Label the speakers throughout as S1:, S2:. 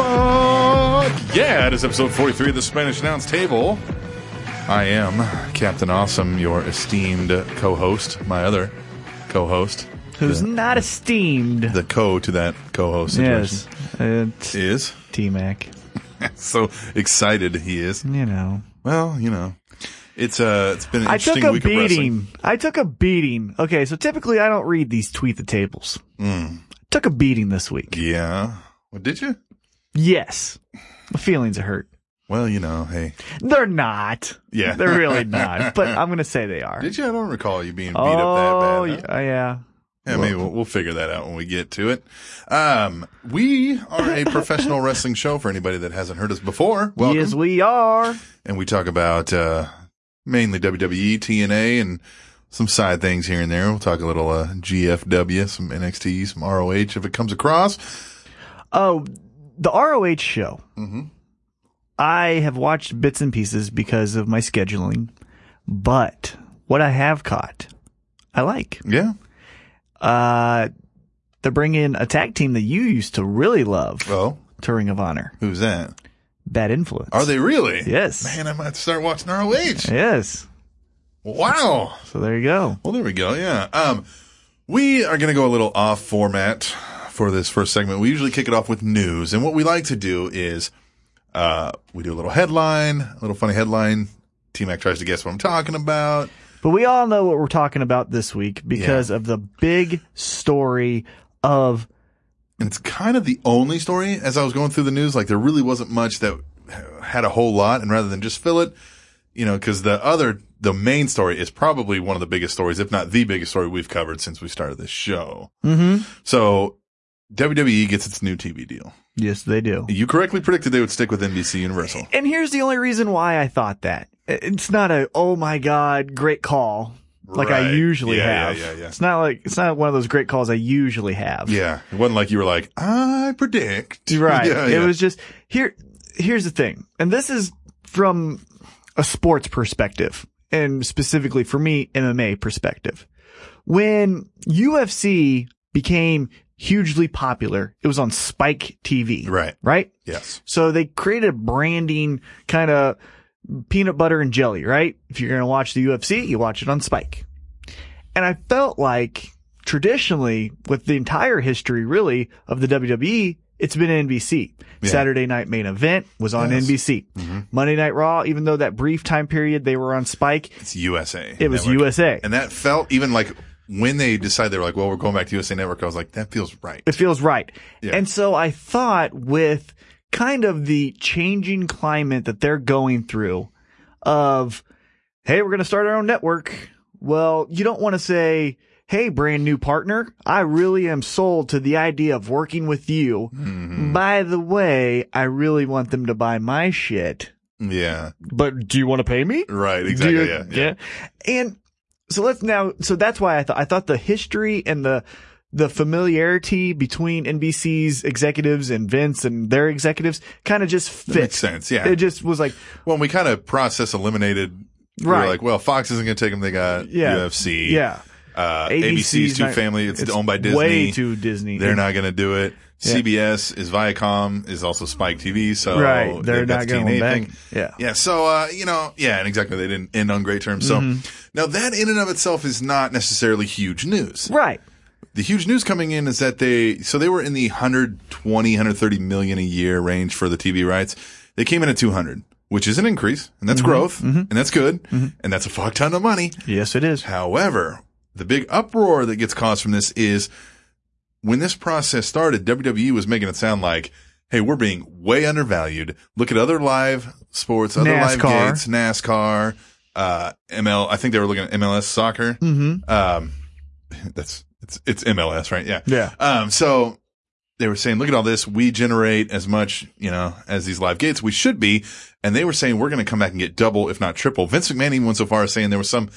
S1: Fuck yeah! It is episode 43 of the Spanish Announce Table. I am Captain Awesome, your esteemed co host, my other co host.
S2: Who's not esteemed?
S1: The co to that co host
S2: Yes,
S1: situation
S2: it's
S1: is.
S2: T Mac.
S1: So excited he is.
S2: You know,
S1: Well, you know, it's uh, it's been an
S2: I
S1: interesting
S2: took a
S1: week of wrestling.
S2: beating. I took a beating. Okay, so typically I don't read these tweet the tables.
S1: Hmm.
S2: Took a beating this week.
S1: Yeah. Well, did you?
S2: Yes, my feelings are hurt.
S1: Well, you know, hey.
S2: They're not.
S1: Yeah.
S2: they're really not. But I'm gonna say they are.
S1: Did you? I don't recall you being beat
S2: oh,
S1: up that bad. huh?
S2: yeah, yeah.
S1: Yeah, maybe we'll, we'll figure that out when we get to it. Um, we are a professional wrestling show for anybody that hasn't heard us before. Welcome.
S2: Yes, we are.
S1: and we talk about uh, mainly E, WWE, TNA, and some side things here and there. We'll talk a little uh, GFW, some NXT, some ROH if it comes across.
S2: Oh, the ROH show.
S1: Mm-hmm.
S2: I have watched bits and pieces because of my scheduling, but what I have caught, I like.
S1: Yeah.
S2: Uh, they're bringing a tag team that you used to really love
S1: Well,
S2: to Ring of Honor.
S1: who's that?
S2: Bad Influence.
S1: Are they really?
S2: Yes.
S1: Man, I might have to start watching ROH.
S2: Yes.
S1: Wow.
S2: So there you go.
S1: Well, there we go. Yeah. Um, we are going to go a little off format for this first segment. We usually kick it off with news. And what we like to do is, uh, we do a little headline, a little funny headline. T Mac tries to guess what I'm talking about.
S2: But we all know what we're talking about this week because of the big story of
S1: And it's kind of the only story as I was going through the news. Like there really wasn't much that had a whole lot. And rather than just fill it, you know, cause the other, the main story is probably one of the biggest stories, if not the biggest story we've covered since we started this show.
S2: Mhm.
S1: So WWE gets its new TV deal.
S2: yes, they do.
S1: You correctly predicted they would stick with NBC Universal.
S2: And here's the only reason why I thought that. It's not a oh my god great call like I
S1: Right.
S2: usually
S1: Yeah, yeah,
S2: have.
S1: yeah, yeah.
S2: It's not like it's not one of those great calls I usually have.
S1: Yeah, it wasn't like you were like, I predict.
S2: Right.
S1: Yeah,
S2: It
S1: yeah.
S2: was just here here's the thing. And this is from a sports perspective and specifically for me MMA perspective. When UFC became hugely popular, it was on Spike TV.
S1: Right.
S2: Right?
S1: Yes.
S2: So they created a branding kind of peanut butter and jelly, right? If you're going to watch the UFC, you watch it on Spike. And I felt like traditionally with the entire history really of the WWE, it's been NBC. Saturday night main event was on
S1: Yes. Mm-hmm.
S2: NBC. Monday night Raw, even though that brief time period they were on Spike,
S1: It's USA.
S2: it was
S1: Network.
S2: USA.
S1: And that felt even like when they decided they were like, well, we're going back to USA Network, I was like, that feels right.
S2: it feels right.
S1: Yeah.
S2: And so I thought with kind of the changing climate that they're going through of, Hey, we're going to start our own network. Well, you don't want to say, Hey, brand new partner. I really am sold to the idea of working with you. By the way, I really want them to buy my shit.
S1: Yeah.
S2: But do you want to pay me?
S1: Right. Exactly.
S2: Do
S1: Yeah.
S2: you- And so let's now. So that's why I thought I thought the history and the the familiarity between NBC's executives and Vince and their executives kind of just fit.
S1: Makes sense. Yeah.
S2: It just was like
S1: when we kind of process eliminated, we were
S2: Right.
S1: like, well, Fox isn't going to take them. They got
S2: yeah,
S1: UFC.
S2: Yeah,
S1: Uh, ABC's,
S2: ABC's
S1: too
S2: not-
S1: family. It's,
S2: it's
S1: owned by Disney.
S2: Way too Disney.
S1: They're not going to do it. CBS is Viacom is also Spike TV. So
S2: Right, they're
S1: they've got
S2: not
S1: the
S2: going
S1: TNA
S2: back.
S1: thing.
S2: Yeah.
S1: Yeah. So, uh, you know, yeah, and exactly. They didn't end on great terms.
S2: Mm-hmm.
S1: So now that in and of itself is not necessarily huge news.
S2: right.
S1: The huge news coming in is that they, so they were in the 120, 130 million a year range for the TV rights. They came in at 200, which is an increase and that's growth and that's good. And that's a fuck ton of money.
S2: Yes, it is.
S1: However, the big uproar that gets caused from this is when this process started, WWE was making E it sound like, hey, we're being way undervalued. Look at other live sports, other
S2: NASCAR.
S1: live gates, NASCAR, uh, ML. I think they were looking at MLS soccer.
S2: Mm-hmm.
S1: Um, that's it's it's MLS, right? Yeah.
S2: Yeah.
S1: Um, so they were saying, look at all this. We generate as much, you know, as these live gates. We should be. And they were saying we're going to come back and get double, if not triple. Vince McMahon even went so far as saying there was some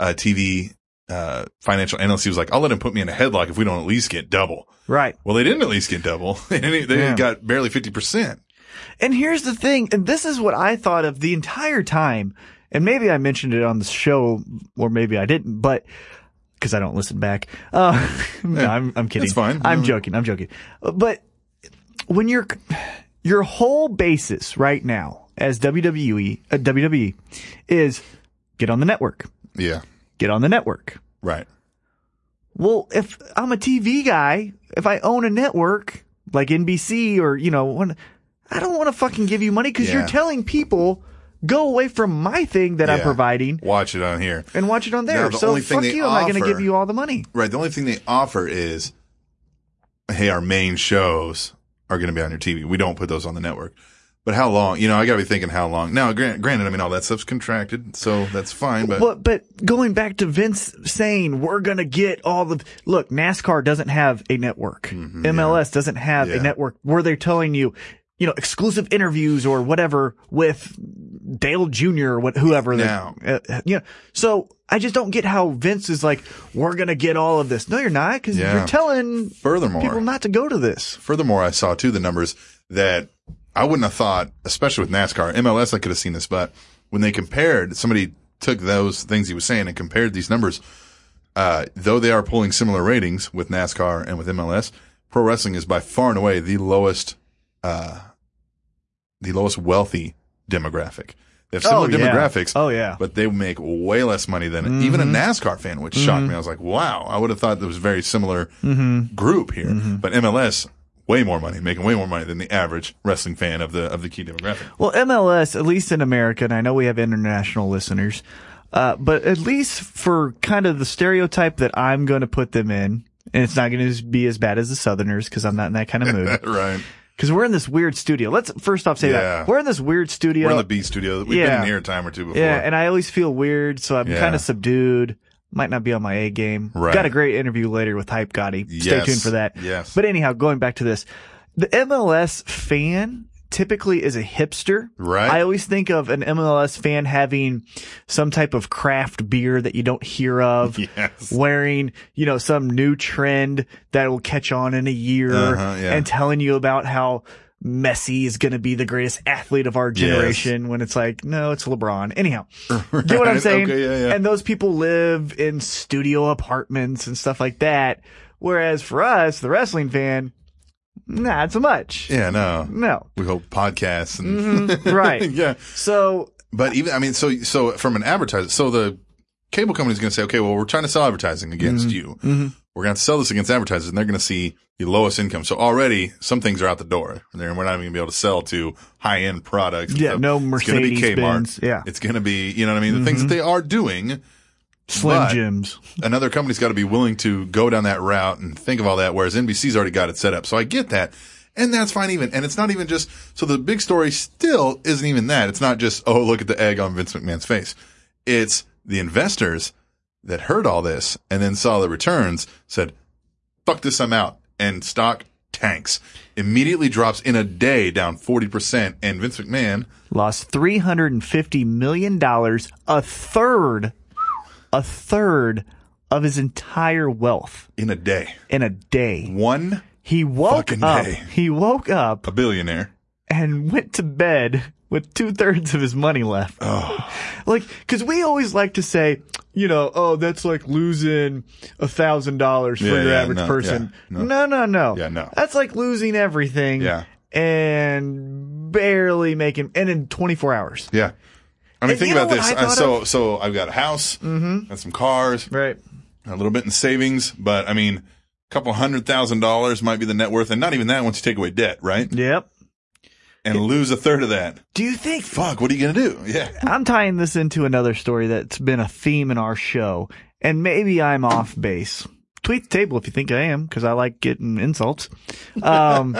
S1: uh, TV uh, financial analyst. He was like, I'll let him put me in a headlock if we don't at least get double.
S2: Right.
S1: Well, they didn't at least get double. they didn't- they
S2: Yeah.
S1: got barely 50%.
S2: And here's the thing, and this is what I thought of the entire time. And maybe I mentioned it on the show, or maybe I didn't, but because I don't listen back. Uh, no, I'm, I'm kidding.
S1: that's fine.
S2: I'm
S1: Mm.
S2: joking. I'm joking. Uh, But when you're, your whole basis right now as WWE, uh, WWE is get on the network,
S1: Yeah.
S2: get on the network.
S1: Right.
S2: Well, if I'm a TV guy, if I own a network like NBC or, you know, one, I don't want to fucking give you money because
S1: Yeah.
S2: you're telling people go away from my thing that I'm
S1: Yeah.
S2: providing
S1: Watch it on here.
S2: and watch it on there.
S1: No, the
S2: so
S1: only thing
S2: fuck
S1: they
S2: you. I'm not going to
S1: offer-
S2: give you all the money.
S1: Right. The only thing they offer is, hey, our main shows are going to be on your TV. We don't put those on the network. But how long? You know, I got to be thinking how long. Now, granted, granted, I mean, all that stuff's contracted, so that's fine. But,
S2: But but going back to Vince saying we're gonna get all the look, NASCAR doesn't have a network. MLS doesn't have a
S1: Mm-hmm. Yeah.
S2: network. Were they telling you, you know, exclusive interviews or whatever with Dale Jr. or what whoever? they-
S1: Now.
S2: uh, you know, so I just don't get how Vince is like we're gonna get all of this. No, you're not because
S1: Yeah.
S2: you're telling
S1: furthermore,
S2: people not to go to this.
S1: furthermore, I saw too the numbers that I wouldn't have thought, especially with NASCAR, MLS, I could have seen this, but when they compared, somebody took those things he was saying and compared these numbers. Uh, though they are pulling similar ratings with NASCAR and with MLS, pro wrestling is by far and away the lowest, uh, the lowest wealthy demographic. They have similar
S2: Oh, yeah.
S1: demographics,
S2: Oh, yeah. Mm-hmm.
S1: but they make way less money than even a NASCAR fan, which shocked me. I was like, wow, I would have thought there was a very similar
S2: Mm-hmm.
S1: group here, but MLS way more money, making way more money than the average wrestling fan of the of the key demographic.
S2: Well, MLS, at least in America, and I know we have international listeners, uh, but at least for kind of the stereotype that I'm going to put them in, and it's not going to be as bad as the Southerners because I'm not in that kind of mood.
S1: right.
S2: Because we're in this weird studio. Let's first off say
S1: Yeah.
S2: that we're in this weird studio.
S1: We're in the B studio. We've
S2: Yeah.
S1: been in here a time or two before.
S2: yeah, and I always feel weird, so I'm
S1: Yeah.
S2: kind of subdued. Might not be on my A game.
S1: Right.
S2: Got a great interview later with Hype Gotti. Stay
S1: Yes.
S2: tuned for that.
S1: Yes.
S2: But anyhow, going back to this, the MLS fan typically is a hipster.
S1: Right.
S2: I always think of an MLS fan having some type of craft beer that you don't hear of.
S1: Yes.
S2: Wearing, you know, some new trend that will catch on in a year
S1: Uh-huh, yeah.
S2: and telling you about how Messi is going to be the greatest athlete of our generation when it's like, no, it's LeBron. Anyhow, get what I'm
S1: Right,
S2: saying?
S1: okay, yeah, yeah.
S2: And those people live in studio apartments and stuff like that. Whereas for us, the wrestling fan, not so much.
S1: yeah, no.
S2: No.
S1: We hold podcasts and
S2: Mm-hmm. Right.
S1: yeah.
S2: So
S1: But even I mean, so so from an advertiser, so the cable company is going to say, okay, well, we're trying to sell advertising against
S2: Mm-hmm.
S1: you. We're going to sell this against advertisers, and they're going to see the lowest income. So already, some things are out the door, and they're- we're not even going to be able to sell to high end products.
S2: Yeah,
S1: So
S2: no
S1: it's gonna be
S2: Mercedes
S1: Kmart.
S2: Benz, yeah. Mm-hmm.
S1: it's going to be you know what I mean. The things that they are doing,
S2: Slim
S1: But-
S2: Jims.
S1: another company's got to be willing to go down that route and think of all that, whereas NBC's already got it set up. So I get that. And that's fine even. And it's not even just, so the big story still isn't even that. It's not just, oh, look at the egg on Vince McMahon's face. It's the investors that heard all this and then saw the returns said, fuck this, I'm out. And stock tanks immediately drops in a day down 40%. And Vince McMahon,
S2: Lost $350 million, a third, a third of his entire wealth
S1: in a day,
S2: in a day.
S1: one,
S2: He woke
S1: Fucking
S2: up.
S1: day.
S2: He woke up
S1: a billionaire.
S2: and went to bed with two thirds of his money left.
S1: Oh.
S2: Like, cause we always like to say, you know, oh, that's like losing a thousand dollars for
S1: Yeah,
S2: your
S1: yeah,
S2: average
S1: no,
S2: person.
S1: yeah, no.
S2: no. no, no,
S1: Yeah, no.
S2: That's like losing everything.
S1: Yeah.
S2: And barely making, and in 24 hours.
S1: Yeah. I mean,
S2: And
S1: think
S2: you know
S1: about
S2: what
S1: this.
S2: I
S1: Uh,
S2: thought
S1: so, so I've got a house, mm-hmm. and some cars,
S2: Right.
S1: a little bit in savings, but I mean, a couple hundred thousand dollars might be the net worth, and not even that once you take away debt, right?
S2: Yep.
S1: And lose a third of that.
S2: Do you think
S1: Fuck, what are you gonna do? Yeah,
S2: I'm tying this into another story that's been a theme in our show, and maybe I'm off base. Tweet the table if you think I am, because I like getting insults. Um,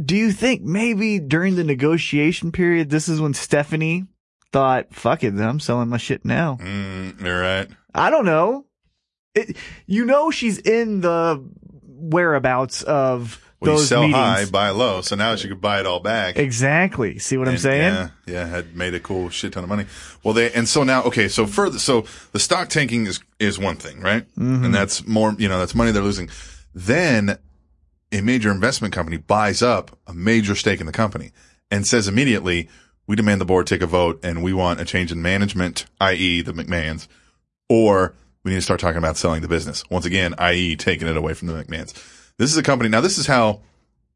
S2: do you think maybe during the negotiation period, this is when Stephanie thought, fuck it, I'm selling my shit now?
S1: Mm, you're right.
S2: I don't know. It, you know, she's in the whereabouts of
S1: Well, you
S2: those
S1: sell
S2: meetings.
S1: high, buy low. So now she could buy it all back.
S2: exactly. See what I'm
S1: And,
S2: saying?
S1: Yeah, yeah, had made a cool shit ton of money. Well, they and so now, okay, so further, so the stock tanking is is one thing, right?
S2: Mm-hmm.
S1: And that's more, you know, that's money they're losing. Then a major investment company buys up a major stake in the company and says immediately, "We demand the board take a vote, and we want a change in management, i.e., the McMahon's, or we need to start talking about selling the business once again, i.e., taking it away from the McMahon's." This is a company. Now, this is how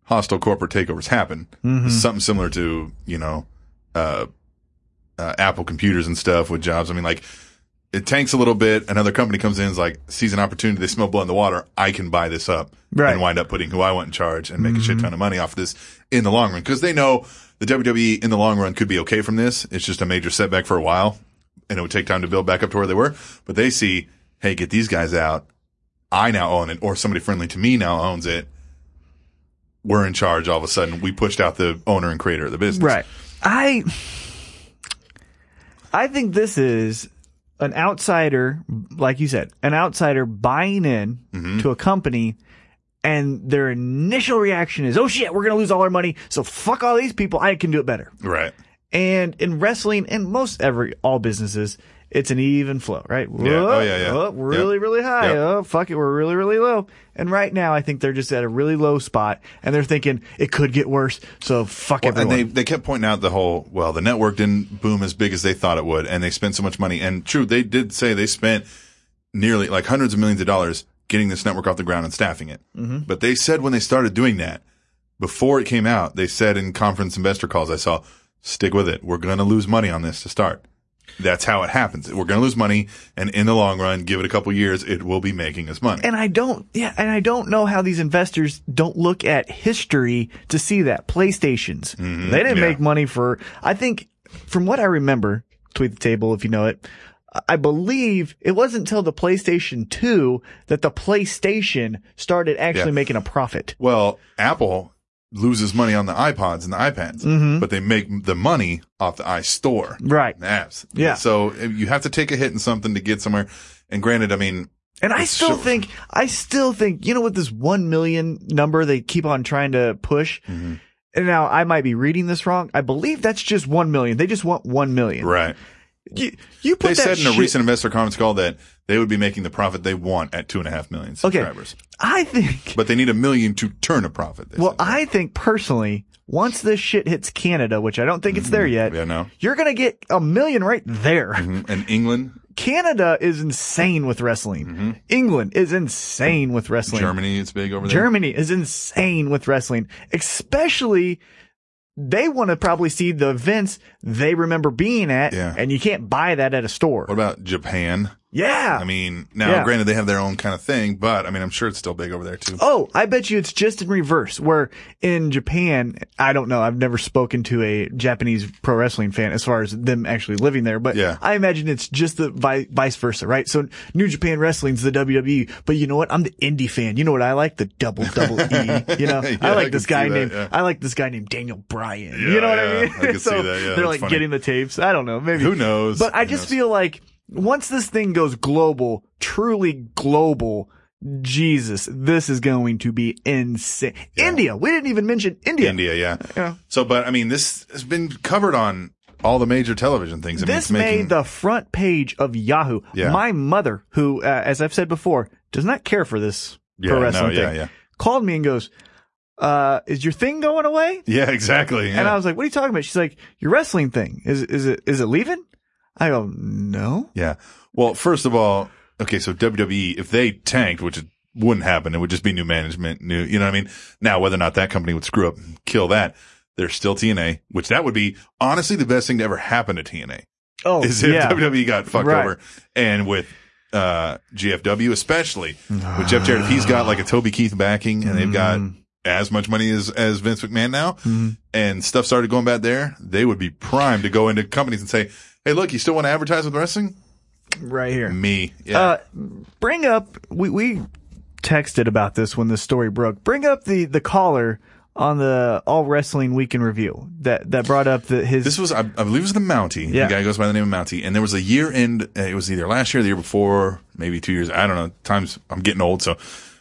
S1: hostile corporate takeovers happen. This is Something similar to you know uh, uh, Apple computers and stuff with jobs. I mean, like it tanks a little bit. Another company comes in, is like sees an opportunity. They smell blood in the water. I can buy this up
S2: Right.
S1: and wind up putting who I want in charge and make a shit ton of money off this in the long run because they know the WWE in the long run could be okay from this. It's just a major setback for a while, and it would take time to build back up to where they were. But they see, hey, get these guys out. I now own it, or somebody friendly to me now owns it. We're in charge all of a sudden. We pushed out the owner and creator of the business.
S2: Right. I I think this is an outsider, like you said, an outsider buying in
S1: Mm-hmm.
S2: to a company and their initial reaction is, "Oh shit, we're going to lose all our money, so fuck all these people, I can do it better."
S1: Right.
S2: And in wrestling and most every all businesses, it's an even flow, right?
S1: Yeah. Oh, yeah, yeah.
S2: Oh, we're really,
S1: Yep.
S2: really high.
S1: Yep.
S2: Oh, fuck it, we're really, really low. And right now, I think they're just at a really low spot, and they're thinking it could get worse. So fuck
S1: Well,
S2: everyone.
S1: And they, they kept pointing out the whole, well, the network didn't boom as big as they thought it would, and they spent so much money. And true, they did say they spent nearly like hundreds of millions of dollars getting this network off the ground and staffing it.
S2: Mm-hmm.
S1: But they said when they started doing that, before it came out, they said in conference investor calls I saw, stick with it. We're going to lose money on this to start. That's how it happens. We're going to lose money, and in the long run, give it a couple years, it will be making us money.
S2: and I don't, yeah, and I don't know how these investors don't look at history to see that PlayStations. they didn't
S1: Mm-hmm. yeah.
S2: make money for. I think, from what I remember, tweet the table if you know it. I- I believe it wasn't until the PlayStation 2 that the PlayStation started
S1: Yeah.
S2: actually making a profit.
S1: Well, Apple loses money on the iPods and the iPads, but they make the money off the iStore
S2: Mm-hmm. Right.
S1: and the apps.
S2: Yeah.
S1: So uh, you have to take a hit in something to get somewhere. And granted, I mean,
S2: And I
S1: It's
S2: still
S1: so-
S2: think, I still think, you know, with this 1 million number they keep on trying to push.
S1: Mm-hmm.
S2: And now I might be reading this wrong. I believe that's just 1 million. They just want 1 million.
S1: right.
S2: You, you put
S1: They
S2: that
S1: said in a
S2: shit-
S1: recent investor conference call that they would be making the profit they want at two and a half million subscribers,
S2: I think.
S1: but they need a million to turn a profit. they
S2: Well,
S1: said.
S2: I think personally, once this shit hits Canada, which I don't think it's there yet,
S1: Mm-hmm. Yeah, no.
S2: you're gonna get a million right there.
S1: Mhm. And England,
S2: Canada is insane with wrestling. England is insane with wrestling.
S1: Mm-hmm. Germany, it's big over there.
S2: Germany is insane with wrestling, especially. They want to probably see the events they remember being at,
S1: Yeah.
S2: and you can't buy that at a store.
S1: What about Japan?
S2: yeah,
S1: I mean, now
S2: Yeah.
S1: granted they have their own kind of thing, but I mean, I'm sure it's still big over there too.
S2: Oh, I bet you it's just in reverse. Where in Japan, I don't know. I've never spoken to a Japanese pro wrestling fan as far as them actually living there, but
S1: Yeah.
S2: I imagine it's just the vi- vice versa, right? So New Japan Wrestling's the WWE, but you know what? I'm the indie fan. You know what I like? The double double E. You know,
S1: Yeah,
S2: I
S1: I
S2: like
S1: can
S2: this
S1: see
S2: guy
S1: that,
S2: named
S1: yeah.
S2: I like this guy named Daniel Bryan.
S1: Yeah,
S2: you know what
S1: yeah,
S2: I mean?
S1: I can see
S2: so
S1: that, yeah,
S2: they're
S1: that's
S2: like
S1: funny.
S2: getting the tapes. I don't know. Maybe
S1: Who knows?
S2: But I
S1: Who
S2: just
S1: knows?
S2: feel like once this thing goes global, truly global, Jesus, this is going to be insane. India, we didn't even mention India.
S1: India, yeah.
S2: Yeah.
S1: So, but I mean, this has been covered on all the major television things. I mean,
S2: This
S1: it's making,
S2: made the front page of Yahoo.
S1: Yeah.
S2: My mother, who, uh, as I've said before, does not care for this
S1: Yeah,
S2: pro
S1: no,
S2: wrestling
S1: yeah,
S2: thing,
S1: yeah.
S2: called me and goes, uh, "Is your thing going away?"
S1: yeah, exactly.
S2: And
S1: yeah.
S2: I was like, "What are you talking about?" She's like, "Your wrestling thing is is it is it leaving?" I go, "No."
S1: Yeah. Well, first of all, okay, so WWE, if they tanked, which it wouldn't happen, it would just be new management, new, you know what I mean? Now, whether or not that company would screw up and kill that, there's still TNA, which that would be honestly the best thing to ever happen to TNA
S2: Oh,
S1: is if
S2: yeah.
S1: WWE got fucked
S2: Right.
S1: over and with, uh, GFW, especially with Jeff Jarrett, if he's got like a Toby Keith backing and they've got
S2: Mm-hmm.
S1: as much money as, as Vince McMahon now and stuff started going bad there, they would be primed to go into companies and say, Hey, look, you still want to advertise with wrestling? E?
S2: right here.
S1: Me. Yeah.
S2: Uh, bring up we we texted about this when this story broke. Bring up the the caller on the All Wrestling Week in Review that that brought up the, his
S1: This was, I, I believe, it was the Mountie.
S2: Yeah.
S1: The guy goes by the name of Mountie, and there was a year end. uh, It was either last year, or the year before, maybe two years. I don't know. Times I'm getting old, so.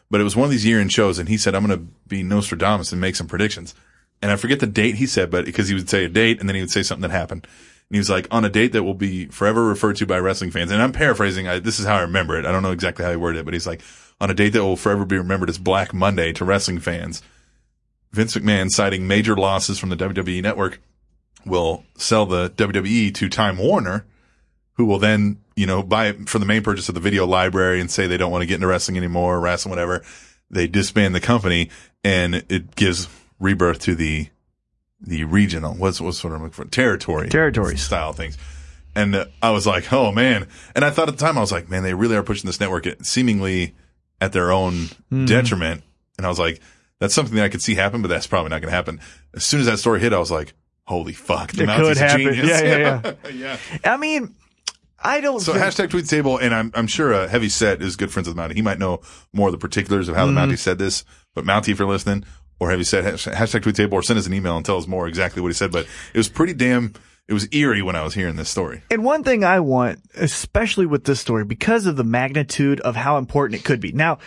S1: But it was one of these year end shows, and he said, "I'm going to be Nostradamus and make some predictions." And I forget the date he said, but because he would say a date, and then he would say something that happened. And he was like, "On a date that will be forever referred to by wrestling fans." And I'm paraphrasing. I, this is how I remember it. I don't know exactly how he worded it, but he's like, "On a date that will forever be remembered as Black Monday to wrestling fans." Vince McMahon citing major losses from the WWE network will sell the WWE to Time Warner, who will then, you know, buy it for the main purchase of the video library and say they don't want to get into wrestling anymore, wrestling, whatever. They disband the company and it gives rebirth to the, the regional, what's, what's what I'm looking for? Territory.
S2: Territories.
S1: Style things. And uh, I was like, oh man. And I thought at the time, I was like, man, they really are pushing this network at, seemingly at their own
S2: Hmm.
S1: detriment. And I was like, that's something that I could see happen, but that's probably not going to happen. As soon as that story hit, I was like, holy fuck. the
S2: It
S1: Nazis
S2: could
S1: are
S2: happen.
S1: genius.
S2: Yeah, yeah, yeah.
S1: yeah.
S2: I mean, I don't.
S1: So
S2: think-
S1: hashtag tweet table, and I'm I'm sure uh, heavy set is good friends with Mountie. He might know more of the particulars of how
S2: Hmm.
S1: the Mountie said this, but Mountie, if you're listening, or heavy set hashtag, hashtag tweet table, or send us an email and tell us more exactly what he said. But it was pretty damn. It was eerie when I was hearing this story.
S2: And one thing I want, especially with this story, because of the magnitude of how important it could be. Now,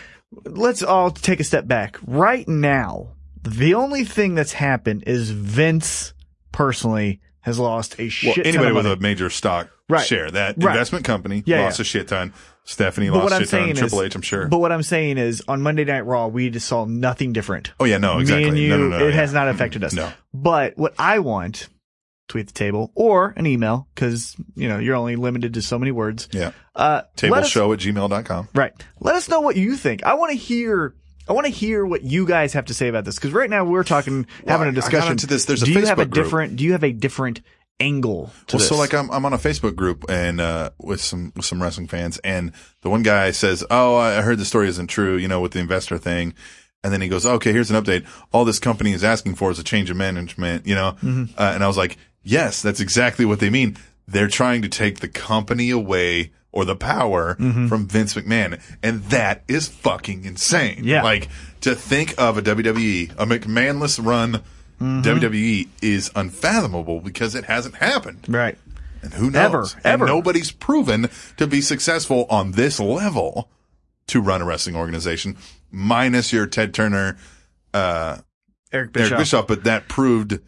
S2: let's all take a step back. Right now, the only thing that's happened is Vince personally has lost a
S1: Well,
S2: shit ton
S1: anybody
S2: of
S1: with
S2: money.
S1: a major stock
S2: Right.
S1: share that
S2: Right.
S1: investment company
S2: Yeah,
S1: lost
S2: yeah.
S1: a shit ton. Stephanie
S2: but
S1: lost
S2: what
S1: a
S2: I'm
S1: shit ton.
S2: saying
S1: Triple
S2: is,
S1: H, I'm sure.
S2: But what I'm saying is, on Monday Night Raw, we just saw nothing different.
S1: oh yeah, no, exactly.
S2: Me and you,
S1: no, no, no,
S2: it
S1: yeah.
S2: has not affected us.
S1: No.
S2: But what I want, tweet the table or an email, because you know you're only limited to so many words.
S1: Yeah.
S2: Uh,
S1: Table
S2: let us-
S1: show at gmail.com.
S2: Right. Let us know what you think. I want to hear. I want to hear what you guys have to say about this because right now we're talking, having
S1: I- I
S2: a
S1: got
S2: discussion.
S1: into this. There's a
S2: do you have
S1: Facebook
S2: a
S1: group.
S2: different? Do you have a different angle to
S1: Well,
S2: this?
S1: so like uh, I'm I'm on a Facebook group and uh with some with some wrestling fans and the one guy says, "Oh, I heard the story isn't true," you know, with the investor thing. And then he goes, "Okay, here's an update. All this company is asking for is a change of management," you know.
S2: Mm-hmm.
S1: Uh, and I was like, "Yes, that's exactly what they mean. They're trying to take the company away or the power
S2: Mm-hmm.
S1: from Vince McMahon, and that is fucking insane."
S2: Yeah.
S1: like to think of a WWE, a McMahonless run.
S2: Mm-hmm.
S1: WWE is unfathomable because it hasn't happened.
S2: right.
S1: And who knows?
S2: Ever,
S1: And
S2: ever.
S1: nobody's proven to be successful on this level to run a wrestling organization, minus your Ted Turner, uh,
S2: Eric Bischoff.
S1: Eric Bischoff, but that proved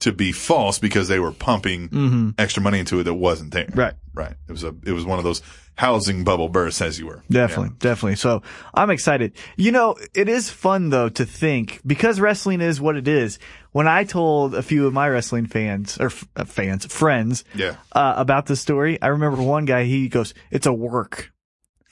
S1: to be false because they were pumping extra money into it that wasn't there.
S2: Mm-hmm. Right.
S1: Right. It was a, it was one of those housing bubble bursts as you were.
S2: Definitely, definitely. So I'm excited. You know, it is fun though to think because wrestling is what it is. When I told a few of my wrestling fans or f- uh, fans friends,
S1: Yeah.
S2: uh, about this story, I remember one guy. He goes, "It's a work."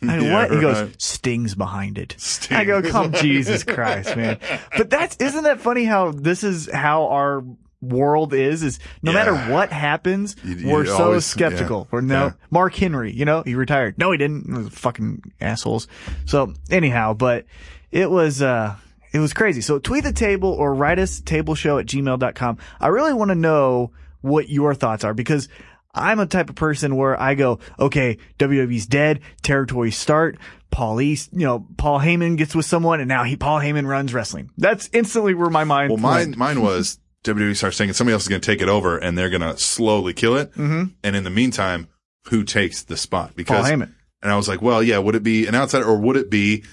S2: I go,
S1: Yeah,
S2: what? He goes,
S1: right.
S2: "Stings behind it."
S1: Stings.
S2: I go, "Come, Jesus Christ, man!" But that's isn't that funny? How this is how our world is is no
S1: Yeah.
S2: matter what happens
S1: You- you
S2: we're so
S1: always-
S2: skeptical
S1: yeah.
S2: or no
S1: Yeah.
S2: Mark Henry, you know, he retired. No, he didn't. It was fucking assholes. So anyhow, but it was, uh, it was crazy. So tweet the table or write us tableshow at gmail.com. I really want to know what your thoughts are because I'm a type of person where I go, okay, WWE's dead, territories start, Paul East, you know, Paul Heyman gets with someone and now he, Paul Heyman runs wrestling. That's instantly where my mind
S1: Well, mine
S2: went.
S1: mine was WWE starts thinking somebody else is going to take it over, and they're going to slowly kill it. Mm-hmm. And in the meantime, who takes the spot? Because
S2: Heyman.
S1: and I was like, well, yeah, would it be an outsider or would it be?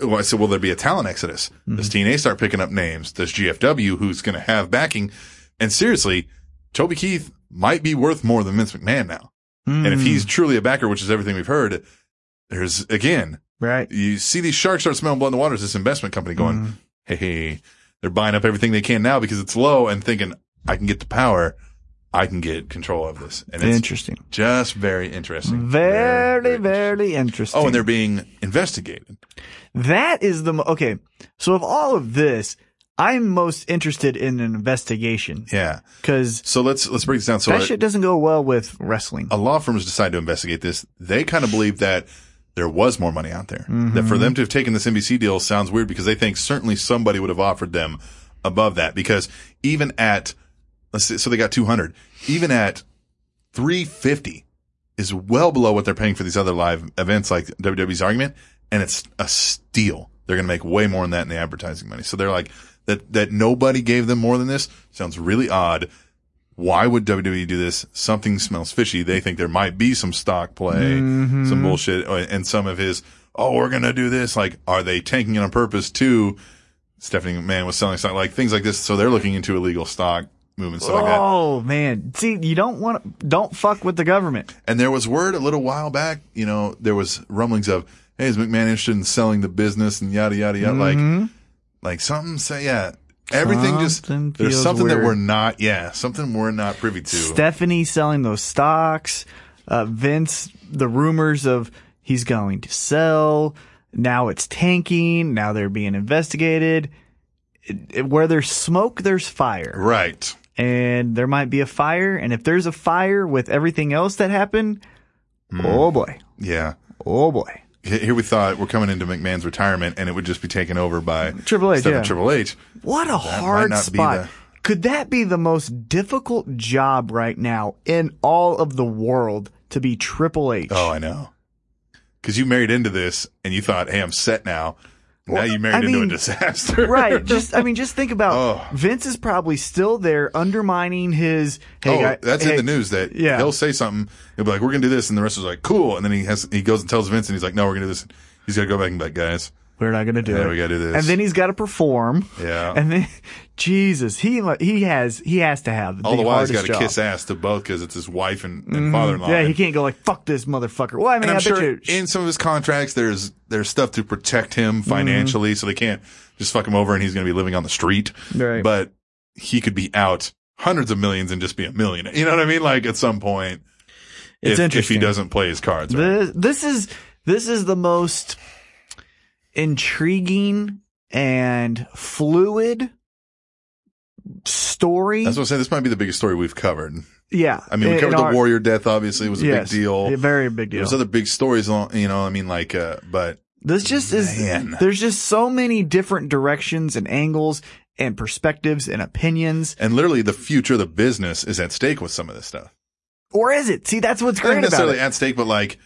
S1: Well, I said, will there be a talent exodus? Does TNA start picking up names? Does GFW, who's going to have backing? And seriously, Toby Keith might be worth more than Vince McMahon now. And if he's truly a backer, which is everything we've heard, there's again
S2: right.
S1: you see these sharks start smelling blood in the water. It's this investment company going, hey,
S2: Mm-hmm.
S1: hey, they're buying up everything they can now because it's low and thinking, I can get the power. I can get control of this. And it's
S2: Interesting.
S1: just very interesting.
S2: Very,
S1: interesting.
S2: very interesting.
S1: Oh, and they're being investigated.
S2: That is the mo- okay. So of all of this, I'm most interested in an investigation
S1: Yeah.
S2: because
S1: So let's, let's break this down. So
S2: that
S1: a-
S2: shit doesn't go well with wrestling.
S1: a law firms decide to investigate this. They kind of believe that there was more money out there. That for them to have taken this NBC deal sounds weird because they think certainly somebody would have offered them above that because even at let's see, so they got 200, even at 350 is well below what they're paying for these other live events like WWE's argument. And it's a steal. They're going to make way more than that in the advertising money. So they're like, that that nobody gave them more than this sounds really odd. Why would WWE do this? Something smells fishy. They think there might be some stock play, some bullshit, uh, and some of his. Oh, we're gonna do this. Like, are they tanking it on purpose too? Stephanie McMahon was selling stock, like things like this. So they're looking into illegal stock movement stuff like that.
S2: Oh man, see, you don't want don't fuck with the government.
S1: And there was word a little while back, you know, there was rumblings of, hey, is McMahon interested in selling the business and yada yada yada,
S2: Mm-hmm.
S1: like, like something. Say, yeah, everything
S2: Something
S1: just there's
S2: feels
S1: something that
S2: weird.
S1: we're not, yeah, something we're not privy to.
S2: Stephanie selling those stocks. Uh, Vince, the rumors of he's going to sell. Now it's tanking. Now they're being investigated. It- it- where there's smoke, there's fire.
S1: right?
S2: And there might be a fire. And if there's a fire with everything else that happened,
S1: Hmm.
S2: oh boy.
S1: Yeah.
S2: Oh boy.
S1: H- Here we thought we're coming into McMahon's retirement, and it would just be taken over by
S2: Triple H,
S1: Stephen
S2: yeah.
S1: Triple H.
S2: What a hard
S1: not be
S2: spot.
S1: the-
S2: Could that be the most difficult job right now in all of the world to be Triple H?
S1: Oh, I know. Because you married into this, and you thought, hey, I'm set now. now you married
S2: I
S1: into
S2: mean,
S1: a disaster,
S2: right. Just I mean, just think about
S1: Oh.
S2: Vince is probably still there undermining his. Hey,
S1: oh,
S2: guy-
S1: that's
S2: hey,
S1: in the news that
S2: Yeah.
S1: he'll say something. He'll be like, "We're gonna do this," and the rest is like, "Cool." And then he has he goes and tells Vince, and he's like, "No, we're gonna do this." He's gotta go back and be like, "Guys,
S2: We're not gonna do
S1: Yeah,
S2: it.
S1: we gotta do this.
S2: And then he's got to perform.
S1: Yeah.
S2: And then Jesus, he he has he has to have
S1: all the, while he's
S2: hardest
S1: gotta
S2: job. Mm-hmm.
S1: kiss ass to both because it's his wife and, and father-in-law."
S2: Yeah, he
S1: And-
S2: can't go like fuck this motherfucker. Well, I mean,
S1: And
S2: I
S1: I'm
S2: bet
S1: sure
S2: you
S1: in some of his contracts, there's there's stuff to protect him
S2: Mm-hmm.
S1: financially, so they can't just fuck him over, and he's gonna be living on the street.
S2: Right.
S1: But he could be out hundreds of millions and just be a millionaire. You know what I mean? Like at some point, if,
S2: It's
S1: if he
S2: interesting.
S1: doesn't play his cards, right?
S2: This, this is this is the most intriguing and fluid story.
S1: That's what I'm saying. This might be the biggest story we've covered.
S2: yeah,
S1: I mean, we
S2: in-
S1: covered
S2: in
S1: the
S2: our-
S1: warrior death. Obviously, it was a
S2: yes,
S1: big deal.
S2: a very big deal.
S1: There's other big stories, along- you know. I mean, like, uh, but
S2: This just is.
S1: Man.
S2: There's just so many different directions and angles and perspectives and opinions.
S1: and literally, the future of the business is at stake with some of this stuff.
S2: Or is it? See, that's what's
S1: Not
S2: great about
S1: necessarily
S2: it.
S1: at stake, but like,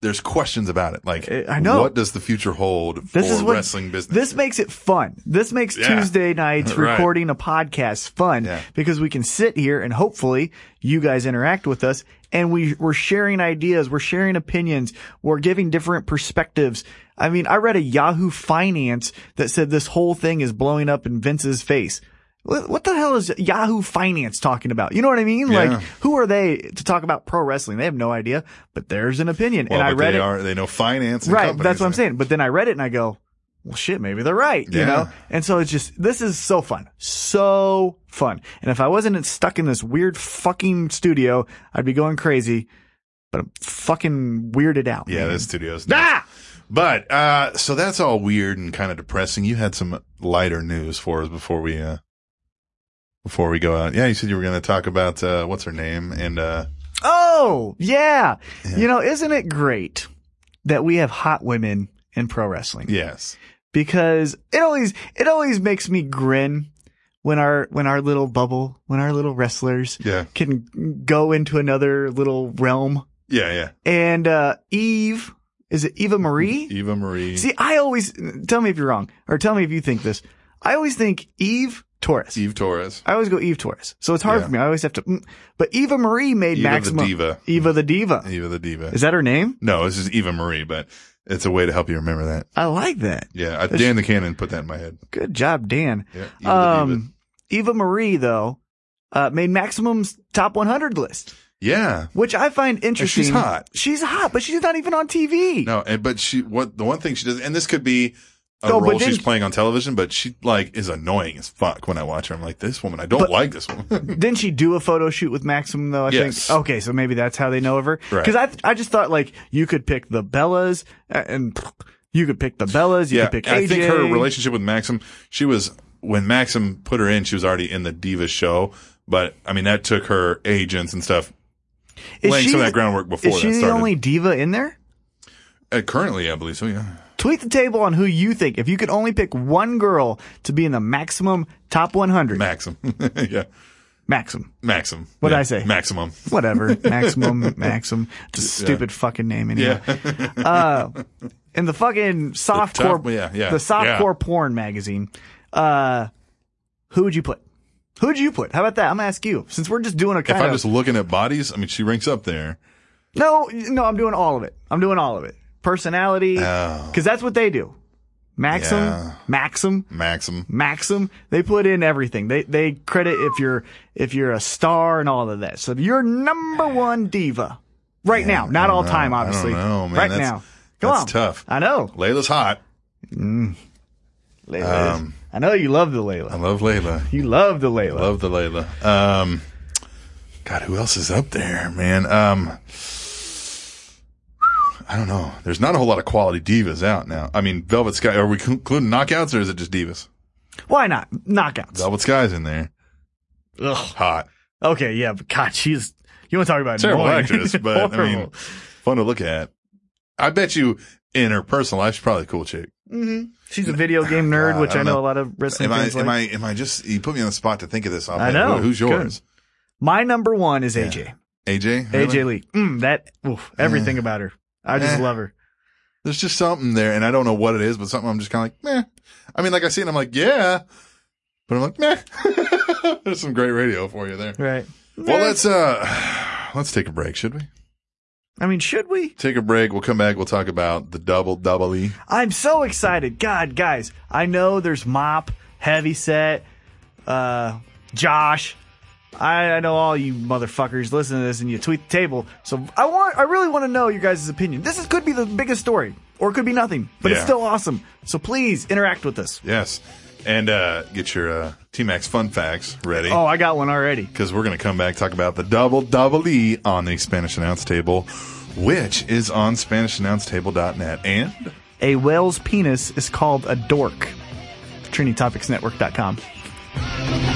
S1: there's questions about it. Like,
S2: I- I know.
S1: what does the future hold
S2: This
S1: for
S2: is what
S1: wrestling business?
S2: This makes it fun. This makes
S1: Yeah.
S2: Tuesday nights
S1: Right.
S2: recording a podcast fun
S1: Yeah.
S2: because we can sit here and hopefully you guys interact with us and we we're sharing ideas, we're sharing opinions, we're giving different perspectives. I mean, I read a Yahoo Finance that said this whole thing is blowing up in Vince's face. What what the hell is Yahoo Finance talking about? You know what I mean?
S1: Yeah.
S2: Like, who are they to talk about pro wrestling? They have no idea, but there's an opinion.
S1: well,
S2: and I
S1: but
S2: read
S1: they
S2: it
S1: are they know finance, and
S2: right
S1: companies,
S2: that's what i'm
S1: and-
S2: saying but then i read it and i go well shit maybe they're right you
S1: Yeah.
S2: know and so it's just this is so fun so fun and if i wasn't stuck in this weird fucking studio i'd be going crazy but i'm fucking weirded out
S1: Yeah,
S2: man.
S1: this studio's
S2: ah!
S1: But uh, so that's all weird and kind of depressing. You had some lighter news for us before we uh, before we go out. Yeah, you said you were going to talk about uh, what's her name and uh,
S2: oh yeah. you know isn't it great that we have hot women in pro wrestling
S1: yes,
S2: because it always it always makes me grin when our when our little bubble when our little wrestlers
S1: Yeah.
S2: can go into another little realm
S1: yeah, yeah,
S2: and uh Eve is it Eva Marie
S1: Eva Marie.
S2: see I always tell me if you're wrong or tell me if you think this I always think Eve Torres
S1: Eve Torres.
S2: I always go Eve Torres so it's hard
S1: Yeah.
S2: for me I always have to mm. but Eva Marie made
S1: Eva the
S2: maximum
S1: Diva.
S2: Eva the Diva
S1: Eva the Diva.
S2: is that her name
S1: No, this is Eva Marie, but it's a way to help you remember that.
S2: I like that
S1: Yeah, I, Dan the Cannon put that in my head.
S2: Good job, Dan.
S1: Yeah, Eva the
S2: um, Eva Marie, though, uh, made Maximum's top 100 list,
S1: Yeah.
S2: which I find interesting.
S1: hot.
S2: She's hot, but she's not even on TV.
S1: No, and but she what the one thing she does, and this could be a
S2: Oh, but
S1: role she's
S2: didn't-
S1: playing on television, but she like is annoying as fuck when I watch her. I'm like, this woman, I don't like this woman.
S2: Didn't she do a photo shoot with Maximum, though? I
S1: Yes.
S2: think. Okay, so maybe that's how they know of her.
S1: Right.
S2: Because I, th- I just thought, like, you could pick the Bellas uh, and. You could pick the Bellas. You
S1: yeah,
S2: could pick
S1: and
S2: AJ.
S1: I think her relationship with Maxim, she was when Maxim put her in, she was already in the Diva show, but I mean that took her agents and stuff
S2: Is
S1: laying
S2: she
S1: some of that
S2: the-
S1: groundwork before
S2: Is she
S1: that
S2: the
S1: started.
S2: only diva in there?
S1: Uh, currently, I believe so. Yeah.
S2: Tweet the table on who you think. If you could only pick one girl to be in the maximum top 100,
S1: Maxim. yeah.
S2: maximum.
S1: Maxim.
S2: What'd
S1: Yeah.
S2: I say?
S1: Maximum.
S2: whatever. Maximum, Maxim. It's a stupid fucking name anyway. uh, in the fucking softcore,
S1: yeah, yeah,
S2: the softcore
S1: yeah.
S2: porn magazine, uh, Who would you put? Who would you put? How about that? I'm gonna ask you since we're just doing a
S1: If
S2: kind
S1: I'm
S2: of
S1: just looking at bodies, I mean, she ranks up there.
S2: no, no. I'm doing all of it. I'm doing all of it. Personality,
S1: Oh.
S2: because that's what they do. Maxim,
S1: Yeah.
S2: Maxim,
S1: Maxim.
S2: Maxim. They put in everything. They they credit if you're if you're a star and all of that. So you're number one diva right now, not all
S1: know.
S2: time,
S1: I don't
S2: obviously.
S1: know, man.
S2: Right
S1: That's-
S2: now, come
S1: that's
S2: on,
S1: tough.
S2: I know.
S1: Layla's hot.
S2: Layla is- I know you love the Layla.
S1: I love Layla.
S2: You love the Layla.
S1: Um, Love the Layla. Um, God, who else is up there, man? Um, I don't know. There's not a whole lot of quality divas out now. I mean, Velvet Sky. Are we cl- including knockouts or is it just divas?
S2: Why not knockouts?
S1: Velvet Sky's in there.
S2: Ugh.
S1: Hot,
S2: Okay, yeah, but God, she's you want to talk about
S1: terrible
S2: annoying.
S1: actress, but I mean,
S2: Horrible.
S1: fun to look at. I bet you in her personal life, she's probably a cool chick.
S2: Mm-hmm. she's a video game nerd,
S1: God,
S2: which
S1: I
S2: I,
S1: don't
S2: know,
S1: know.
S2: a lot of wrestling
S1: Am I?
S2: fans
S1: Am I?
S2: like.
S1: Am I just? You put me on the spot to think of this. Off
S2: I
S1: the head.
S2: know.
S1: Who's yours?
S2: My number one is AJ.
S1: AJ. Really? Mm.
S2: AJ Lee. Mm, that oof, everything about her. I just
S1: Eh.
S2: love her.
S1: There's just something there, and I don't know what it is, but something I'm just kind of like, meh. I mean, like I see it, I'm like, yeah, but I'm like, meh. There's some great radio for you there.
S2: Right.
S1: Well, let's uh, let's take a break, should we?
S2: I mean, should we?
S1: Take a break. We'll come back. We'll talk about the double double E.
S2: I'm so excited. God, guys, I know there's Mop, Heavy Set, uh, Josh. I, I know all you motherfuckers listen to this and you tweet the table. So I want, I really want to know your guys' opinion. This is, could be the biggest story, or it could be nothing, but it's
S1: Yeah.
S2: still awesome. So please interact with us.
S1: Yes, and uh, get your uh, T Max fun facts ready.
S2: Oh, I got one already.
S1: because we're going to come back talk about the double double E on the Spanish announce table, which is on SpanishAnnounceTable.net. And
S2: A whale's penis is called a dork. TrinityTopicsNetwork.com.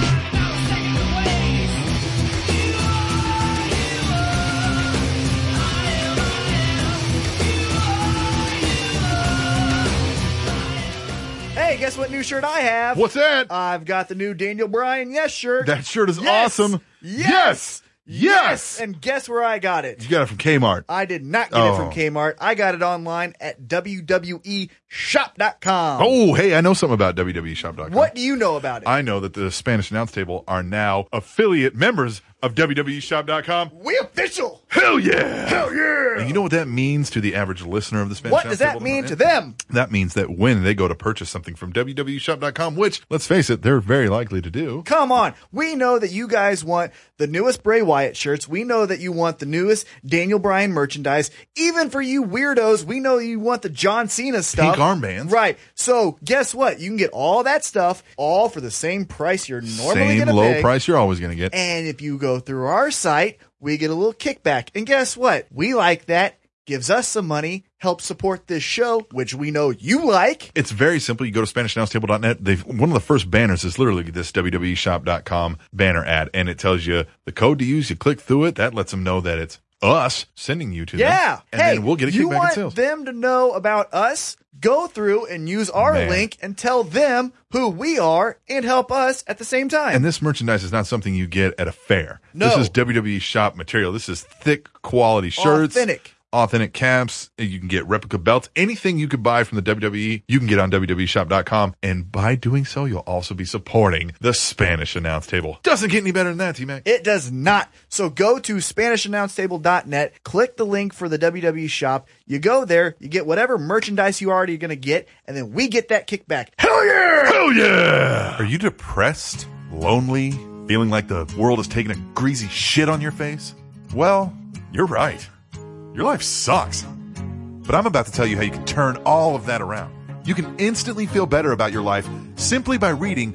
S2: Hey, guess what new shirt I have?
S1: what's that?
S2: I've got the new Daniel Bryan Yes shirt.
S1: that shirt is
S2: Yes!
S1: awesome.
S2: Yes!
S1: yes.
S2: And guess where I got it?
S1: You got it from Kmart.
S2: I did not get it
S1: Oh.
S2: from Kmart. I got it online at E WWEshop.com.
S1: Oh, hey, I know something about E WWEshop.com.
S2: What do you know about it?
S1: I know that the Spanish announce table are now affiliate members of E WWEshop.com.
S2: we official.
S1: Hell yeah! Hell
S2: yeah!
S1: And you know what that means to the average listener of the Spanish
S2: What
S1: announce
S2: does that
S1: table?
S2: mean to them?
S1: That means that when they go to purchase something from E WWEshop.com, which, let's face it, they're very likely to do.
S2: Come on. We know that you guys want the newest Bray Wyatt shirts. We know that you want the newest Daniel Bryan merchandise. Even for you weirdos, we know you want the John Cena stuff.
S1: armbands.
S2: Right. So guess what? You can get all that stuff all for the same price you're normally
S1: Same
S2: going to
S1: low
S2: pay.
S1: price you're always going to get.
S2: And if you go through our site, we get a little kickback. And guess what? We like that. Gives us some money, helps support this show, which we know you like.
S1: It's very simple. You go to SpanishAnnounceTable.net. They've, one of the first banners is literally this E WWEshop.com banner ad, and it tells you the code to use. You click through it. That lets them know that it's us sending you to them.
S2: Yeah.
S1: And
S2: hey,
S1: then we'll get a
S2: you
S1: kickback in
S2: want
S1: sales.
S2: them to know about us? Go through and use our
S1: Man.
S2: link and tell them who we are and help us at the same time.
S1: and this merchandise is not something you get at a fair.
S2: No.
S1: This is WWE shop material. This is thick quality shirts.
S2: Authentic.
S1: Authentic caps. You can get replica belts. Anything you could buy from the WWE, you can get on E WWEshop.com. And by doing so, you'll also be supporting the Spanish announce table. Doesn't get any better than that, T Mac.
S2: It does not. So go to SpanishAnnounceTable.net, click the link for the WWE shop. You go there, you get whatever merchandise you already going to get, and then we get that kickback.
S1: Hell yeah! Hell yeah! Are you depressed, lonely, feeling like the world is taking a greasy shit on your face? Well, you're right. Your life sucks. But I'm about to tell you how you can turn all of that around. You can instantly feel better about your life simply by reading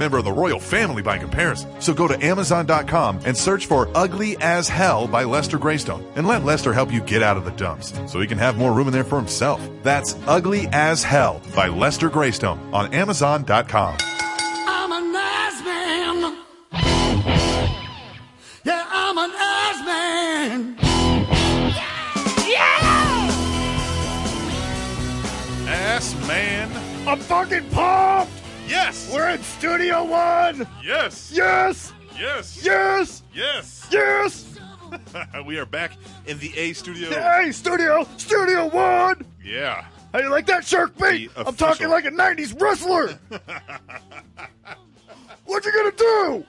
S1: member of the royal family by comparison. So go to Amazon.com and search for Ugly as Hell by Lester Greystone and let Lester help you get out of the dumps so he can have more room in there for himself. That's Ugly as Hell by Lester Greystone on Amazon.com.
S3: I'm a nice man.
S2: I'm fucking pumped!
S1: Yes.
S2: We're in Studio One!
S1: yes.
S2: Yes!
S1: Yes.
S2: Yes!
S1: Yes.
S2: Yes!
S1: we are back in the A studio.
S2: Hey, Studio! Studio One!
S1: Yeah.
S2: How you like that shark bait?
S1: The
S2: I'm talking
S1: official-
S2: like a 90s wrestler! what you gonna do?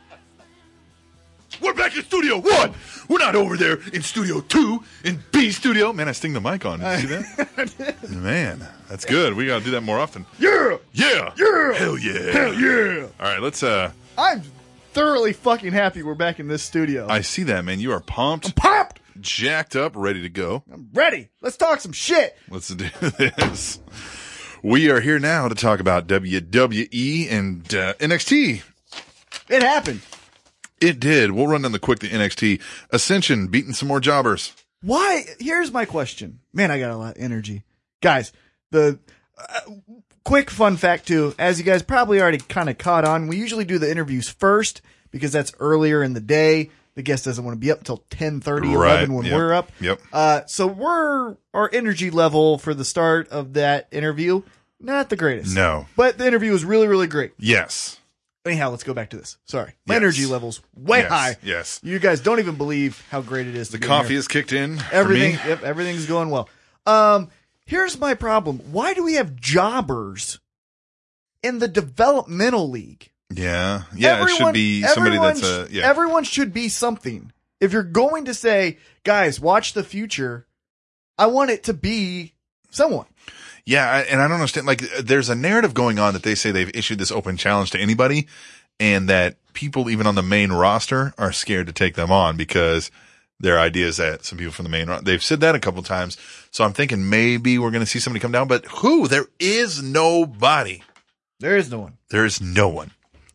S1: We're back in Studio One. We're not over there in Studio Two in B Studio. Man, I sting the mic on. Did you see that? Man, that's good. We gotta do that more often.
S2: Yeah!
S1: Yeah.
S2: Yeah.
S1: Hell yeah.
S2: Hell yeah!
S1: All right, let's. uh
S2: I'm thoroughly fucking happy we're back in this studio.
S1: I see that man. You are pumped,
S2: popped!
S1: jacked up, ready to go.
S2: I'm ready! Let's talk some shit!
S1: Let's do this. We are here now to talk about WWE and uh, NXT.
S2: It happened.
S1: It did. We'll run down the quick the NXT Ascension beating some more jobbers.
S2: Why? Here's my question. Man, I got a lot of energy. Guys, the uh, quick fun fact too, as you guys probably already kind of caught on, we usually do the interviews first because that's earlier in the day. The guest doesn't want to be up till 10, 11 when
S1: Yep.
S2: we're up.
S1: Yep.
S2: Uh, so we're, our energy level for the start of that interview, not the greatest.
S1: No.
S2: But the interview was really, really great.
S1: Yes.
S2: Anyhow, let's go back to this. Sorry. My
S1: Yes.
S2: energy level's way
S1: Yes.
S2: high.
S1: Yes.
S2: You guys don't even believe how great it is.
S1: The
S2: to be in here.
S1: coffee is kicked in. for
S2: Everything,
S1: me.
S2: yep, everything's going well. Um, here's my problem. Why do we have jobbers in the developmental league?
S1: Yeah. Yeah. it should be somebody
S2: everyone
S1: that's a
S2: sh-
S1: yeah.
S2: Everyone should be something. If you're going to say, guys, watch the future, I want it to be someone.
S1: Yeah, I, and I don't understand. Like, uh, there's a narrative going on that they say they've issued this open challenge to anybody, and that people even on the main roster are scared to take them on because their idea is that some people from the main roster they've said that a couple times. So I'm thinking maybe we're going to see somebody come down, but who? There is nobody.
S2: There is no one.
S1: There is no one.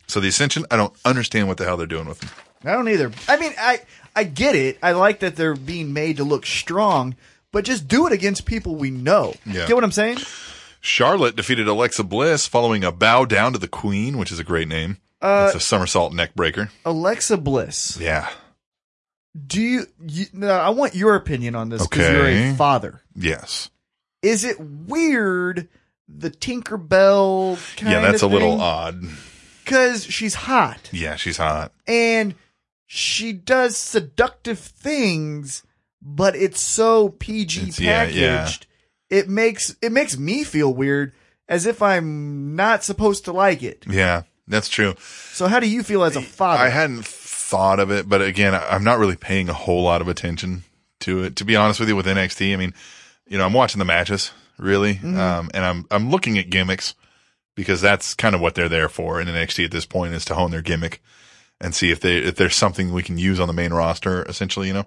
S1: So the Ascension, I don't understand what the hell they're doing with them.
S2: I don't either. I mean, I I get it. I like that they're being made to look strong, but just do it against people we know.
S1: Yeah.
S2: Get what I'm saying?
S1: Charlotte defeated Alexa Bliss following a bow down to the Queen, which is a great name. Uh, it's a somersault neck breaker.
S2: Alexa Bliss.
S1: Yeah.
S2: Do you, you no, I want your opinion on this because
S1: Okay.
S2: you're a father.
S1: Yes.
S2: Is it weird the Tinkerbell kind
S1: yeah, that's a little odd.
S2: Because she's hot
S1: Yeah, she's hot.
S2: and she does seductive things, but it's so PG
S1: It's- yeah,
S2: packaged.
S1: yeah.
S2: It makes it makes me feel weird as if I'm not supposed to like it.
S1: Yeah, that's true.
S2: So how do you feel as a father?
S1: I hadn't thought of it, but again, I- I'm not really paying a whole lot of attention to it. To be honest with you, with NXT, I mean, you know, I'm watching the matches really, um, and I'm I'm looking at gimmicks because that's kind of what they're there for in NXT at this point is to hone their gimmick and see if they if there's something we can use on the main roster essentially, you know.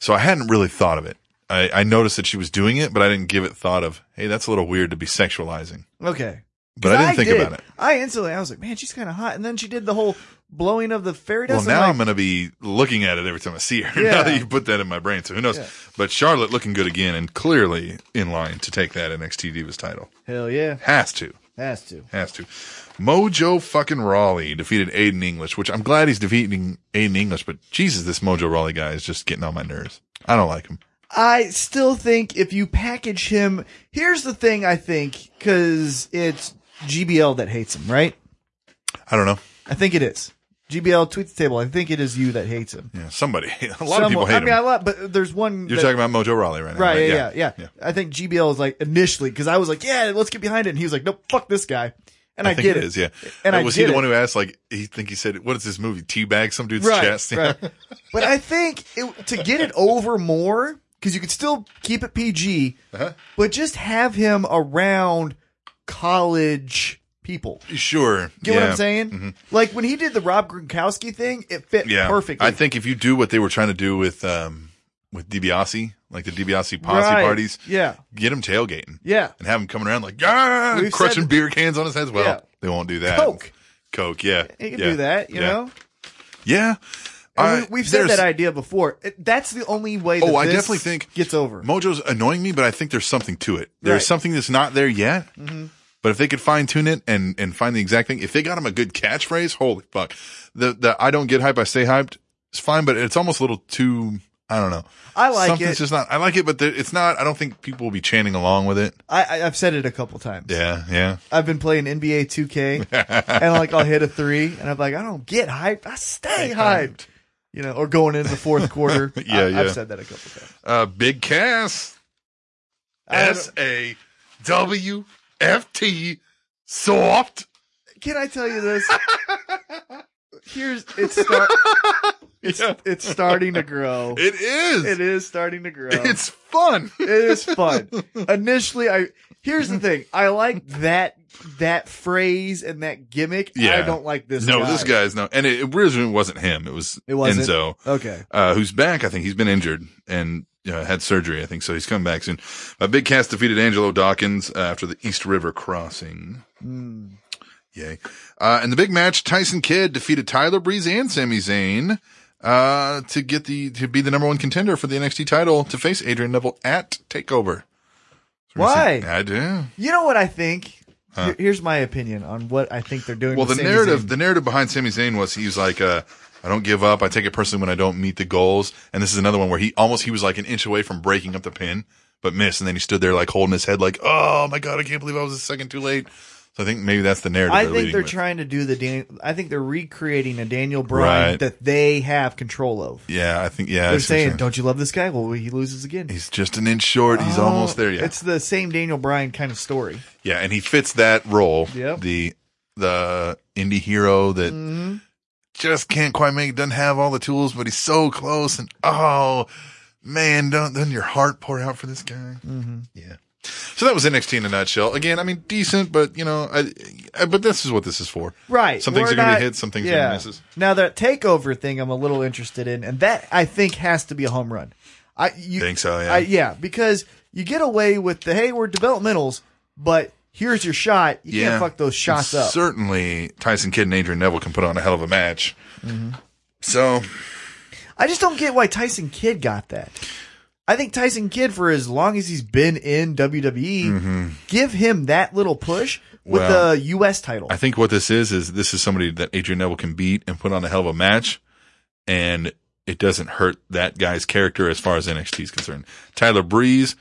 S1: So I hadn't really thought of it. I, I noticed that she was doing it, but I didn't give it thought of. Hey, that's a little weird to be sexualizing.
S2: okay.
S1: But I didn't think
S2: did.
S1: about it.
S2: I instantly, I was like, man, she's kind of hot. And then she did the whole blowing of the fairy
S1: Well,
S2: dust.
S1: now
S2: I'm
S1: I'm going to be looking at it every time I see her.
S2: Yeah.
S1: now that you put that in my brain, so who knows?
S2: Yeah.
S1: But Charlotte looking good again and clearly in line to take that NXT Divas title.
S2: like, hell yeah,
S1: Has to.
S2: has to.
S1: Has to. Mojo fucking Raleigh defeated Aiden English, which I'm glad he's defeating Aiden English, but Jesus, this Mojo Raleigh guy is just getting on my nerves. I don't like him.
S2: I still think if you package him, here's the thing I think, because it's GBL that hates him, right?
S1: I don't know.
S2: I think it is. GBL tweet the table. I think it is you that hates him.
S1: Yeah, somebody. A lot of
S2: Someone-
S1: people hate
S2: I mean,
S1: him.
S2: a lot, but there's one.
S1: You're
S2: that-
S1: talking about Mojo Raleigh right now.
S2: Right, yeah, yeah, yeah, I think GBL is like initially because I was like, "Yeah, let's get behind it," and he was like, "Nope, fuck this guy," and I,
S1: I, think
S2: get
S1: it is, yeah.
S2: And I
S1: was
S2: get
S1: he the
S2: it.
S1: one who asked, like, he think he said, what is this movie? Teabag some dude's
S2: right,
S1: chest? Yeah.
S2: right. but I think it, to get it over more, because you could still keep it PG,
S1: Uh-huh.
S2: but just have him around college people.
S1: Sure.
S2: Get what
S1: yeah.
S2: I'm saying?
S1: Mm-hmm.
S2: Like when he did the Rob Gronkowski thing, it fit
S1: Yeah.
S2: perfectly.
S1: I think if you do what they were trying to do with um with DiBiase, like the DiBiase posse
S2: Right.
S1: parties,
S2: Yeah,
S1: get him tailgating.
S2: yeah.
S1: And have him coming around like, yeah,
S2: We've
S1: crushing
S2: said-
S1: beer cans on his heads. Well,
S2: Yeah.
S1: they won't do that.
S2: Coke.
S1: Coke, yeah.
S2: He can
S1: Yeah.
S2: do that, you
S1: Yeah.
S2: know.
S1: Yeah.
S2: And
S1: I-
S2: we, we've said
S1: there's-
S2: that idea before. It- that's the only way. That
S1: Oh, I
S2: this
S1: definitely think
S2: gets over.
S1: Mojo's annoying me, but I think there's something to it. There's
S2: Right. Mm-hmm.
S1: something that's not there yet. But if they could fine tune it and and find the exact thing, if they got him a good catchphrase, holy fuck! The the I don't get hype, I stay hyped. It's fine, but it's almost a little too I don't know.
S3: I like
S1: Something's
S3: it.
S1: just not. I like it, but there, it's not. I don't think people will be chanting along with it.
S2: Uh,
S3: I, I I've said it a couple times.
S1: Yeah, yeah.
S3: I've been playing NBA 2K and like I'll hit a three and I'm like, I don't get hyped. I stay hyped. You know, or going into the fourth quarter.
S1: Yeah,
S3: I,
S1: yeah.
S3: I've said that a couple times.
S1: Uh, Big Cass.
S3: I don't-
S1: S A W F T. Soft.
S3: Can I tell you this? Here's it's start,
S1: Yeah,
S3: it's starting to grow.
S1: it is.
S3: It is starting to grow.
S1: It's fun.
S3: it is fun. Initially, I here's the thing. I like that that phrase and that gimmick. I
S1: Yeah.
S3: don't like this.
S1: No,
S3: guy.
S1: this guy's no, and it, it originally wasn't him. It was
S3: It wasn't?
S1: Enzo,
S3: Okay,
S1: uh, who's back. I think he's been injured and uh, had surgery. I think so. He's come back soon. Uh, Big Cass defeated Angelo Dawkins uh, after the East River Crossing.
S3: Hmm.
S1: Yay! Uh, in the big match, Tyson Kidd defeated Tyler Breeze and Sami Zayn uh, to get the to be the number one contender for the NXT title to face Adrian Neville at Takeover. So we're gonna
S3: Why?
S1: see- I do.
S3: you know what I think. Here- Here's my opinion on what I think they're doing.
S1: Well, the
S3: with Sami
S1: narrative,
S3: Zayn.
S1: the narrative behind Sami Zayn was he was like, uh, I don't give up. I take it personally when I don't meet the goals. And this is another one where he almost, he was like an inch away from breaking up the pin, but missed. And then he stood there like holding his head like, Oh my God, I can't believe I was a second too late. So I think maybe that's the narrative.
S3: I
S1: they're
S3: think
S1: leading
S3: they're
S1: with.
S3: trying to do the. Dan- I think they're recreating a Daniel Bryan
S1: Right.
S3: that they have control of.
S1: Yeah. I think, yeah. I
S3: They're
S1: see what you're
S3: saying, "Don't Oh, you love this guy?" Well, he loses again.
S1: he's just an inch short. He's almost there. Yeah.
S3: It's the same Daniel Bryan kind of story.
S1: Yeah. And he fits that role.
S3: Yep. Mm-hmm.
S1: The, the indie hero that just can't quite make it, doesn't have all the tools, but he's so close. And oh man, don't, doesn't your heart pour out for this guy?
S3: Mm-hmm.
S1: Yeah. So that was NXT in a nutshell. Again, I mean, decent, but you know, I, I, but this is what this is for.
S3: Right.
S1: Some things
S3: We're
S1: are going to
S3: not-
S1: be hits, some things are going to be misses.
S3: Now that takeover thing, I'm a little interested in, and that I think has to be a home run. I you,
S1: Think so, oh, yeah.
S3: I, yeah, because you get away with the hey, we're developmentals, but here's your shot. You can't fuck those shots
S1: And
S3: up.
S1: Certainly, Tyson Kidd and Adrian Neville can put on a hell of a match.
S3: Mm-hmm.
S1: So
S3: I just don't get why Tyson Kidd got that. I think Tyson Kidd, for as long as he's been in WWE, give him that little push with
S1: Mm-hmm. Well,
S3: the U.S. title.
S1: I think what this is is this is somebody that Adrian Neville can beat and put on a hell of a match, and it doesn't hurt that guy's character as far as NXT is concerned. Tyler Breeze,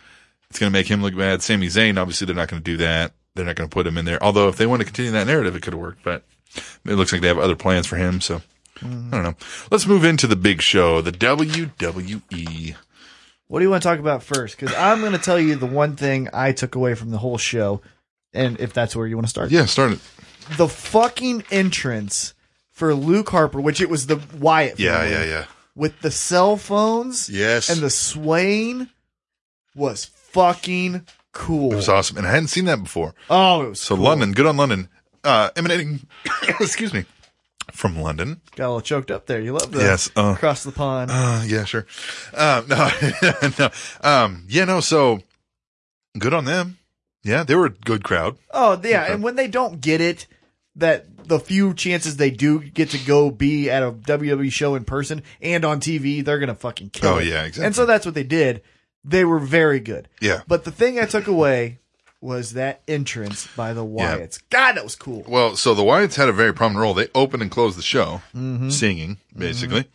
S1: it's going to make him look bad. Sami Zayn, obviously, they're not going to do that. They're not going to put him in there. Although if they want to continue that narrative, it could have worked, but it looks like they have other plans for him. So I don't know. Let's move into the big show, the E. WWE.
S3: What do you want to talk about first? Because I'm going to tell you the one thing I took away from the whole show, and if that's where you want to start,
S1: Yeah, start it.
S3: the fucking entrance for Luke Harper, which it was the Wyatt,
S1: Yeah,
S3: family,
S1: yeah, yeah.
S3: with the cell phones,
S1: Yes.
S3: and the swaying was fucking cool.
S1: It was awesome. And I hadn't seen that before.
S3: oh, it was
S1: So
S3: cool.
S1: London, good on London. Uh, emanating, excuse me, from London.
S3: got a little choked up there. You love that?
S1: Yes, uh,
S3: across the pond.
S1: Uh, yeah, sure. Um, no, no. Um, yeah, no. So good on them. Yeah, they were a good crowd.
S3: Oh yeah, and when they don't get it, that the few chances they do get to go be at a WWE show in person and on TV, they're gonna fucking kill.
S1: Oh,
S3: it.
S1: yeah, exactly.
S3: And so that's what they did. They were very good.
S1: Yeah.
S3: But the thing I took away was that entrance by the
S1: Yeah.
S3: Wyatts. God, that was cool.
S1: Well, so the Wyatts had a very prominent role. They opened and closed the show, singing basically.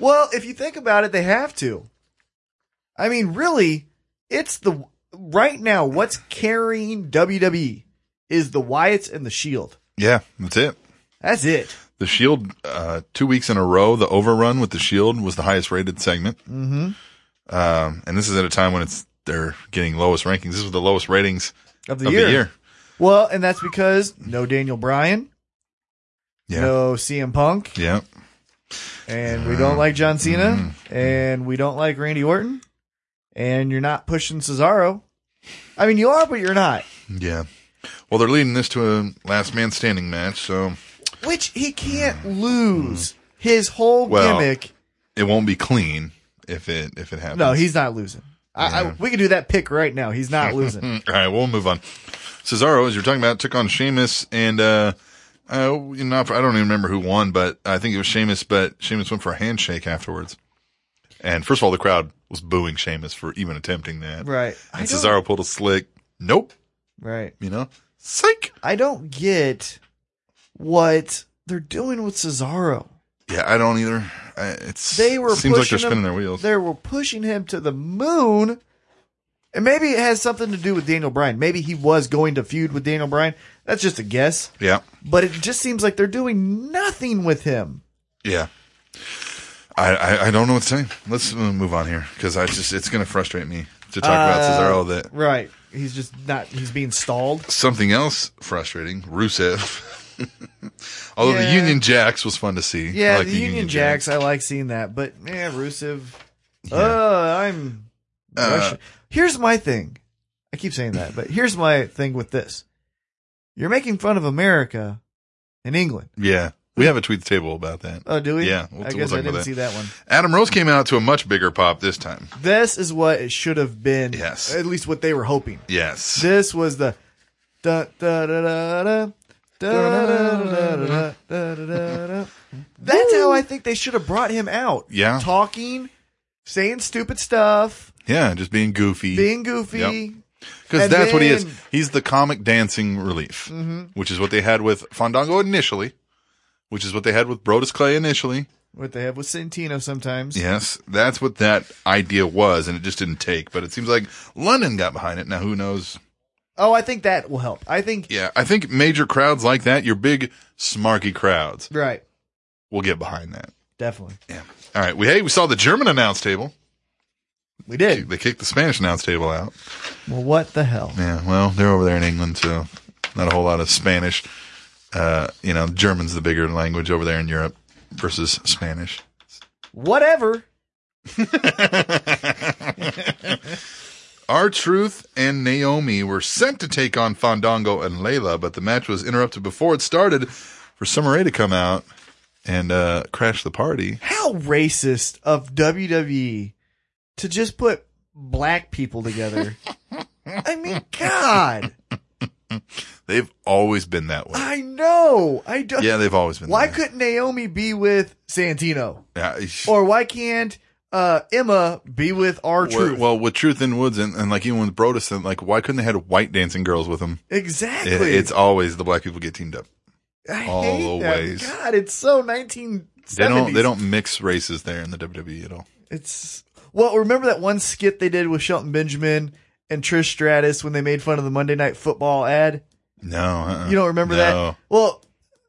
S3: Well, if you think about it, they have to. I mean, really, it's the right now. What's carrying WWE is the Wyatts and the Shield.
S1: Yeah, that's it.
S3: That's it.
S1: The Shield, uh, two weeks in a row, the overrun with the Shield was the highest rated segment. Mm-hmm. Um, and this is at a time when it's they're getting lowest rankings. This was the lowest ratings
S3: Of the
S1: of
S3: year.
S1: the year.
S3: Well, and that's because no Daniel Bryan,
S1: Yeah,
S3: no CM Punk,
S1: yeah. Mm-hmm.
S3: and we don't like John Cena, and we don't like Randy Orton, and you're not pushing Cesaro. I mean, you are, but you're not.
S1: Yeah. Well, they're leading this to a last man standing match, so
S3: Which he can't lose. His whole
S1: Well,
S3: gimmick.
S1: it won't be clean if it if it happens.
S3: No, he's not losing. I, I, we can do that pick right now. He's not losing.
S1: Mm, all right, we'll move on. Cesaro, as you're talking about, took on Sheamus, and uh, I, you know, I don't even remember who won, but I think it was Sheamus. But Sheamus went for a handshake afterwards. And first of all, the crowd was booing Sheamus for even attempting that.
S3: right. I
S1: And
S3: don't-
S1: Cesaro pulled a slick, nope,
S3: Right.
S1: you know, psych.
S3: I don't get what they're doing with Cesaro.
S1: Yeah, I don't either. I- It's
S3: They were
S1: seems like
S3: pushing
S1: they're spinning
S3: him-
S1: their wheels.
S3: They were pushing him to the moon. And maybe it has something to do with Daniel Bryan. Maybe he was going to feud with Daniel Bryan. That's just a guess.
S1: Yeah,
S3: But it just seems like they're doing nothing with him.
S1: yeah. I, I, I don't know what to say. Let's uh, move on here because I just it's going to frustrate me to talk about
S3: Uh,
S1: Cesaro. That
S3: Right. He's just not he's being stalled.
S1: something else frustrating. Rusev. Although
S3: Yeah.
S1: the Union Jacks was fun to see. I
S3: Yeah,
S1: like
S3: the, Union, Jacks, I like seeing that. But yeah, Rusev. Uh, I'm
S1: Uh,
S3: Russian. Here's my thing. I keep saying that, but here's my thing with this. You're making fun of America and England.
S1: Yeah, we have a tweet the table about that.
S3: Oh, do we?
S1: Yeah, we'll-
S3: I
S1: we'll
S3: guess
S1: talk
S3: I
S1: about
S3: didn't
S1: that.
S3: see that one.
S1: Adam Rose came out to a much bigger pop this time.
S3: This is what it should have been.
S1: Yes.
S3: At least what they were hoping.
S1: Yes.
S3: This was the da da da da da. Da, da, da, da, da, da, da. That's how I think they should have brought him out.
S1: Yeah.
S3: Talking, saying stupid stuff,
S1: Yeah, just being goofy.
S3: being goofy.
S1: Yep. Because
S3: And
S1: that's what he is.
S3: then-
S1: He's the comic dancing relief, which is what they had with Fandango initially, which is what they had with Brodus Clay initially.
S3: What they have with Santino sometimes.
S1: Yes, that's what that idea was, and it just didn't take. But it seems like London got behind it. Now, who knows?
S3: Oh, I think that will help. I think
S1: Yeah, I think major crowds like that, your big smarky crowds,
S3: right.
S1: will get behind that.
S3: Definitely.
S1: Yeah. All right. We hey, we saw the German announce table.
S3: We did.
S1: They kicked the Spanish announce table out.
S3: Well, what the hell?
S1: Yeah, well, they're over there in England, so not a whole lot of Spanish. Uh, you know, German's the bigger language over there in Europe versus Spanish.
S3: Whatever.
S1: Our Truth and Naomi were sent to take on Fandango and Layla, but the match was interrupted before it started for Summer Rae to come out and uh, crash the party.
S3: How racist of WWE to just put black people together. I mean, God,
S1: They've always been that way.
S3: I know. I don't.
S1: Yeah, they've always been.
S3: why
S1: that
S3: couldn't Naomi be with Santino,
S1: way. Yeah,
S3: or why can't uh, Emma be with our
S1: Well-
S3: truth?
S1: Well, with Truth and Woods and, and like even with Brodus, and like why couldn't they had white dancing girls with them?
S3: exactly.
S1: It, it's always the black people get teamed up.
S3: I
S1: all
S3: hate that.
S1: ways.
S3: God, it's so nineteen.
S1: They don't they don't mix races there in the WWE at all.
S3: It's well, remember that one skit they did with Shelton Benjamin and Trish Stratus when they made fun of the Monday Night Football ad?
S1: No, uh-uh.
S3: You don't remember
S1: No.
S3: that? Well,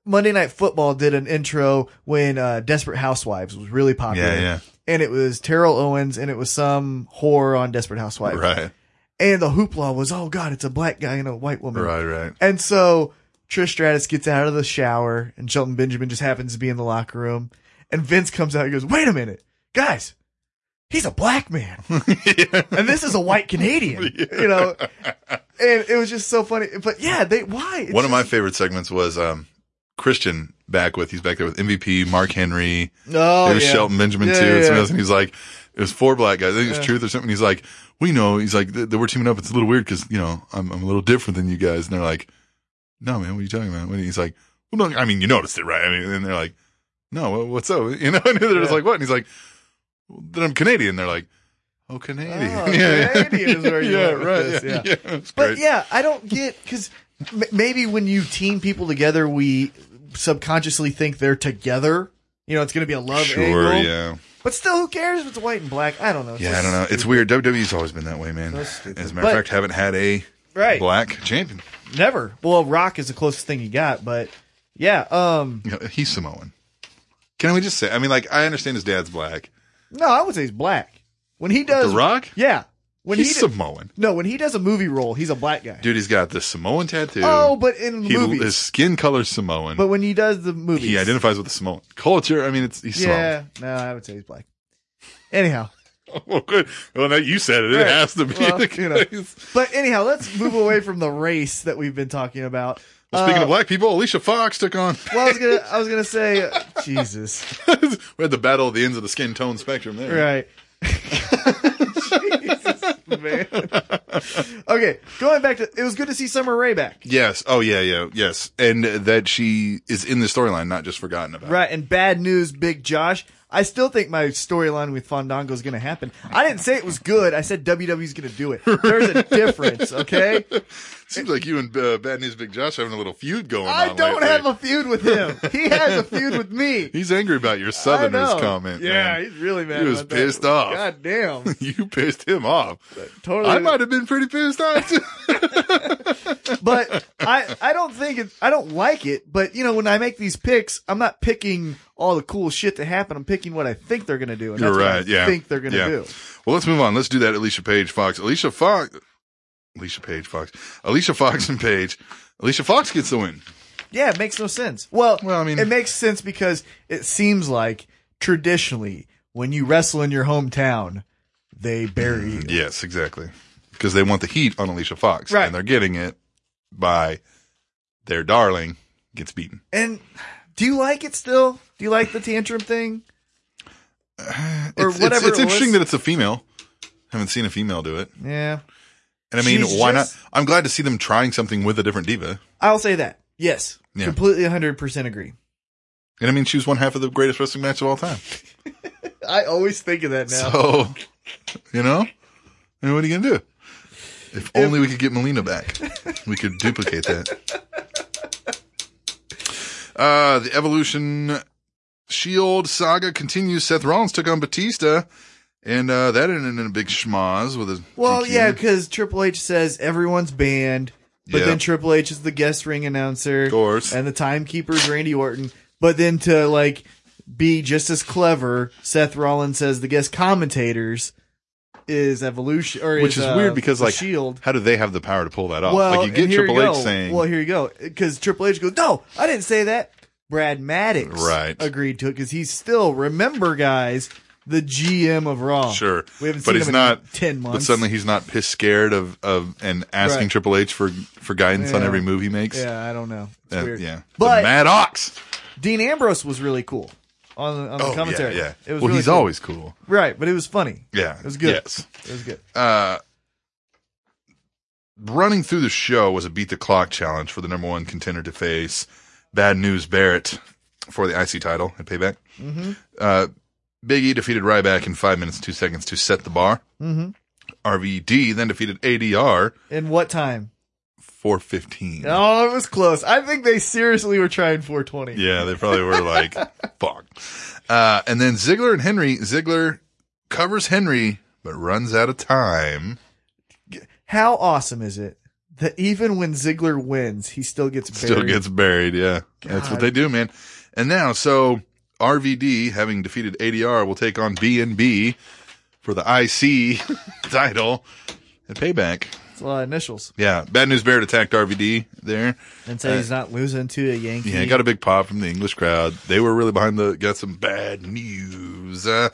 S3: Monday Night Football did an intro when uh, Desperate Housewives was really popular.
S1: Yeah, yeah.
S3: And it was Terrell Owens and it was some whore on Desperate Housewives.
S1: Right,
S3: And the hoopla was, oh God, it's a black guy and a white woman.
S1: right, right.
S3: And so Trish Stratus gets out of the shower and Shelton Benjamin just happens to be in the locker room. And Vince comes out and goes, wait a minute, guys, he's a black man. And this is a white Canadian, you know? And it was just so funny. But yeah, they, why? It's
S1: One of my
S3: just-
S1: favorite segments was um, Christian back with he's back there with MVP, Mark Henry,
S3: No,
S1: There's
S3: Oh, yeah.
S1: Shelton Benjamin
S3: Yeah,
S1: too.
S3: yeah,
S1: and somebody
S3: yeah.
S1: else, and he's like, it was four black guys. I think it was Truth or something. He's like, we know. He's like, "Th- that we're teaming up. It's a little weird because you know I'm, I'm a little different than you guys. And they're like, no, man, what are you talking about? And he's like, well, no, I mean, you noticed it, right? I mean, and they're like, no, wha- what's up? You know, and they're just like, what? And he's like, well, then I'm Canadian. they're like, oh, Canadian.
S3: Oh, Canadian is where you
S1: yeah,
S3: went with
S1: right.
S3: this,
S1: yeah,
S3: yeah.
S1: yeah. It's
S3: But
S1: great.
S3: yeah, I don't get because m- maybe when you team people together, we subconsciously think they're together. You know, it's going to be a love
S1: sure,
S3: angle.
S1: yeah.
S3: But still, who cares if it's white and black? I don't know. It's
S1: Yeah, I
S3: just-
S1: don't know. It's weird. WWE's always been that way, man. As a
S3: stupid.
S1: matter
S3: But-
S1: of fact, haven't had a
S3: Right.
S1: black champion.
S3: Never. Well, Rock is the closest thing you got, but yeah. Um,
S1: You know, he's Samoan. Can we just say? I mean, like, I understand his dad's black.
S3: no, I would say he's black. When he does
S1: The Rock?
S3: yeah. When
S1: he's
S3: he does,
S1: Samoan.
S3: no, when he does a movie role, he's a black guy.
S1: Dude, he's got the Samoan tattoo.
S3: oh, but in the
S1: he,
S3: movies.
S1: his skin color's Samoan.
S3: but when he does the movies,
S1: he identifies with the Samoan culture. I mean, it's he's
S3: Yeah, no, I would say he's black. Anyhow.
S1: Samoan. Well, good. Well, now you said it. It
S3: Right.
S1: has to be
S3: Well,
S1: the
S3: you know.
S1: case.
S3: But anyhow, let's move away from the race that we've been talking about.
S1: Well, speaking
S3: Uh,
S1: of black people, Alicia Fox took on.
S3: well, I was gonna, I was gonna say, Jesus,
S1: we had the battle of the ends of the skin tone spectrum there.
S3: right? Jesus, man. Okay, going back to it was good to see Summer Rae back.
S1: Yes. Oh yeah, yeah, yes. And that she is in the storyline, not just forgotten about.
S3: Right, and bad news, Big Josh. I still think my storyline with Fandango is going to happen. I didn't say it was good. I said WWE's going to do it. There's a difference, okay?
S1: Seems like you and uh, Bad News Big Josh having a little feud going on.
S3: I don't
S1: lately.
S3: have a feud with him. He has a feud with me.
S1: He's angry about your
S3: I
S1: Southerners
S3: know.
S1: comment.
S3: Yeah,
S1: man.
S3: he's really mad.
S1: He was
S3: about that.
S1: pissed off.
S3: God damn.
S1: you pissed him off.
S3: Totally.
S1: I might have been pretty pissed off too.
S3: but I, I don't think it, I don't like it. But you know, when I make these picks, I'm not picking all the cool shit to happen. I'm picking what I think they're going to do. And
S1: You're
S3: that's
S1: right.
S3: What I
S1: yeah.
S3: think they're going to
S1: Yeah.
S3: do.
S1: Well, let's move on. Let's do that. Alicia Page, Fox. Alicia Fox. Alicia Page, Fox. Alicia Fox and Page. Alicia Fox gets the win.
S3: Yeah, it makes no sense. Well,
S1: Well, I mean-
S3: it makes sense because it seems like traditionally when you wrestle in your hometown, they bury you.
S1: Yes, exactly. Because they want the heat on Alicia Fox,
S3: Right.
S1: and they're getting it by their darling gets beaten.
S3: And do you like it still? Do you like the tantrum thing? Or
S1: it's,
S3: whatever
S1: It's, it's
S3: it
S1: interesting
S3: was.
S1: that it's a female. Haven't seen a female do it,
S3: Yeah.
S1: and I mean,
S3: She's
S1: why
S3: just-
S1: not? I'm glad to see them trying something with a different diva.
S3: I'll say that. Yes.
S1: Yeah.
S3: Completely 100% agree.
S1: And I mean, she was one half of the greatest wrestling match of all time.
S3: I always think of that
S1: So,
S3: now.
S1: Oh, you know, I mean, what are you gonna do? If only we could get Melina back, we could duplicate that. Uh, the Evolution Shield saga continues. Seth Rollins took on Batista, and uh, that ended in a big schmoz with a
S3: well,
S1: DQ.
S3: yeah, because Triple H says everyone's banned, but
S1: Yeah.
S3: then Triple H is the guest ring announcer.
S1: Of course.
S3: And the timekeeper's Randy Orton. But then to like be just as clever, Seth Rollins says the guest commentators is evolution or
S1: which is
S3: uh,
S1: weird because
S3: the
S1: like
S3: Shield.
S1: how do they have the power to pull that off?
S3: Well,
S1: like you get
S3: and here
S1: Triple
S3: you
S1: H
S3: go.
S1: saying,
S3: Well, oh, here you go. Because Triple H goes, no, I didn't say that. Brad Maddox
S1: Right.
S3: agreed to it because he's still, remember, guys, the GM of Raw.
S1: sure,
S3: We haven't
S1: but
S3: seen
S1: he's
S3: him
S1: not
S3: in 10 months.
S1: But suddenly he's not pissed scared of of and asking
S3: Right.
S1: Triple H for for guidance on
S3: Yeah.
S1: every move he makes.
S3: Yeah, I don't know. It's
S1: Uh,
S3: weird.
S1: yeah. the
S3: But
S1: Mad Ox.
S3: Dean Ambrose was really cool on, on the
S1: Oh,
S3: commentary.
S1: Yeah, yeah.
S3: It was
S1: well,
S3: really
S1: he's
S3: cool.
S1: always cool.
S3: Right, but it was funny.
S1: Yeah,
S3: It was good.
S1: Yes.
S3: It was good.
S1: Uh, running through the show was a beat the clock challenge for the number one contender to face Bad News Barrett for the IC title at Payback. Mm-hmm. Uh, Big E defeated Ryback in five minutes two seconds to set the bar. Mm-hmm. RVD then defeated ADR
S3: In what time?
S1: four fifteen.
S3: Oh, it was close. I think they seriously were trying 420.
S1: Yeah, they probably were like, fuck. Uh, and then Ziggler and Henry. Ziggler covers Henry, but runs out of time.
S3: How awesome is it that even when Ziggler wins, he still gets buried?
S1: Still gets buried. Yeah. That's what
S3: God.
S1: they do, man. And now, so RVD, having defeated ADR, will take on B&B for the IC title and payback.
S3: It's a lot of initials.
S1: Yeah. Bad News Barrett attacked RVD there.
S3: And so he's not losing to a Yankee.
S1: Yeah, it got a big pop from the English crowd. They were really behind the got some bad news. Uh,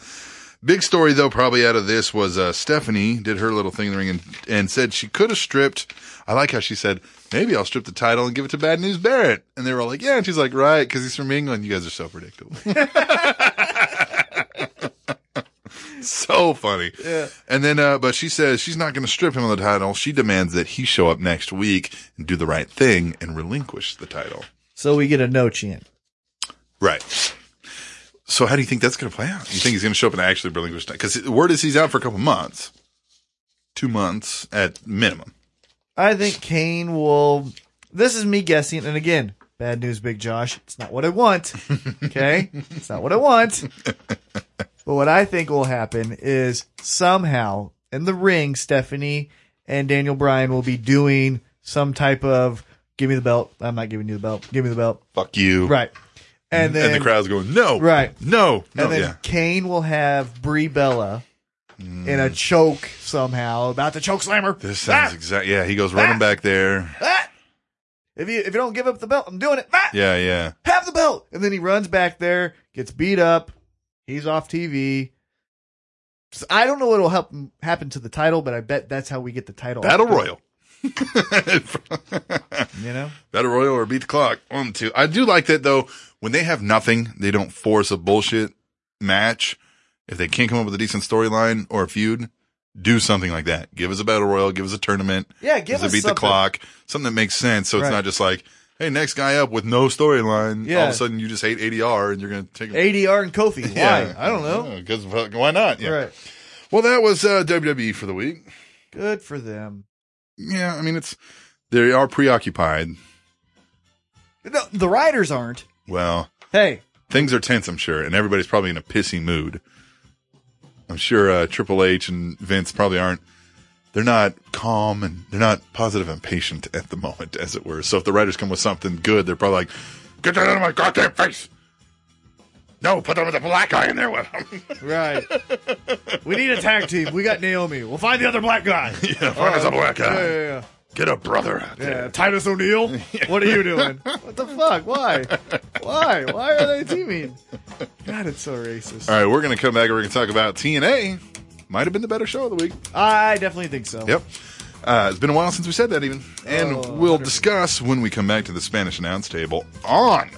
S1: big story though, probably out of this was uh, Stephanie did her little thing in the ring and, and said she could have stripped. I like how she said maybe I'll strip the title and give it to Bad News Barrett, and they were all like, "Yeah," and she's like, "Right," because he's from England. You guys are so predictable. so funny. Yeah. And then, uh, but she says she's not going to strip him of the title. She demands that he show up next week and do the right thing and relinquish the title.
S3: so we get a no chant.
S1: Right. So how do you think that's going to play out? You think he's going to show up and actually relinquish that? Because the word is he's out for a couple months, two months at minimum.
S3: I think Kane will. This is me guessing. And again, bad news, Big Josh. It's not what I want. Okay? it's not what I want. But what I think will happen is somehow in the ring, Stephanie and Daniel Bryan will be doing some type of give me the belt. I'm not giving you the belt. Give me the belt.
S1: Fuck you.
S3: Right. And
S1: And,
S3: then
S1: the crowd's going, no.
S3: Right.
S1: No. No.
S3: And then
S1: yeah.
S3: Kane will have Brie Bella in a choke somehow, about to choke slam her.
S1: This sounds
S3: Ah!
S1: exact. Mm. Yeah. He goes running
S3: Ah!
S1: back there.
S3: Ah! If you if you don't give up the belt, I'm doing it. Ah!
S1: Yeah. Yeah.
S3: Have the belt, and then he runs back there, gets beat up. He's off TV. So I don't know what will help happen to the title, but I bet that's how we get the title.
S1: Battle Royal.
S3: you know.
S1: Battle Royal or beat the clock. One, two. I do like that though. When they have nothing, they don't force a bullshit match. If they can't come up with a decent storyline or a feud, do something like that. Give us a battle royal, give us a tournament.
S2: Yeah, give
S1: a
S2: us
S1: beat the
S2: something.
S1: clock, something that makes sense. So it's
S2: Right.
S1: not just like, hey, next guy up with no storyline. All
S2: Yeah.
S1: of a sudden, you just hate ADR and you're going to take.
S2: ADR and Kofi. Why?
S1: Yeah.
S2: I don't know.
S1: Because why not? Yeah.
S2: Right.
S1: Well, that was uh, WWE for the week.
S2: Good for them.
S1: Yeah, I mean it's they are preoccupied.
S2: No, the riders aren't.
S1: Well,
S2: Hey,
S1: things are tense, I'm sure, and everybody's probably in a pissy mood. I'm sure uh, Triple H and Vince probably aren't. They're not calm and they're not positive and patient at the moment, as it were. So if the writers come with something good, they're probably like, "Get that out of my goddamn face!" No, put them with a black eye in there with them.
S2: right. we need a tag team. We got Naomi. We'll find the other black guy. Yeah,
S1: yeah, find us a black
S2: yeah,
S1: eye.
S2: yeah.
S1: Get a brother out
S2: yeah.
S1: there.
S2: Titus O'Neil. What are you doing? what the fuck? Why? Why? Why are they teaming? God, it's so racist.
S1: All right, we're gonna come back and we're gonna talk about TNA. Might have been the better show of the week.
S2: I definitely think so.
S1: Yep. Uh, it's been a while since we said that, even. And
S2: Oh,
S1: we'll discuss when we come back to the Spanish Announce Table on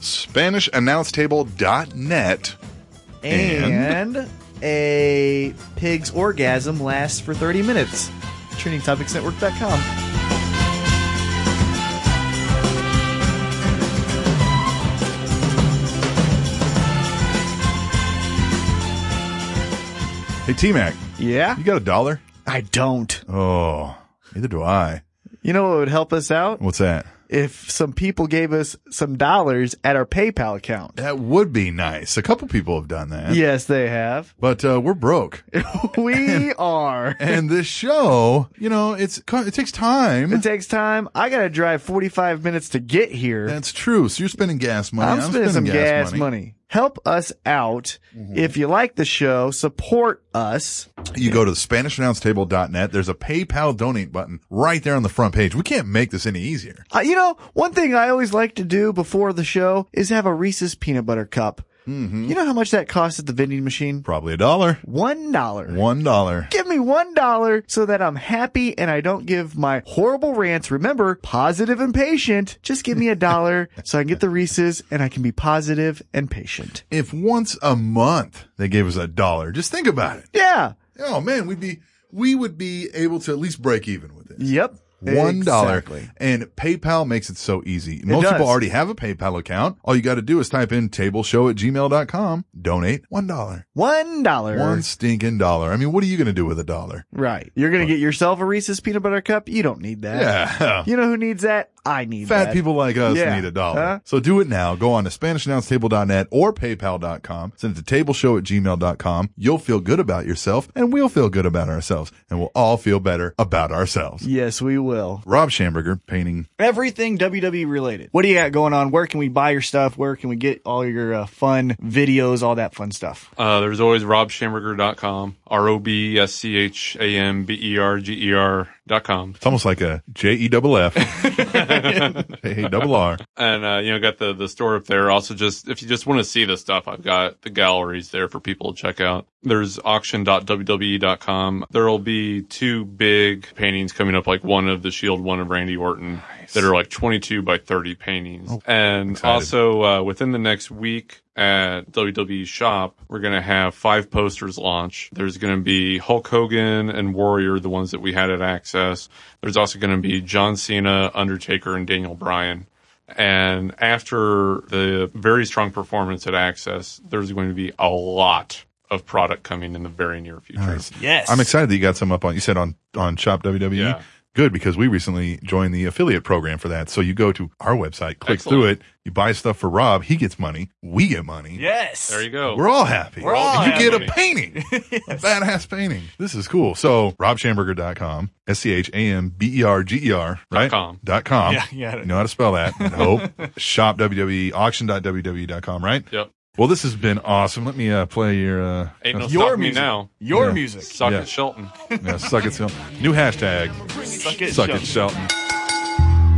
S1: SpanishAnnounceTable.net. And?
S2: And a pig's orgasm lasts for 30 minutes. TrainingTopicsNetwork.com.
S1: Hey, T Mac,
S2: Yeah?
S1: you got a dollar?
S2: I don't.
S1: Oh, neither do I.
S2: You know what would help us out?
S1: What's that?
S2: If some people gave us some dollars at our PayPal account.
S1: That would be nice. A couple people have done that.
S2: Yes, they have.
S1: But uh, we're broke.
S2: We are.
S1: and this show, you know, it's it takes time.
S2: It takes time. I got to drive 45 minutes to get here.
S1: That's true. So you're spending gas money.
S2: I'm spending, some gas, money. Mm-hmm. Help us out. If you like the show, support us.
S1: You go to SpanishAnnounceTable.net. There's a PayPal donate button right there on the front page. We can't make this any easier.
S2: Uh, you know, one thing I always like to do before the show is have a Reese's peanut butter cup. Mm-hmm. You know how much that costs at the vending machine?
S1: Probably a dollar.
S2: One dollar.
S1: One dollar.
S2: Give me one dollar so that I'm happy and I don't give my horrible rants. Remember, positive and patient. Just give me a dollar so I can get the Reese's and I can be positive and patient.
S1: If once a month they gave us a dollar, just think about it.
S2: Yeah.
S1: Oh man, we'd be, we would be able to at least break even with it.
S2: Yep.
S1: One dollar.
S2: Exactly.
S1: And PayPal makes it so easy. Most people
S2: does.
S1: already have a PayPal account. All you got to do is type in tableshow at gmail.com, donate one dollar.
S2: One dollar.
S1: One stinking dollar. I mean, what are you going to do with a dollar?
S2: Right. You're gonna get yourself a Reese's peanut butter cup. You don't need that.
S1: Yeah.
S2: You know who needs that? I need
S1: Fat
S2: that.
S1: people like us
S2: Yeah.
S1: need a dollar.
S2: Huh?
S1: So do it now. Go on to SpanishAnnounceTable.net or PayPal.com. Send it to tableshow at gmail.com. You'll feel good about yourself and we'll feel good about ourselves and we'll all feel better about ourselves.
S2: Yes, we will.
S1: Rob Schamberger painting.
S2: Everything WWE related. What do you got going on? Where can we buy your stuff? Where can we get all your uh, fun videos? All that fun stuff.
S4: Uh, there's always robshamberger.com, R O B S C H A M B E R G E R.com.
S1: It's almost like a J E double F. J E double R.
S4: And, uh, you know, got the, the store up there. Also, just if you just want to see the stuff, I've got the galleries there for people to check out. There's auction.wwe.com. E There'll be two big paintings coming up, like one of The Shield, one of Randy Orton, that are like 22 by 30 paintings. and also, uh, within the next week, at WWE Shop, we're going to have five posters launch. There's going to be Hulk Hogan and Warrior, the ones that we had at Access. There's also going to be John Cena, Undertaker, and Daniel Bryan. And after the very strong performance at Access, there's going to be a lot of product coming in the very near future.
S2: Yes.
S1: I'm excited that you got some up on, you said on, on Shop WWE.
S4: Yeah.
S1: Good because we recently joined the affiliate program for that. So you go to our website, click through it, you buy stuff for Rob, he gets money, we get money.
S2: Yes.
S4: There you go.
S1: We're all happy.
S2: We're all
S1: And you
S4: happy.
S1: get a painting. A badass painting. This is cool. So robchamberger.com, S C H A M B E R G E R, right?
S4: com.
S1: Dot com.
S2: Yeah, you got it.
S1: You know how to spell that. I hope. Shop E, WWE, auction.wwe.com, right?
S4: Yep.
S1: Well, this has been awesome. Let me uh, play your uh,
S4: Ain't no
S1: uh,
S4: stopping me now.
S2: Your
S1: Yeah.
S2: music.
S4: Sock
S1: Yeah.
S4: at Shelton.
S1: yeah, suck it, Shelton. New hashtag.
S2: Suck it,
S1: Suck
S2: Shelton.
S1: it, Shelton.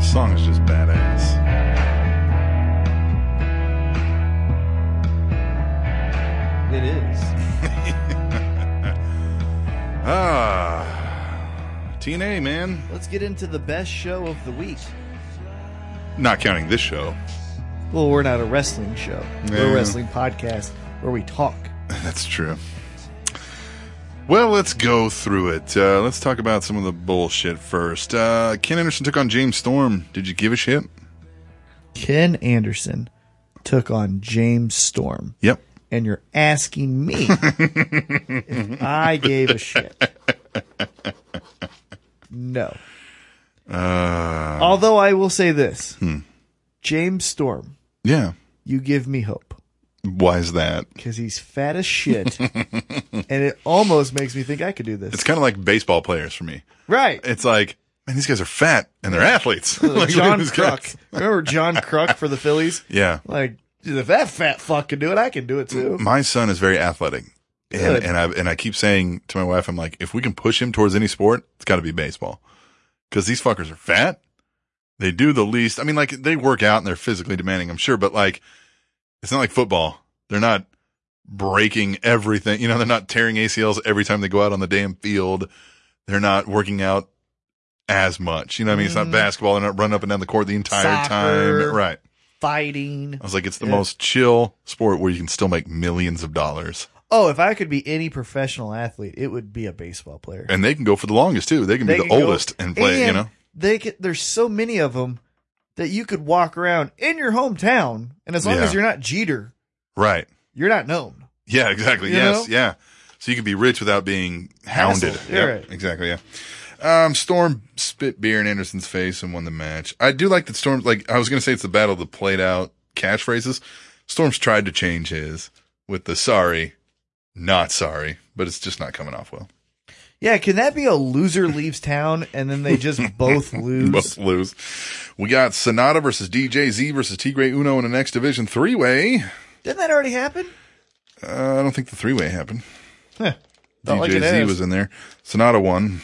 S1: Song is just badass.
S2: It is.
S1: Ah, TNA, man.
S5: Let's get into the best show of the week.
S1: Not counting this show.
S3: Well, we're not a wrestling show. We're
S1: Yeah.
S3: a wrestling podcast where we talk.
S1: That's true. Well, let's go through it. Uh, let's talk about some of the bullshit first. Uh, Ken Anderson took on James Storm. Did you give a shit?
S3: Ken Anderson took on James Storm,
S1: Yep.
S3: and you're asking me if I gave a shit. No. Although I will say this James Storm,
S1: Yeah.
S3: you give me hope.
S1: Why is that?
S3: because he's fat as shit, and it almost makes me think I could do this.
S1: It's kind of like baseball players for me.
S3: right,
S1: It's like, man, these guys are fat and they're athletes. Like, look at
S3: John
S1: these
S3: Kruk.
S1: guys.
S3: Remember John Kruk for the Phillies?
S1: Yeah.
S3: Like, if that fat fuck can do it, I can do it too.
S1: My son is very athletic. And,
S3: Good.
S1: and I and I keep saying to my wife, I'm like, if we can push him towards any sport, it's got to be baseball, because these fuckers are fat. They do the least. I mean, like they work out and they're physically demanding, I'm sure, but like, it's not like football. They're not breaking everything. You know, they're not tearing ACLs every time they go out on the damn field. They're not working out as much. You know, what I mean, it's not basketball. They're not running up and down the court the entire
S3: Mm. Soccer.
S1: time, right?
S3: Fighting.
S1: I was like, it's the
S3: Yeah.
S1: most chill sport where you can still make millions of dollars.
S3: Oh, if I could be any professional athlete, it would be a baseball player.
S1: And they can go for the longest too. They can
S3: They
S1: be the
S3: can go-
S1: oldest and play, you know?
S3: they could, there's so many of them that you could walk around in your hometown, and as long
S1: Yeah.
S3: as you're not Jeter,
S1: Right.
S3: you're not known.
S1: Yeah, exactly.
S3: You
S1: yes.
S3: know?
S1: Yeah. So you can be rich without being hounded.
S3: Hassled. You're
S1: Yep,
S3: right.
S1: Exactly. Yeah. Um, Storm spit beer in Anderson's face and won the match. I do like that Storm, like, I was going to say it's the battle of the played out catchphrases. Storm's tried to change his with the sorry, not sorry, but it's just not coming off well.
S3: Yeah, can that be a loser leaves town and then they just both lose?
S1: Both lose. We got Sonata versus DJZ versus Tigre Uno in the next division three way.
S3: Didn't that already happen?
S1: Uh, I don't think the three way happened.
S3: Felt like it
S1: DJZ
S3: has.
S1: was in there. Sonata won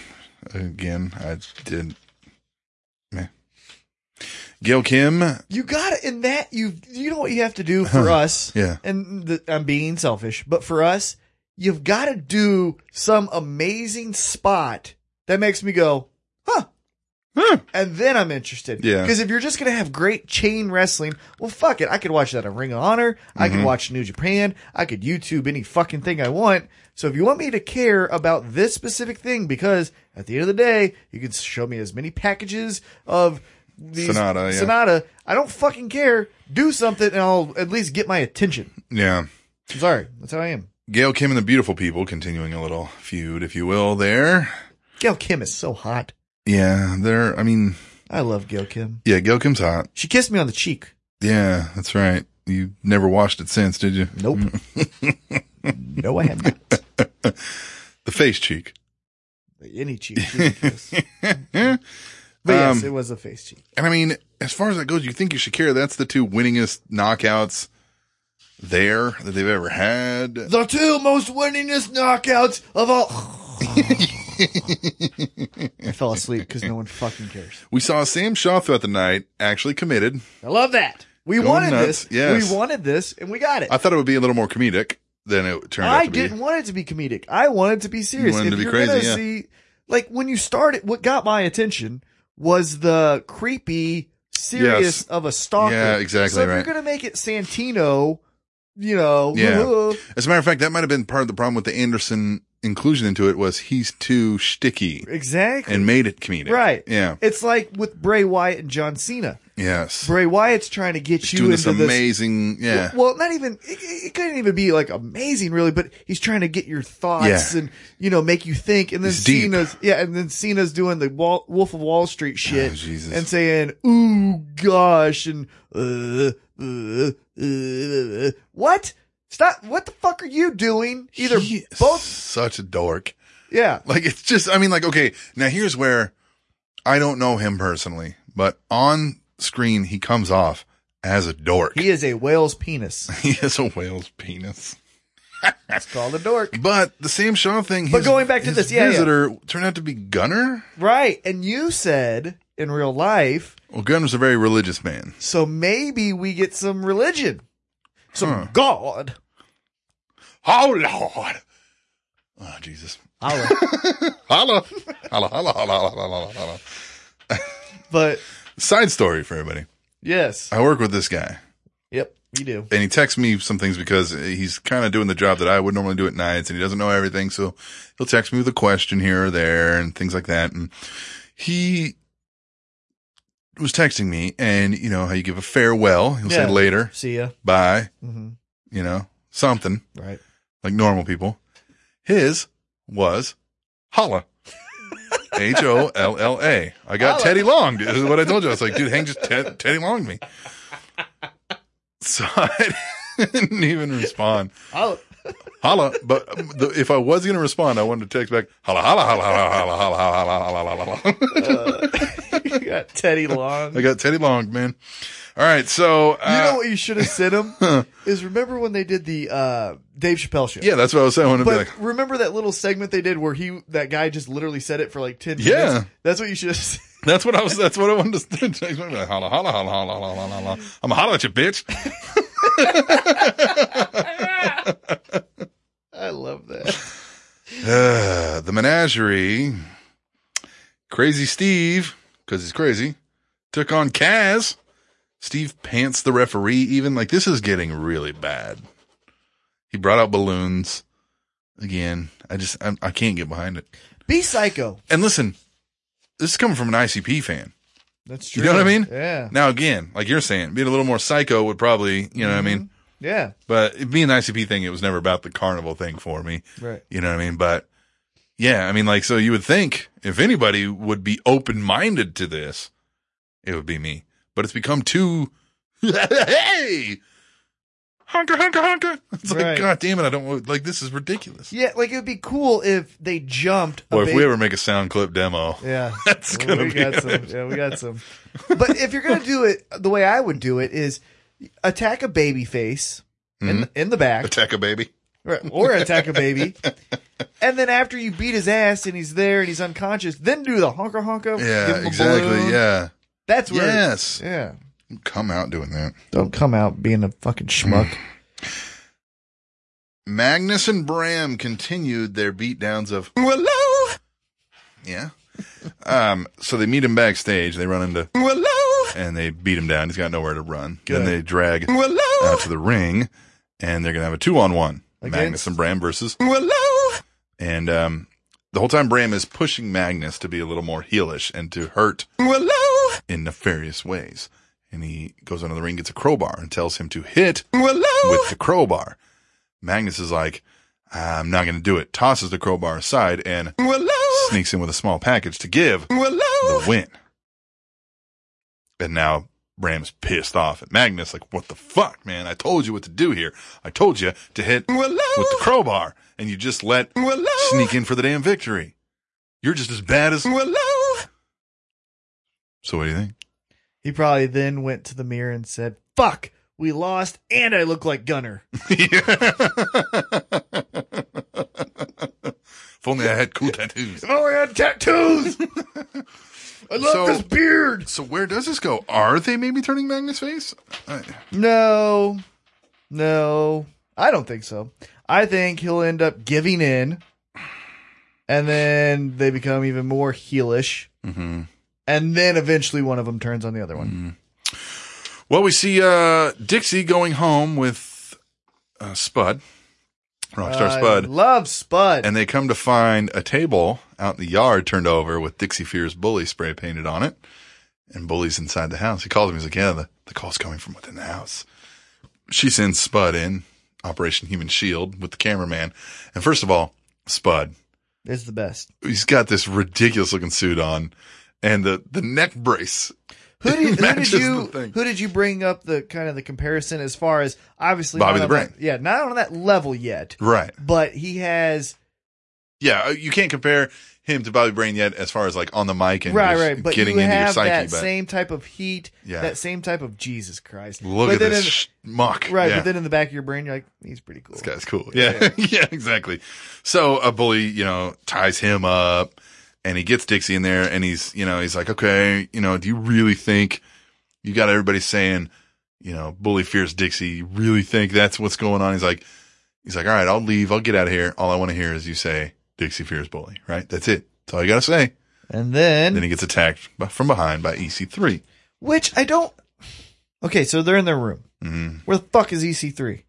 S1: again. I did. Meh. Gail Kim.
S3: You got it in that you you know what you have to do for us.
S1: Yeah.
S3: And the, I'm being selfish, but for us, you've got to do some amazing spot that makes me go, huh. And then I'm interested.
S1: Hmm. Yeah.
S3: Because if you're just going to have great chain wrestling, well, fuck it. I could watch that on Ring of Honor. I
S1: Mm-hmm.
S3: could watch New Japan. I could YouTube any fucking thing I want. So if you want me to care about this specific thing, because at the end of the day, you can show me as many packages of these
S1: Sonata, yeah.
S3: Sonata. I don't fucking care. Do something and I'll at least get my attention.
S1: Yeah.
S3: I'm sorry. That's how I am.
S1: Gail Kim and the Beautiful People continuing a little feud, if you will, there.
S3: Gail Kim is so hot.
S1: Yeah. They're, I mean,
S3: I love Gail Kim.
S1: yeah, Gail Kim's hot.
S3: She kissed me on the cheek.
S1: Yeah, that's right. You never watched it since, did you?
S3: Nope. no, I have not.
S1: The face cheek.
S3: Any cheek. she could kiss.
S1: Yeah.
S3: But yes,
S1: Um,
S3: it was a face cheek.
S1: And I mean, as far as that goes, you think you should care. That's the two winningest knockouts there that they've ever had.
S3: The two most winningest knockouts of all. I fell asleep because no one fucking cares.
S1: We saw Sam Shaw throughout the night actually committed.
S3: I love that. We
S1: Going
S3: wanted
S1: nuts,
S3: this.
S1: yes.
S3: We wanted this, and we got it.
S1: I thought it would be a little more comedic than it turned out
S3: I
S1: to be.
S3: didn't want it to be comedic. I wanted it to be serious.
S1: wanted
S3: if
S1: to be
S3: you're
S1: crazy,
S3: gonna
S1: yeah.
S3: see, like when you started, what got my attention was the creepy serious
S1: Yes.
S3: of a stalker.
S1: Yeah, exactly
S3: So if
S1: right.
S3: you're gonna make it Santino, you know,
S1: Yeah.
S3: woo-hoo,
S1: As a matter of fact, that might have been part of the problem with the Anderson inclusion into it was he's too shticky
S3: exactly.
S1: and made it comedic.
S3: Right.
S1: Yeah.
S3: It's like with Bray Wyatt and John Cena.
S1: Yes.
S3: Bray Wyatt's trying to get
S1: He's
S3: you
S1: doing this
S3: into this
S1: amazing. yeah.
S3: Well, well, not even it, it couldn't even be like amazing, really. But he's trying to get your thoughts
S1: Yeah.
S3: and you know make you think. And then
S1: He's deep.
S3: Cena's yeah, and then Cena's doing the Wal- Wolf of Wall Street shit
S1: Oh, Jesus.
S3: and saying "ooh gosh" and uh, uh, uh, uh." what? Stop! What the fuck are you doing? Either
S1: He is
S3: both,
S1: Such a dork.
S3: yeah.
S1: Like it's just, I mean, like, okay, now here's where I don't know him personally, but on screen, he comes off as a dork.
S3: He is a whale's penis.
S1: He is a whale's penis.
S3: It's called a dork,
S1: But the Sam Shaw thing.
S3: But going back to
S1: his
S3: this, yeah, yeah.
S1: visitor turned out to be Gunner.
S3: right? And you said in real life,
S1: Well, Gunner's a very religious man.
S3: so maybe we get some religion, some
S1: Huh.
S3: God.
S1: Oh Lord, Oh, Jesus.
S3: Holla.
S1: Holla. Holla, holla, holla, holla, holla, holla.
S3: but
S1: Side story for everybody.
S3: yes,
S1: I work with this guy.
S3: yep, you do.
S1: and he texts me some things because he's kind of doing the job that I would normally do at nights and he doesn't know everything. So he'll text me with a question here or there and things like that. And he was texting me and you know how you give a farewell. He'll
S3: Yeah.
S1: say later,
S3: See ya.
S1: bye,
S3: Mm-hmm.
S1: you know, something
S3: Right.
S1: like normal people. His was holla. H O L L A. I got Teddy Long. This is what I told you. I was like, dude, Hank just Ted Teddy Long me. So I didn't even respond.
S3: Holla.
S1: Holla. But the, if I was going to respond, I wanted to text back, holla, holla, holla, holla, holla, holla, holla, holla, holla, holla, holla.
S3: you got Teddy Long.
S1: I got Teddy Long, man. All right. So,
S3: You
S1: uh,
S3: know what you should have sent him is remember when they did the uh, Dave Chappelle show.
S1: yeah, that's what I was saying. I wanted to be
S3: But
S1: like,
S3: remember that little segment they did where he that guy just literally said it for like ten minutes.
S1: Yeah.
S3: that's what you should. have
S1: That's what I was. That's what I wanted to say. He's gonna be like, Holla, holla, holla, holla, holla, holla, holla. I'm gonna holla at you, bitch.
S3: I love that.
S1: Uh, the menagerie. Crazy Steve, because he's crazy, took on Kaz. Steve pants the referee. Even like this is getting really bad. He brought out balloons again. I just I, I can't get behind it.
S3: Be psycho.
S1: And listen, this is coming from an ICP fan.
S3: That's true.
S1: You know what I mean?
S3: Yeah.
S1: Now again, like you're saying, being a little more psycho would probably, you know what I mean.
S3: Yeah.
S1: But it being an ICP thing, it was never about the carnival thing for me.
S3: Right.
S1: You know what I mean? But yeah, I mean, like, so you would think if anybody would be open minded to this, it would be me. But it's become too, hey, honker, honker, honker. It's like,
S3: Right.
S1: God damn it. I don't want- like this is ridiculous.
S3: Yeah, like it would be cool if they jumped. a
S1: Boy, if
S3: big-
S1: we ever make a sound clip demo,
S3: yeah.
S1: that's
S3: Well,
S1: going to
S3: we
S1: be
S3: got some. Yeah, we got some. But if you're gonna do it, the way I would do it is attack a baby face in in the back,
S1: Mm-hmm. attack a baby.
S3: Right, or attack a baby, and then after you beat his ass and he's there and he's unconscious, then do the honker honker. give
S1: Yeah,
S3: him a
S1: exactly.
S3: balloon.
S1: Yeah.
S3: that's where.
S1: Yes.
S3: Yeah,
S1: Come out doing that.
S3: don't come out being a fucking schmuck.
S1: Magnus and Bram continued their beatdowns of
S6: Hello,
S1: Yeah. Um, so they meet him backstage. They run into
S6: hello,
S1: and they beat him down. He's got nowhere to run. Then
S3: Good.
S1: they drag
S6: hello,
S1: out to the ring, and they're gonna have a two on one. Magnus
S3: Against-
S1: and Bram versus,
S6: hello.
S1: and um, the whole time Bram is pushing Magnus to be a little more heelish and to hurt
S6: Hello,
S1: in nefarious ways. And he goes under the ring, gets a crowbar, and tells him to hit
S6: hello,
S1: with the crowbar. Magnus is like, "I'm not gonna do it." Tosses the crowbar aside and
S6: hello,
S1: sneaks in with a small package to give
S6: hello.
S1: the win. And now Bram's pissed off at Magnus, like, what the fuck, man? I told you what to do here. I told you to hit with the crowbar, and you just let sneak in for the damn victory. You're just as bad as. So, what do you think?
S3: he probably then went to the mirror and said, "Fuck, we lost, and I look like Gunner."
S1: if only I had cool tattoos.
S3: Oh, I had tattoos. I love
S1: So-
S3: this beard.
S1: So, where does this go? Are they maybe turning Magnus face? I,
S3: No, no, I don't think so. I think he'll end up giving in, and then they become even more heelish,
S1: Mm-hmm.
S3: and then eventually one of them turns on the other one.
S1: Well, we see uh, Dixie going home with uh, Spud, Rockstar
S3: I
S1: Spud,
S3: love Spud.
S1: and they come to find a table out in the yard turned over with Dixie Fears Bully spray painted on it. And Bully's inside the house. He calls him. He's like, Yeah, the, the call's coming from within the house. She sends Spud in, Operation Human Shield, with the cameraman. And first of all, Spud,
S3: it's the best.
S1: he's got this ridiculous looking suit on and the, the neck brace.
S3: Who
S1: It
S3: did, who did
S1: matches
S3: you
S1: the thing.
S3: who did you bring up the kind of the comparison as far as obviously
S1: Bobby
S3: not
S1: the
S3: on
S1: Brain.
S3: that- yeah, not on that level yet,
S1: Right.
S3: but he has
S1: Yeah, uh, you can't compare him to Bobby Brain yet, as far as like on the mic and
S3: right,
S1: just
S3: right. But
S1: getting
S3: you
S1: into
S3: have
S1: your psyche.
S3: that
S1: but
S3: same type of heat,
S1: Yeah.
S3: that same type of Jesus Christ.
S1: look
S3: but
S1: at
S3: then
S1: this
S3: in-
S1: schmuck.
S3: Right,
S1: yeah.
S3: but then in the back of your brain, you're like, he's pretty cool.
S1: this guy's cool. Yeah, yeah, exactly. So a bully, you know, ties him up, and he gets Dixie in there, and he's, you know, he's like, okay, you know, do you really think you got everybody saying, you know, bully fears Dixie? You really think that's what's going on? He's like, He's like, all right, I'll leave. I'll get out of here. All I want to hear is you say Dixie Fears Bully, right? That's it. That's all you got to say.
S3: And then,
S1: Then he gets attacked by, from behind by E EC3.
S3: which I don't. Okay, so they're in their room.
S1: hmm
S3: Where the fuck is E EC3?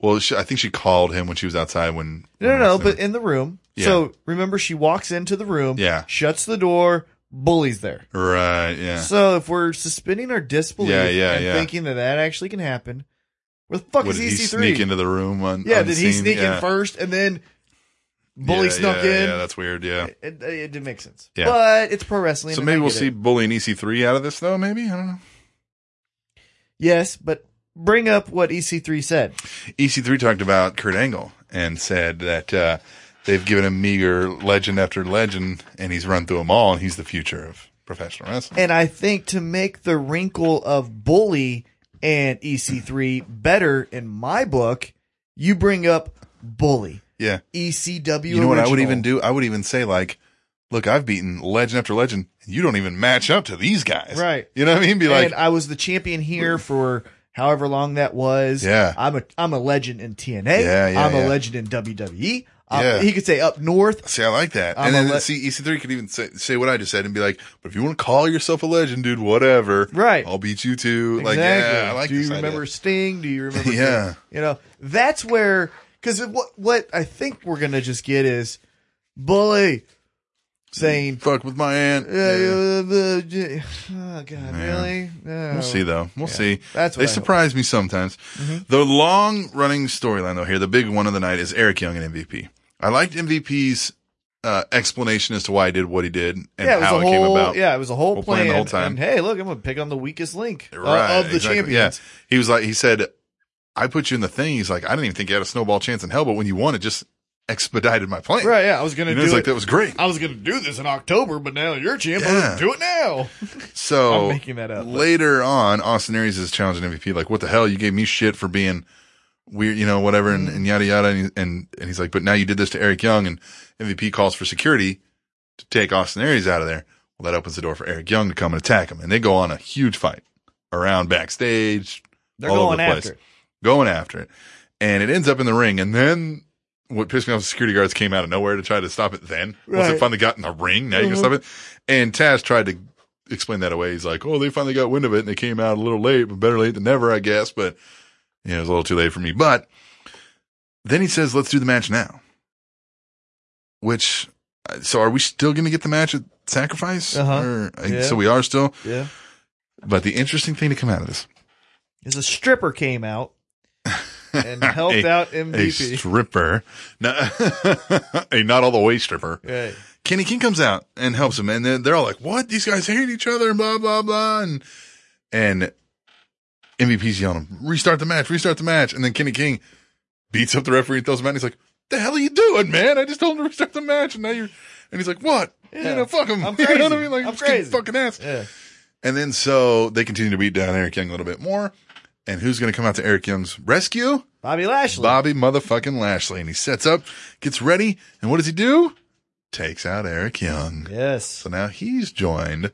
S1: Well, she, I think she called him when she was outside when.
S3: No,
S1: when
S3: no, no,
S1: Wesley-
S3: but in the room.
S1: Yeah.
S3: So remember, she walks into the room.
S1: Yeah.
S3: Shuts the door. Bully's there.
S1: Right, yeah.
S3: So if we're suspending our disbelief
S1: Yeah, yeah,
S3: and
S1: yeah.
S3: thinking that that actually can happen, where the fuck
S1: What,
S3: is E
S1: did he
S3: EC3?
S1: sneak into the room? On,
S3: yeah, did he
S1: unseen?
S3: sneak
S1: E Yeah.
S3: in first and then Bully
S1: Yeah,
S3: snuck
S1: yeah,
S3: in?
S1: Yeah, that's weird, yeah.
S3: it, it didn't make sense.
S1: Yeah.
S3: But it's pro wrestling.
S1: So
S3: and
S1: maybe
S3: I
S1: we'll
S3: get
S1: see
S3: it.
S1: Bully and EC3 out of this, though, maybe? I don't know.
S3: Yes, but bring up what EC3 said.
S1: EC3 E talked about Kurt Angle and said that uh, they've given him meager legend after legend, and he's run through them all, and he's the future of professional wrestling.
S3: And I think to make the wrinkle of Bully and EC3 better in my book, you bring up Bully.
S1: Yeah.
S3: ECW.
S1: You know what I would
S3: original.
S1: even do? I would even say, like, look, I've beaten legend after legend, and you don't even match up to these guys.
S3: Right.
S1: You know what I mean? Be like,
S3: and I was the champion here for however long that was.
S1: Yeah.
S3: I'm a I'm a legend in TNA.
S1: Yeah, yeah,
S3: I'm
S1: yeah.
S3: a legend in WWE. I'm-
S1: Yeah.
S3: He could say up north.
S1: see, I like that.
S3: I'm
S1: and
S3: a
S1: then
S3: le-
S1: see, EC3 could even say, say what I just said and be like, but if you want to call yourself a legend, dude, whatever.
S3: Right.
S1: I'll beat you too. Like,
S3: Exactly.
S1: yeah, I like
S3: Do you
S1: this idea.
S3: remember Sting? Do you remember?
S1: Yeah.
S3: You know, that's where because what what I think we're gonna just get is bully saying.
S1: Fuck with my aunt.
S3: uh, uh, uh, j- oh God! Really? No.
S1: We'll see though. We'll see.
S3: That's what
S1: they
S3: I hope. Mm-hmm.
S1: surprise me sometimes. The long running storyline though here, the big one of the night is Eric Young and MVP. I liked MVP's uh, explanation as to why he did what he did and
S3: Yeah, it was
S1: how
S3: a
S1: it
S3: whole.
S1: came about.
S3: Yeah, it was a whole
S1: We'll
S3: plan,
S1: plan the whole time.
S3: And hey, look, I'm gonna pick on the weakest link uh,
S1: right,
S3: of the
S1: exactly.
S3: champions.
S1: Yeah, he was like he said, "I put you in the thing." He's like, "I didn't even think you had a snowball chance in hell, but when you won, it just expedited my plan."
S3: Right, yeah. I was gonna
S1: You know,
S3: do
S1: it's
S3: it.
S1: like that was great.
S3: I was gonna do this in October, but now you're champ. I'm gonna
S1: Yeah.
S3: do it now.
S1: So
S3: I'm making that up, but-
S1: Later on, Austin Aries is challenging MVP, like, what the hell? You gave me shit for being weird, you know, whatever,
S3: Mm.
S1: and, and yada yada. And, he- and and he's like, but now you did this to Eric Young, and MVP calls for security to take Austin Aries out of there. Well, that opens the door for Eric Young to come and attack him, and they go on a huge fight around backstage.
S3: They're
S1: all over
S3: going
S1: the
S3: after
S1: place.
S3: it.
S1: going after it, and it ends up in the ring, and then. What pissed me off, the security guards came out of nowhere to try to stop it then. Once
S3: Right. Mm-hmm.
S1: it finally got in the ring, now you can stop it. And Taz tried to explain that away. He's like, oh, they finally got wind of it and they came out a little late, but better late than never, I guess. But you know, it was a little too late for me. But then he says, let's do the match now. Which, uh, so are we still going to get the match at Sacrifice?
S3: Uh-huh.
S1: Or- I-
S3: Yeah.
S1: So we are still.
S3: Yeah.
S1: But the interesting thing to come out of this,
S3: Is a stripper came out and helped
S1: A-
S3: out
S1: a
S3: MVP.
S1: stripper, no, a not all the way stripper,
S3: Right.
S1: Kenny King comes out and helps him, and then they're all like, "What? These guys hate each other," and blah blah blah, and and MVP's yelling, "Restart the match! Restart the match!" And then Kenny King beats up the referee and throws him out. And he's like, "The hell are you doing, man? I just told him to restart the match, and now you're..." And he's like, "What?
S3: Yeah.
S1: You know, fuck him.
S3: I'm
S1: You know what
S3: crazy.
S1: I mean? Like,
S3: I'm
S1: just kick
S3: crazy.
S1: fucking ass."
S3: Yeah.
S1: And then so they continue to beat down Eric Young a little bit more. And who's going to come out to Eric Young's rescue?
S3: Bobby Lashley.
S1: Bobby motherfucking Lashley. And he sets up, gets ready, and what does he do? Takes out Eric Young.
S3: Yes.
S1: So now he's joined.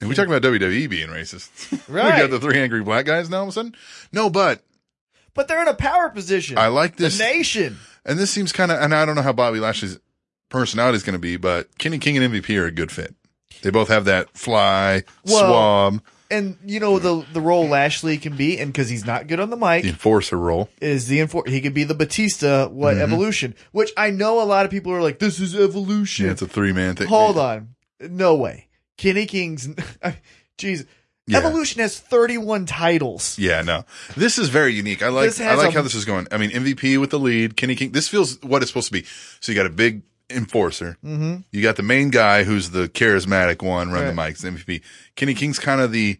S1: And we talk about WWE being racist.
S3: Right.
S1: we got the three angry black guys now all of a sudden. No, but
S3: But they're in a power position.
S1: I like
S3: the
S1: this.
S3: nation.
S1: And this seems kind of, and I don't know how Bobby Lashley's personality is going to be, but Kenny King and MVP are a good fit. They both have that fly,
S3: Well-
S1: swab,
S3: And you know the the role Lashley can be, and because he's not good on the mic,
S1: the enforcer role.
S3: is the enfor- he could be the Batista
S1: Mm-hmm.
S3: what evolution, which I know a lot of people are like, this is evolution.
S1: Yeah, it's a three man thing.
S3: Hold on. No way. Kenny King's. Jeez.
S1: Yeah.
S3: Evolution has 31 titles.
S1: Yeah, no. This is very unique. I like
S3: This
S1: I
S3: has
S1: like
S3: a-
S1: how this is going. I mean, MVP with the lead, Kenny King. This feels what it's supposed to be. So you got a big enforcer. Mm-hmm. You got the main guy who's the charismatic one, run the mics, MVP. Kenny King's kind of the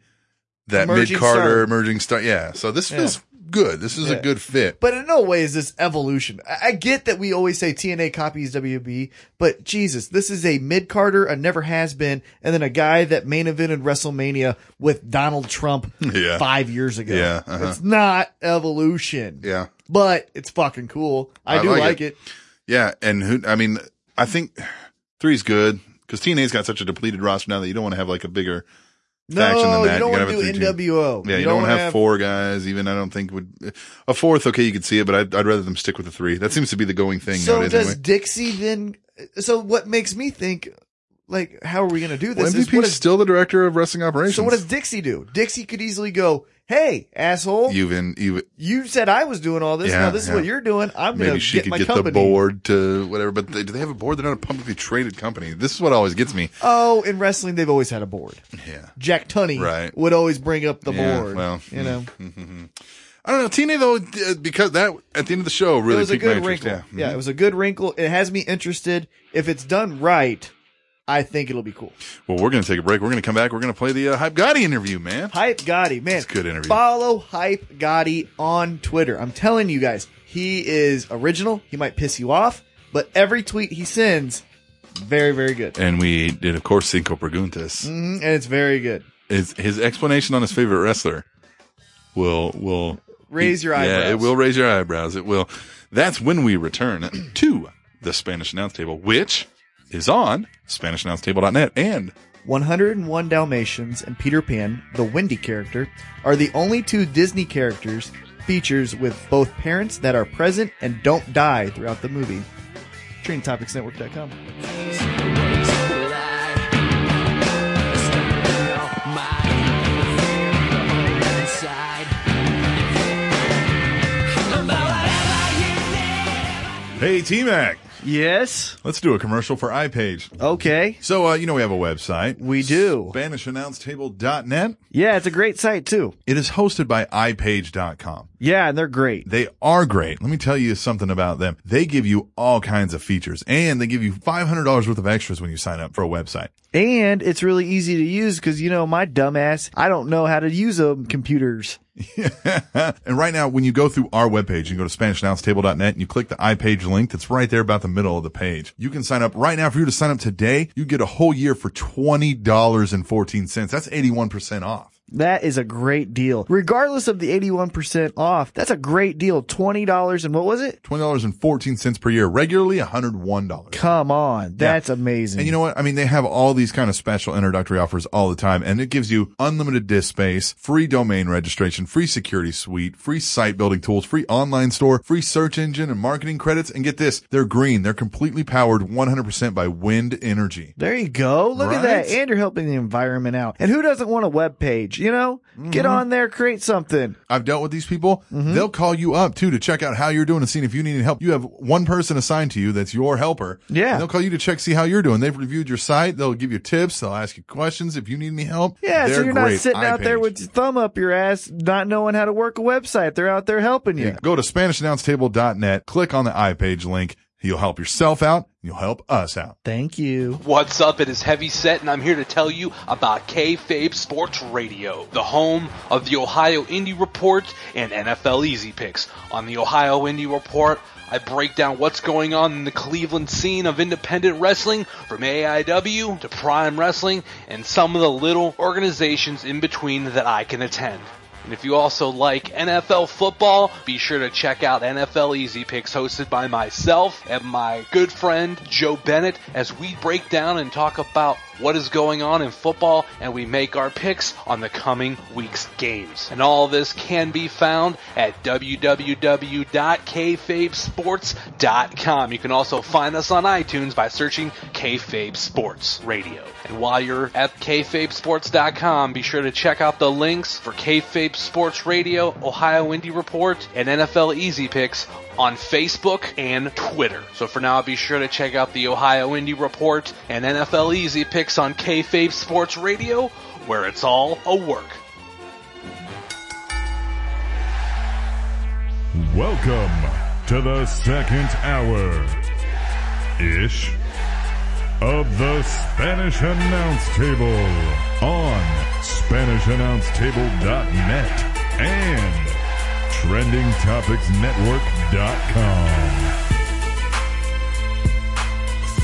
S1: that mid
S3: Emerging
S1: Carter
S3: star.
S1: emerging star. Yeah. So this feels good. This is
S3: Yeah.
S1: a good fit.
S3: But in no way is this evolution. I, I get that we always say TNA copies WB, but Jesus, this is a mid Carter, a never has been, and then a guy that main evented WrestleMania with Donald Trump
S1: Yeah.
S3: five years ago.
S1: Yeah, uh-huh.
S3: It's not evolution.
S1: Yeah.
S3: But it's fucking cool. I,
S1: I
S3: do
S1: like
S3: like,
S1: it.
S3: it.
S1: Yeah, and who? I mean, I think three's good because TNA's got such a depleted roster now that you don't want to have like a bigger faction than
S3: No,
S1: that.
S3: you
S1: gotta
S3: don't want
S1: have
S3: to
S1: a three-two.
S3: do NWO.
S1: Yeah, you, don't, have, four guys. Even I don't think would a fourth. Okay, you could see it, but I'd, I'd rather them stick with the three. That seems to be the going thing
S3: So
S1: nowadays.
S3: does
S1: anyway.
S3: Dixie then? So what makes me think, like, how are we going to do
S1: Well,
S3: this? is
S1: MVP
S3: what
S1: is,
S3: is-
S1: still the director of wrestling operations.
S3: so what does Dixie do? Dixie could easily go, "Hey, asshole, you,
S1: you've in you
S3: said I was doing all this.
S1: Yeah,
S3: now this
S1: yeah.
S3: is what you're doing. I'm going
S1: maybe
S3: to
S1: she
S3: get
S1: could
S3: my
S1: get the
S3: company."
S1: board to whatever? But they, do they have a board? They're not a publicly traded company. This is what always gets me.
S3: Oh, in wrestling, they've always had a board.
S1: Yeah.
S3: Jack Tunney
S1: Right.
S3: would always bring up the
S1: Yeah,
S3: board.
S1: well, mm-hmm,
S3: you know,
S1: I don't know. Tina though, d- because that at the end of the show really
S3: it was a
S1: piqued my
S3: good
S1: interest.
S3: wrinkle.
S1: Yeah,
S3: Yeah. it was a good wrinkle. It has me interested. If it's done right, I think it'll be cool.
S1: Well, we're gonna take a break. We're gonna come back. We're gonna play the uh, Hype Gotti interview, man.
S3: Hype Gotti, man,
S1: It's a good interview.
S3: Follow Hype Gotti on Twitter. I'm telling you guys, he is original. He might piss you off, but every tweet he sends, very very good,
S1: And we did, of course, Cinco Preguntas.
S3: Mhm, and it's very good.
S1: His, his explanation on his favorite wrestler will will
S3: Raise your eyebrows.
S1: Yeah, it will raise your eyebrows. It will. That's when we return to the Spanish Announce Table, which is on SpanishAnnounceTable.net. And
S3: 101 Dalmatians and Peter Pan, the Wendy character, are the only two Disney characters features with both parents that are present and don't die throughout the movie. TrainingTopicsNetwork.com.
S1: hey, T Mac,
S3: Yes.
S1: let's do a commercial for iPage.
S3: Okay.
S1: So, uh, you know, we have a website.
S3: We do.
S1: SpanishAnnounceTable.net.
S3: Yeah, it's a great site too.
S1: It is hosted by iPage.com.
S3: Yeah, and they're great.
S1: They are great. Let me tell you something about them. They give you all kinds of features and they give you $500 worth of extras when you sign up for a website.
S3: And it's really easy to use because, you know, my dumbass, I don't know how to use them computers.
S1: and right now, when you go through our webpage, you go to SpanishAnnounceTable.net and you click the iPage link that's right there about the middle of the page. You can sign up right now. If you were to sign up today, you get a whole year for $20.14. That's 81% off.
S3: That is a great deal. Regardless of the 81% off, that's a great deal. $20 and what was it?
S1: $20.14 per year, regularly $101.
S3: Come on. That's amazing.
S1: And you know what? I mean, they have all these kind of special introductory offers all the time, and it gives you unlimited disk space, free domain registration, free security suite, free site building tools, free online store, free search engine and marketing credits. And get this, they're green. They're completely powered 100% by wind energy.
S3: There you go. Look at
S1: Right?
S3: that. And you're helping the environment out. And who doesn't want a web page? You know, get
S1: Mm-hmm.
S3: on there, create something.
S1: I've dealt with these people.
S3: Mm-hmm.
S1: They'll call you up too to check out how you're doing and seeing if you need any help. You have one person assigned to you that's your helper.
S3: Yeah.
S1: And they'll call you to check, see how you're doing. They've reviewed your site. They'll give you tips. They'll ask you questions if you need any help.
S3: Yeah, so
S1: They're
S3: you're
S1: great.
S3: not sitting out there
S1: iPage.
S3: with your thumb up your ass, not knowing how to work a website. They're out there helping you.
S1: Go to SpanishAnnounceTable.net, click on the iPage link. You'll help yourself out. You'll help us out.
S3: Thank you.
S7: What's up? It is Heavy Set, and I'm here to tell you about Kayfabe Sports Radio, the home of the Ohio Indie Report and NFL Easy Picks. On the Ohio Indie Report, I break down what's going on in the Cleveland scene of independent wrestling, from AIW to Prime Wrestling, and some of the little organizations in between that I can attend. And if you also like NFL football, be sure to check out NFL Easy Picks hosted by myself and my good friend Joe Bennett as we break down and talk about what is going on in football and we make our picks on the coming week's games. And all this can be found at www.kfabesports.com. You can also find us on iTunes by searching Kayfabe Sports Radio. And while you're at kfabesports.com, be sure to check out the links for Kayfabe Sports Radio, Ohio Indie Report, and NFL Easy Picks on Facebook and Twitter. So for now, be sure to check out the Ohio Indie Report and NFL Easy Picks on Kayfabe Sports Radio, where it's all a work.
S8: Welcome to the second hour ish of the Spanish Announce Table on SpanishAnnounceTable.net and TrendingTopicsNetwork.com.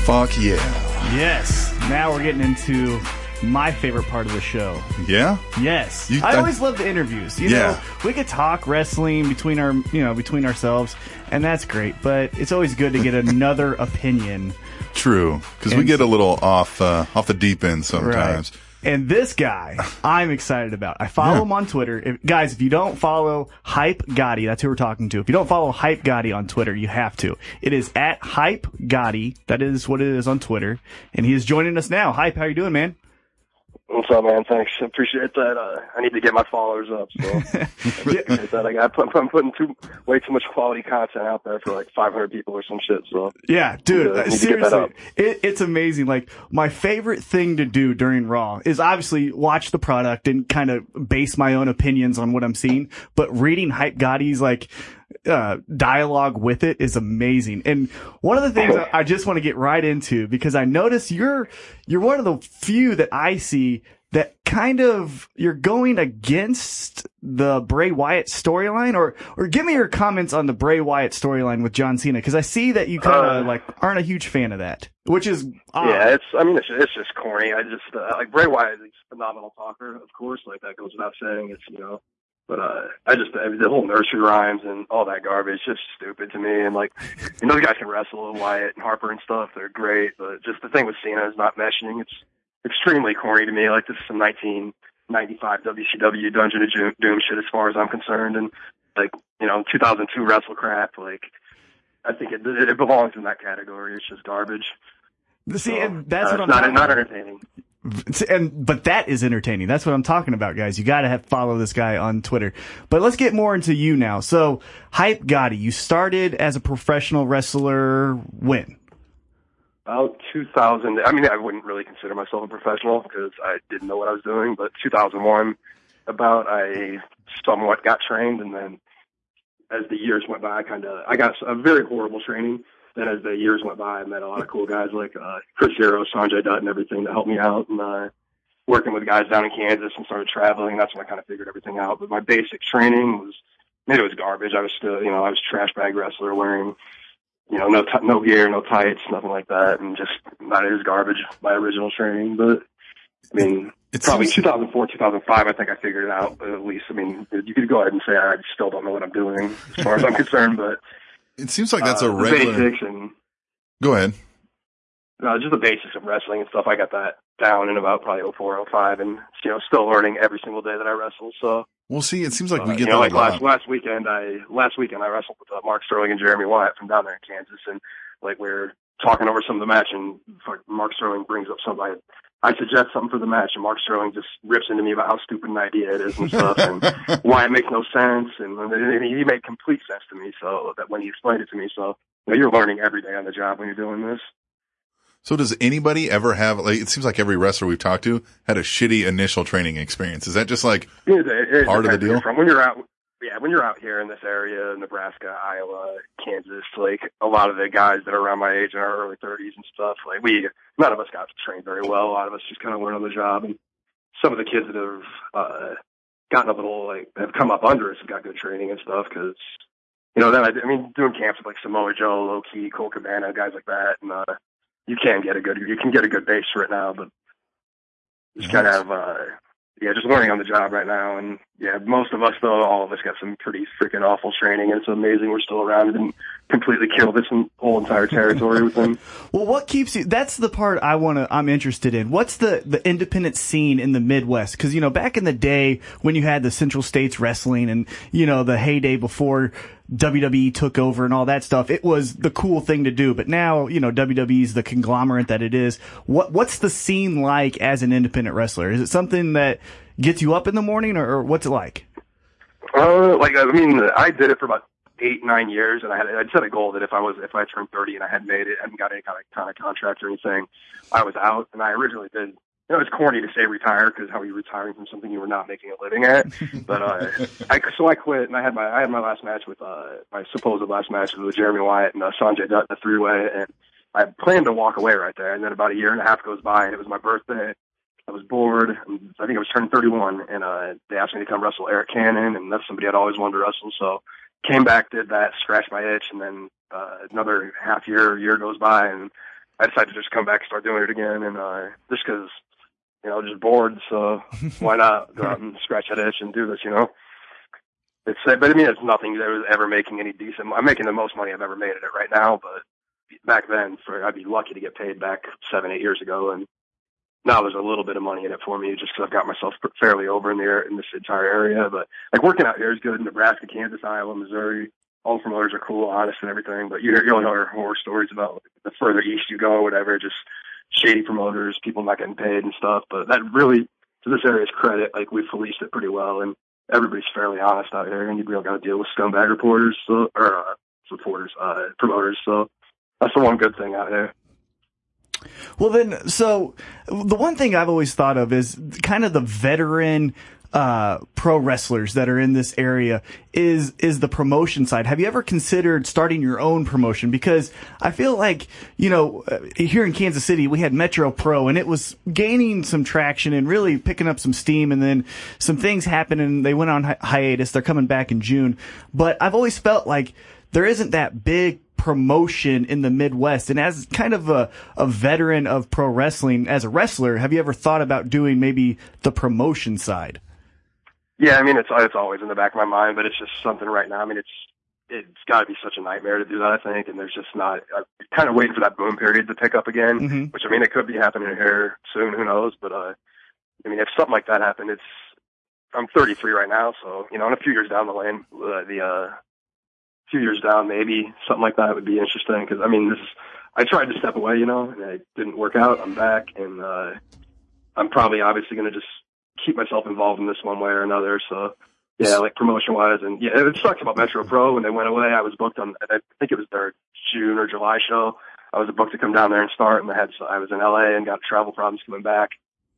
S1: Fuck yeah.
S9: Yes. Now we're getting into my favorite part of the show.
S1: Yeah?
S9: Yes.
S1: You-
S9: I
S1: I-
S9: always love the interviews. You
S1: Yeah.
S9: know, we could talk wrestling between our, you know, between ourselves, and that's great, but it's always good to get another opinion.
S1: True. Because we
S9: And-
S1: get a little off uh, off the deep end sometimes.
S2: And this guy, I'm excited about. I follow him on Twitter. If, guys, if you don't follow Hype Gotti, that's who we're talking to. If you don't follow Hype Gotti on Twitter, you have to. It is at Hype Gotti. That is what it is on Twitter. And he is joining us now. Hype, how you doing, man?
S10: What's up, man? Thanks. Appreciate that. Uh, I need to get my followers up. So appreciate that. I got, put, I'm putting too way too much quality content out there for like 500 people or some shit. So
S2: Yeah, dude.
S10: Yeah, I need to get that
S2: seriously,
S10: up.
S2: it, it's amazing. Like my favorite thing to do during Raw is obviously watch the product and kind of base my own opinions on what I'm seeing. But reading Hype Gotti's like uh, dialogue with it is amazing. And one of the things I- I just want to get right into because I notice you're you're one of the few that I see that kind of you're going against the Bray Wyatt storyline or or give me your comments on the Bray Wyatt storyline with John Cena cuz I see that you kind of
S10: Uh,
S2: like aren't a huge fan of that which is odd.
S10: yeah, it's. I mean, it's, it's just corny. I just uh, like Bray Wyatt is a phenomenal talker, of course. Like that goes without saying. It's you know, but uh, I just I mean, the whole nursery rhymes and all that garbage is just stupid to me. And like, you know, the guys can wrestle and Wyatt and Harper and stuff. They're great, but just the thing with Cena is not meshing. It's extremely corny to me. Like this is some 1995 WCW Dungeon of Doom- Doom shit, as far as I'm concerned. And like, you know, 2002 wrestle crap. Like, I think it it belongs in that category. It's just garbage.
S2: See,
S10: So,
S2: and that's
S10: uh,
S2: what I'm
S10: it's not,
S2: talking
S10: not
S2: about.
S10: entertaining.
S2: It's- and but that is entertaining. That's what I'm talking about, guys. You got to have follow this guy on Twitter. But let's get more into you now. So, Hype Gotti, you started as a professional wrestler when?
S10: About 2000. I mean, I wouldn't really consider myself a professional because I didn't know what I was doing. But 2001, about I somewhat got trained, and then as the years went by, I kind of I got a very horrible training. Then as the years went by, I met a lot of cool guys like uh, Chris Hero, Sanjay Dutt, and everything that helped me out. And uh, working with guys down in Kansas and started traveling. That's when I kind of figured everything out. But my basic training was I mean, it was garbage. I was still you know I was a trash bag wrestler wearing you know, no t- no gear, no tights, nothing like that, and just not as garbage my original training. But I mean,
S11: It
S10: probably
S11: seems-
S10: 2004, 2005, I think I figured it out. At least, I mean, you could go ahead and say I still don't know what I'm doing as far as I'm concerned. But
S11: It seems like that's
S10: uh,
S11: a regular.
S10: the basics and
S11: Go ahead.
S10: no, just the basics of wrestling and stuff. I got that down in about probably 04, 05, and you know, still learning every single day that I wrestle. So
S11: Well, see, it seems like
S10: uh,
S11: we get
S10: you know,
S11: that
S10: like
S11: a lot.
S10: last last weekend, I last weekend I wrestled with uh, Mark Sterling and Jeremy Wyatt from down there in Kansas, and like we are talking over some of the match, and fuck, Mark Sterling brings up something. I, I suggest something for the match, and Mark Sterling just rips into me about how stupid an idea it is and stuff, and why it makes no sense, and, and he made complete sense to me. So that when he explained it to me, so you know, you're learning every day on the job when you're doing this.
S11: So does anybody ever have like it seems like every wrestler we've talked to had a shitty initial training experience. Is that just like
S10: Yeah, it, it
S11: Part of the
S10: depends where uh, you're
S11: deal?
S10: From when you're out, yeah, when you're out here in this area, Nebraska, Iowa, Kansas, like a lot of the guys that are around my age in our early 30s and stuff, like we, none of us got trained very well. A lot of us just kind of learned on the job, and some of the kids that have uh, gotten a little like have come up under us have got good training and stuff because. You know, then I, I mean, doing camps with like Samoa Joe, Low Key, Cole Cabana, guys like that, and uh, you can get a good, you can get a good base for it now, but you just kind of have, uh, yeah, just learning on the job right now. And yeah, most of us though, all of us got some pretty freaking awful training, and it's amazing we're still around and completely kill this en- whole entire territory with them.
S2: Well, what keeps you? That's the part I want to. I'm interested in. What's the the independent scene in the Midwest? Because you know, back in the day when you had the Central States Wrestling and you know the heyday before WWE took over and all that stuff, it was the cool thing to do. But now, you know, WWE's the conglomerate that it is. What what's the scene like as an independent wrestler? Is it something that gets you up in the morning, or, or what's it like?
S10: Uh, like I mean, I did it for about eight, nine years, and I had I set a goal that if I was if I turned thirty and I hadn't made it, hadn't got any kind of kind of contract or anything, I was out. And I originally did. You know, it's corny to say retire because how are you retiring from something you were not making a living at? But uh, I so I quit, and I had my I had my last match with uh my supposed last match was with Jeremy Wyatt and uh, Sanjay Dutt in a three way, and I planned to walk away right there. And then about a year and a half goes by, and it was my birthday, I was bored. and I think I was turning 31, and uh, they asked me to come wrestle Eric Cannon, and that's somebody I'd always wanted to wrestle. So came back, did that, scratched my itch, and then uh, another half year, year goes by, and I decided to just come back and start doing it again, and uh, just 'cause you know, just bored. So why not go out and scratch that itch and do this, you know? It's uh, but I mean, it's nothing that was ever making any decent. I'm making the most money I've ever made at it right now, but back then, for I'd be lucky to get paid back seven, eight years ago, and now there's a little bit of money in it for me just because I've got myself fairly over in the air in this entire area. But like working out here is good. Nebraska, Kansas, Iowa, Missouri, all from others are cool, honest, and everything. But you hear, you'll hear horror stories about the further east you go, or whatever, just shady promoters, people not getting paid and stuff. But that really, to this area's credit, like we've policed it pretty well, and everybody's fairly honest out here, and you really got to deal with scumbag reporters so, or uh, reporters, uh, promoters. So that's the one good thing out here.
S2: Well, then, so the one thing I've always thought of is kind of the veteran uh, pro wrestlers that are in this area is is the promotion side. Have you ever considered starting your own promotion? Because I feel like you know uh, here in Kansas City we had Metro Pro and it was gaining some traction and really picking up some steam. And then some things happened and they went on hi- hiatus. They're coming back in June, but I've always felt like there isn't that big promotion in the Midwest. And as kind of a, a veteran of pro wrestling, as a wrestler, have you ever thought about doing maybe the promotion side?
S10: Yeah, I mean it's it's always in the back of my mind, but it's just something right now. I mean it's it's got to be such a nightmare to do that. I think, and there's just not. I'm kind of waiting for that boom period to pick up again,
S2: Mhm.
S10: which I mean it could be happening here soon. Who knows? But uh, I mean if something like that happened, it's I'm 33 right now, so you know in a few years down the lane, uh, the uh, few years down maybe something like that would be interesting. Because I mean this is I tried to step away, you know, and it didn't work out. I'm back, and uh, I'm probably obviously going to just keep myself involved in this one way or another. So yeah, like promotion wise, and yeah, it sucks about Metro Pro when they went away. I was booked on, I think it was their June or July show. I was booked to come down there and start, and I had I was in LA and got travel problems coming back,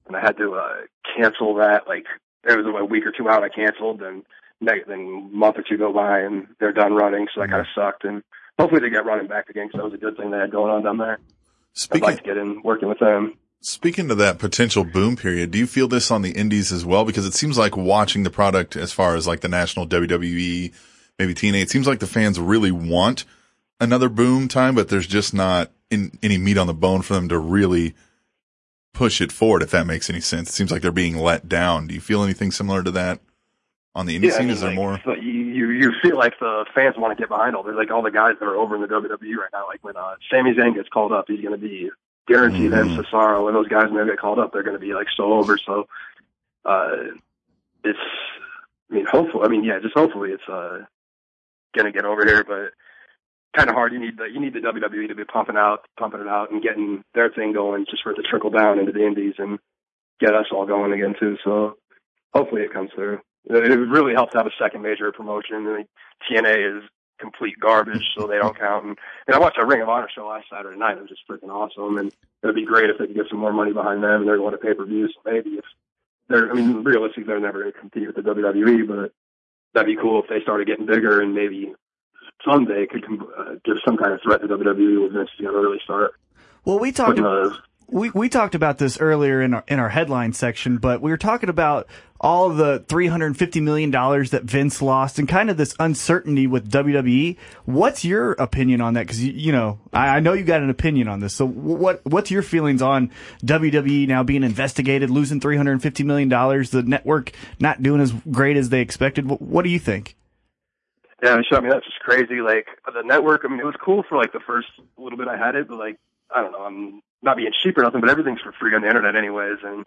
S10: and I had to uh, cancel that. Like it was a week or two out, I canceled, and ne- then a month or two go by, and they're done running. So that kind of sucked, and hopefully they get running back again because that was a good thing they had going on down there.
S11: Speaking-
S10: I'd like to get in working with them.
S11: Speaking to that potential boom period, do you feel this on the indies as well? Because it seems like watching the product as far as like the national WWE, maybe TNA, it seems like the fans really want another boom time, but there's just not in, any meat on the bone for them to really push it forward, if that makes any sense. It seems like they're being let down. Do you feel anything similar to that on the indie
S10: I
S11: scene?
S10: mean,
S11: Is there
S10: like,
S11: more?
S10: so you, you you feel like the fans want to get behind all. They're like all the guys that are over in the WWE right now. Like when uh, Sami Zayn gets called up, he's going to be guaranteed. And Cesaro and those guys when they get called up, they're going to be like so over. So uh, it's. I mean, hopefully. I mean, yeah, just hopefully it's uh, going to get over here, but kind of hard. You need the you need the WWE to be pumping out, pumping it out, and getting their thing going just for it to trickle down into the Indies and get us all going again too. So hopefully it comes through. It would really help to have a second major promotion. I mean, TNA is complete garbage, so they don't count. And, and I watched a Ring of Honor show last Saturday night. It was just freaking awesome. And it would be great if they could get some more money behind them. And they're going to pay per view, so maybe if they're, I mean, realistically, they're never going to compete with the WWE, but that'd be cool if they started getting bigger and maybe someday could com- uh, give some kind of threat to WWE when Vince is going to really start uh,
S2: Well, we talked
S10: putting a
S2: we, we talked about this earlier in our, in our headline section, but we were talking about all the $350 million that Vince lost and kind of this uncertainty with WWE. What's your opinion on that? Cause you, you know, I, I know you got an opinion on this. So what, what's your feelings on WWE now being investigated, losing $350 million, the network not doing as great as they expected? What, what do you think?
S10: Yeah, sure. I mean, that's just crazy. Like the network. I mean, it was cool for like the first little bit I had it, but like I don't know. I'm not being cheap or nothing, but everything's for free on the internet, anyways. And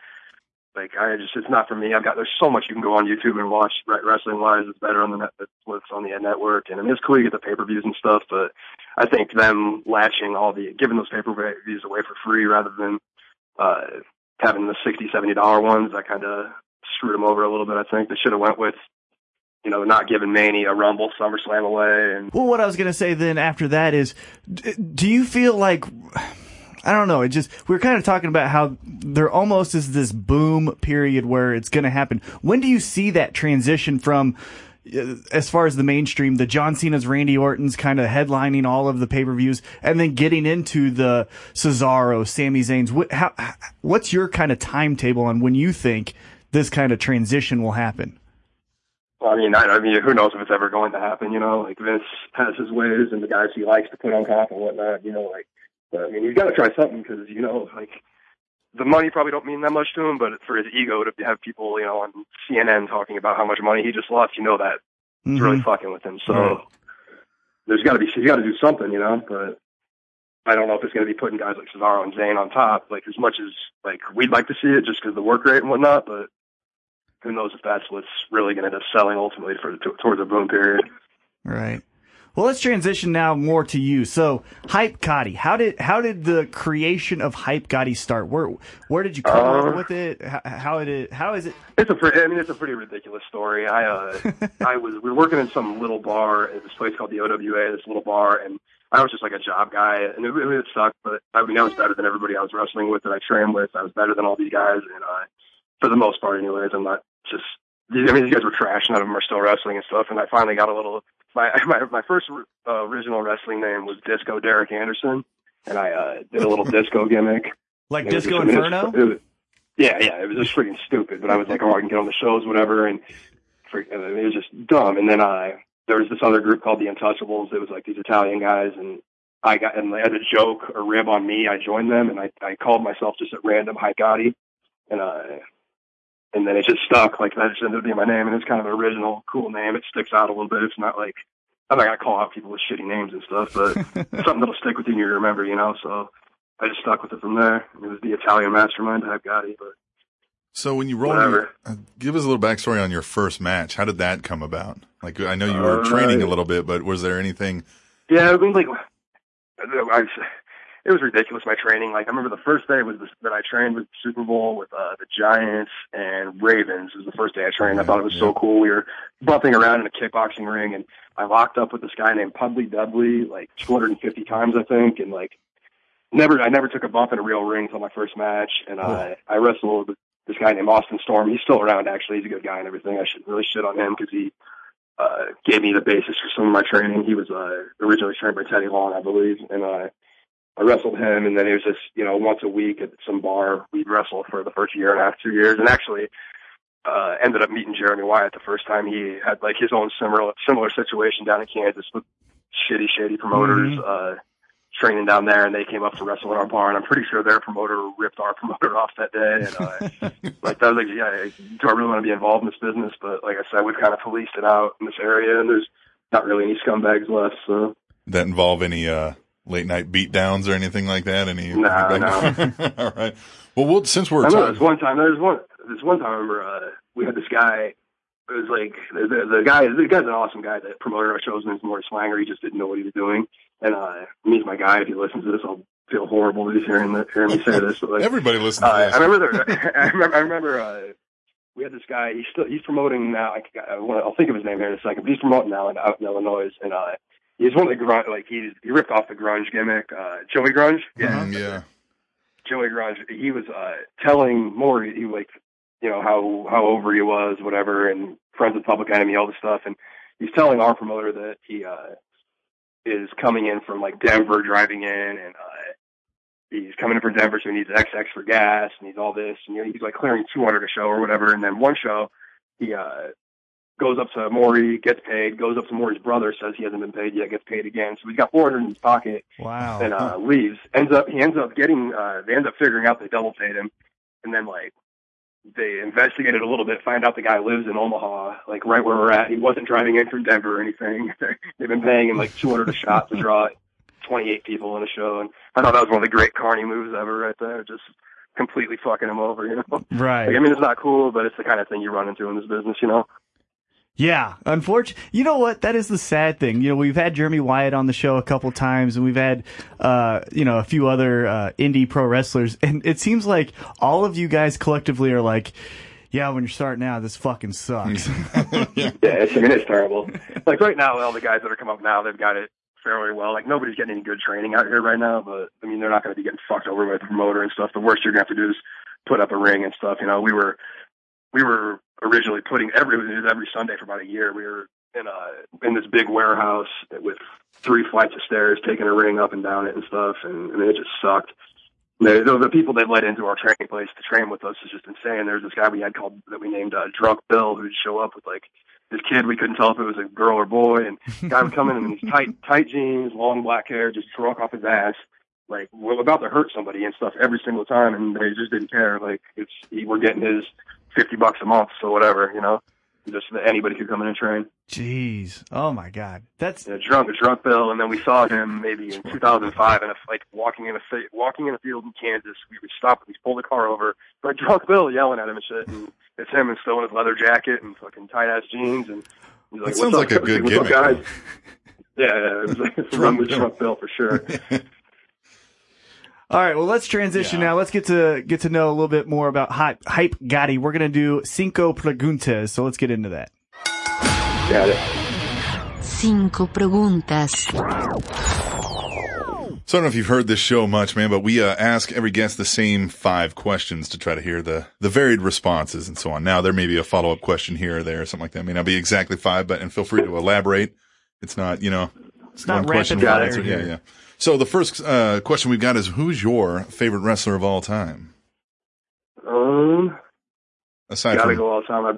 S10: like I just, it's not for me. I've got there's so much you can go on YouTube and watch wrestling wise. It's better on the net. That's what's on the uh, network. And I mean, it's cool you get the pay per views and stuff, but I think them latching all the giving those pay per views away for free rather than uh, having the sixty, seventy dollar ones, that kind of screwed them over a little bit. I think they should have went with you know, not giving Manny a Rumble, SummerSlam away, and
S2: Well, what I was going to say then after that is, d- do you feel like, I don't know, it just, we were kind of talking about how there almost is this boom period where it's going to happen. When do you see that transition from, uh, as far as the mainstream, the John Cena's, Randy Orton's kind of headlining all of the pay per views and then getting into the Cesaro, Sami Zayn's? What, how, what's your kind of timetable on when you think this kind of transition will happen?
S10: Well, I mean, I, I mean, who knows if it's ever going to happen? You know, like Vince has his ways, and the guys he likes to put on top and whatnot. You know, like, but, I mean, he's got to try something because you know, like, the money probably don't mean that much to him, but for his ego to have people, you know, on CNN talking about how much money he just lost, you know, that
S2: Mm-hmm.
S10: it's really fucking with him. So
S12: Right.
S10: there's got to be, you got to do something, you know. But I don't know if it's going to be putting guys like Cesaro and Zayn on top. Like as much as like we'd like to see it, just because of the work rate and whatnot. But who knows if that's what's really going to end up selling ultimately for the, towards the boom period.
S9: Right. Well, let's transition now more to you. So, Hype Gotti, how did how did the creation of Hype Gotti start? Where where did you come up
S10: Uh,
S9: with it? How, how it is, how is it?
S10: It's a pretty. I mean, it's a pretty ridiculous story. I uh, I was we were working in some little bar at this place called the OWA. This little bar, and I was just like a job guy, and it, really sucked. But I mean, I was better than everybody I was wrestling with that I trained with. I was better than all these guys, and uh, for the most part, anyways, I'm not just. I mean, these guys were trash. None of them are still wrestling and stuff. And I finally got a little. My my my first uh, original wrestling name was Disco Derek Anderson, and I uh, did a little disco gimmick.
S9: Like
S10: It was
S9: Disco
S10: just- I mean, it was-
S9: Inferno?
S10: it was- yeah, yeah, it was just freaking stupid. But I was like, oh, I can get on the shows, whatever, and freak, I mean, it was just dumb. And then I there was this other group called the Untouchables. It was like these Italian guys, and I got and as a joke or rib on me, I joined them, and I I called myself just at random Hi Gotti, and uh, and then it just stuck. Like that just ended up being my name, and it's kind of an original, cool name. It sticks out a little bit. It's not like I'm not gonna call out people with shitty names and stuff, but it's something that'll stick with you and you remember, you know. So I just stuck with it from there. It was the Italian mastermind I've got it, but
S1: So when you roll,
S10: Whatever.
S1: your, uh, give us a little backstory on your first match. How did that come about? Like I know you were
S10: Uh,
S1: training a little bit, but was there anything?
S10: yeah, I mean, like I, don't know, I was, it was ridiculous. My training, like I remember the first day was the, that I trained with Super Bowl with uh, the Giants and Ravens. It was the first day I trained. I thought it was so cool. We were bumping around in a kickboxing ring, and I locked up with this guy named Pudley Dudley like 250 times, I think, and like never I never took a bump in a real ring until my first match, and I I wrestled with this guy named Austin Storm. He's still around actually. He's a good guy and everything. I should really shit on him because he uh, gave me the basis for some of my training. He was uh, originally trained by Teddy Long, I believe, and uh, I wrestled him. And then it was just you know once a week at some bar we'd wrestle for the first year and a half, two years, and actually. Uh, ended up meeting Jeremy Wyatt the first time he had like his own similar similar situation down in Kansas with shitty shady promoters. Uh, training down there, and they came up to wrestle in our bar, and I'm pretty sure their promoter ripped our promoter off that day. And uh, like, I was like, yeah, do I really want to be involved in this business? But like I said, we've kind of policed it out in this area, and there's not really any scumbags left. So
S1: Did that involve any uh, late night beatdowns or anything like that? Any?
S10: Nah,
S1: All right. Well, we'll since we're
S10: I know
S1: talking,
S10: there's one time, there's one, there's one time I remember uh, we had this guy. It was like the, the, the guy, the guy's an awesome guy. The promoter I chose, his name's Morty Swanger. He just didn't know what he was doing, and uh, he's my guy. If he listens to this, I'll feel horrible just hearing, the, hearing me say this. But, like,
S1: everybody listens
S10: Uh,
S1: to this.
S10: I remember there. I remember. I remember uh, we had this guy. He's still. He's promoting now. I, I wanna, I'll think of his name here in a second. But he's promoting now in, out in Illinois, and uh, he's one of the grunge. Like he's he ripped off the grunge gimmick. Uh, Joey Grunge. Yeah.
S1: Mm, yeah.
S10: Joey Grunge. He was uh, telling Maury he like you know how how over he was, whatever, and friends with Public Enemy, all this stuff, and he's telling our promoter that he uh, is coming in from like Denver, driving in, and uh, he's coming in from Denver, so he needs XX for gas, and he's all this, and you know, he's like clearing 200 a show or whatever, and then one show he uh, goes up to Maury, gets paid, goes up to Maury's brother, says he hasn't been paid yet, gets paid again, so he's got 400 in his pocket
S9: Wow.
S2: Oh,
S10: and uh, leaves. Ends up he ends up getting uh, they end up figuring out they double paid him, and then like they investigated a little bit, find out the guy lives in Omaha, like right where we're at. He wasn't driving in from Denver or anything. They've been paying him like two hundred a shot to draw twenty eight people in a show, and I thought that was one of the great carny moves ever, right there, just completely fucking him over. You know, like,
S9: right.
S10: I mean it's not cool, but it's the kind of thing you run into in this business, you know.
S9: Yeah, unfortunately, you know what? That is the sad thing. You know, we've had Jeremy Wyatt on the show a couple times, and we've had, uh, you know, a few other uh, indie pro wrestlers, and it seems like all of you guys collectively are like, "Yeah, when you're starting out, this fucking sucks."
S10: Hmm. Yeah, it's, I mean it's terrible. Like right now, all the guys that are coming up now, they've got it fairly well. Like nobody's getting any good training out here right now, but I mean they're not going to be getting fucked over by the promoter and stuff. The worst you're going to have to do is put up a ring and stuff. You know, we were we were originally putting every it was every Sunday for about a year. We were in a in this big warehouse with three flights of stairs, taking a ring up and down it and stuff, and I mean it just sucked. The, the, the people they let into our training place to train with us is just insane. There's this guy we had called that we named uh, Drunk Bill who'd show up with like this kid we couldn't tell if it was a girl or boy and the guy would come in in these tight tight jeans long black hair just drunk off his ass like we're about to hurt somebody and stuff every single time and they just didn't care like it's he, we're getting his 50 bucks a month so whatever you know just anybody could come in and train
S2: Jeez. Oh my God. That's
S10: you know, drunk, a drunk Bill, and then we saw him maybe in 2005 in a like walking in a fi- walking in a field in Kansas. We would stop and he's pulled the car over, like drunk Bill yelling at him and shit. And it's him and still in his leather jacket and fucking tight ass jeans. And he's like,
S11: That sounds like
S10: "What's up,
S11: a
S10: Coach?
S11: good
S10: What's up,
S11: gimmick,
S10: guys?" yeah, yeah, it was like it's a run with
S11: Bill.
S10: drunk Bill for sure.
S2: all right. Well, let's transition now. Let's get to get to know a little bit more about hype hype Gotti. We're gonna do cinco preguntas. So let's get into that.
S10: Got it.
S13: Cinco preguntas.
S11: So I don't know if you've heard this show much, man, but we uh, ask every guest the same five questions to try to hear the the varied responses and so on. Now there may be a follow up question here or there or something like that. It may not be exactly five, but and feel free to elaborate. It's not you know
S2: It's not rapid
S11: one
S2: fire
S11: answer. Yeah,
S2: here.
S11: yeah. So the first uh, question we've got is who's your favorite wrestler of all time?
S10: Um,
S11: Aside
S10: gotta
S11: from
S10: go all the time. I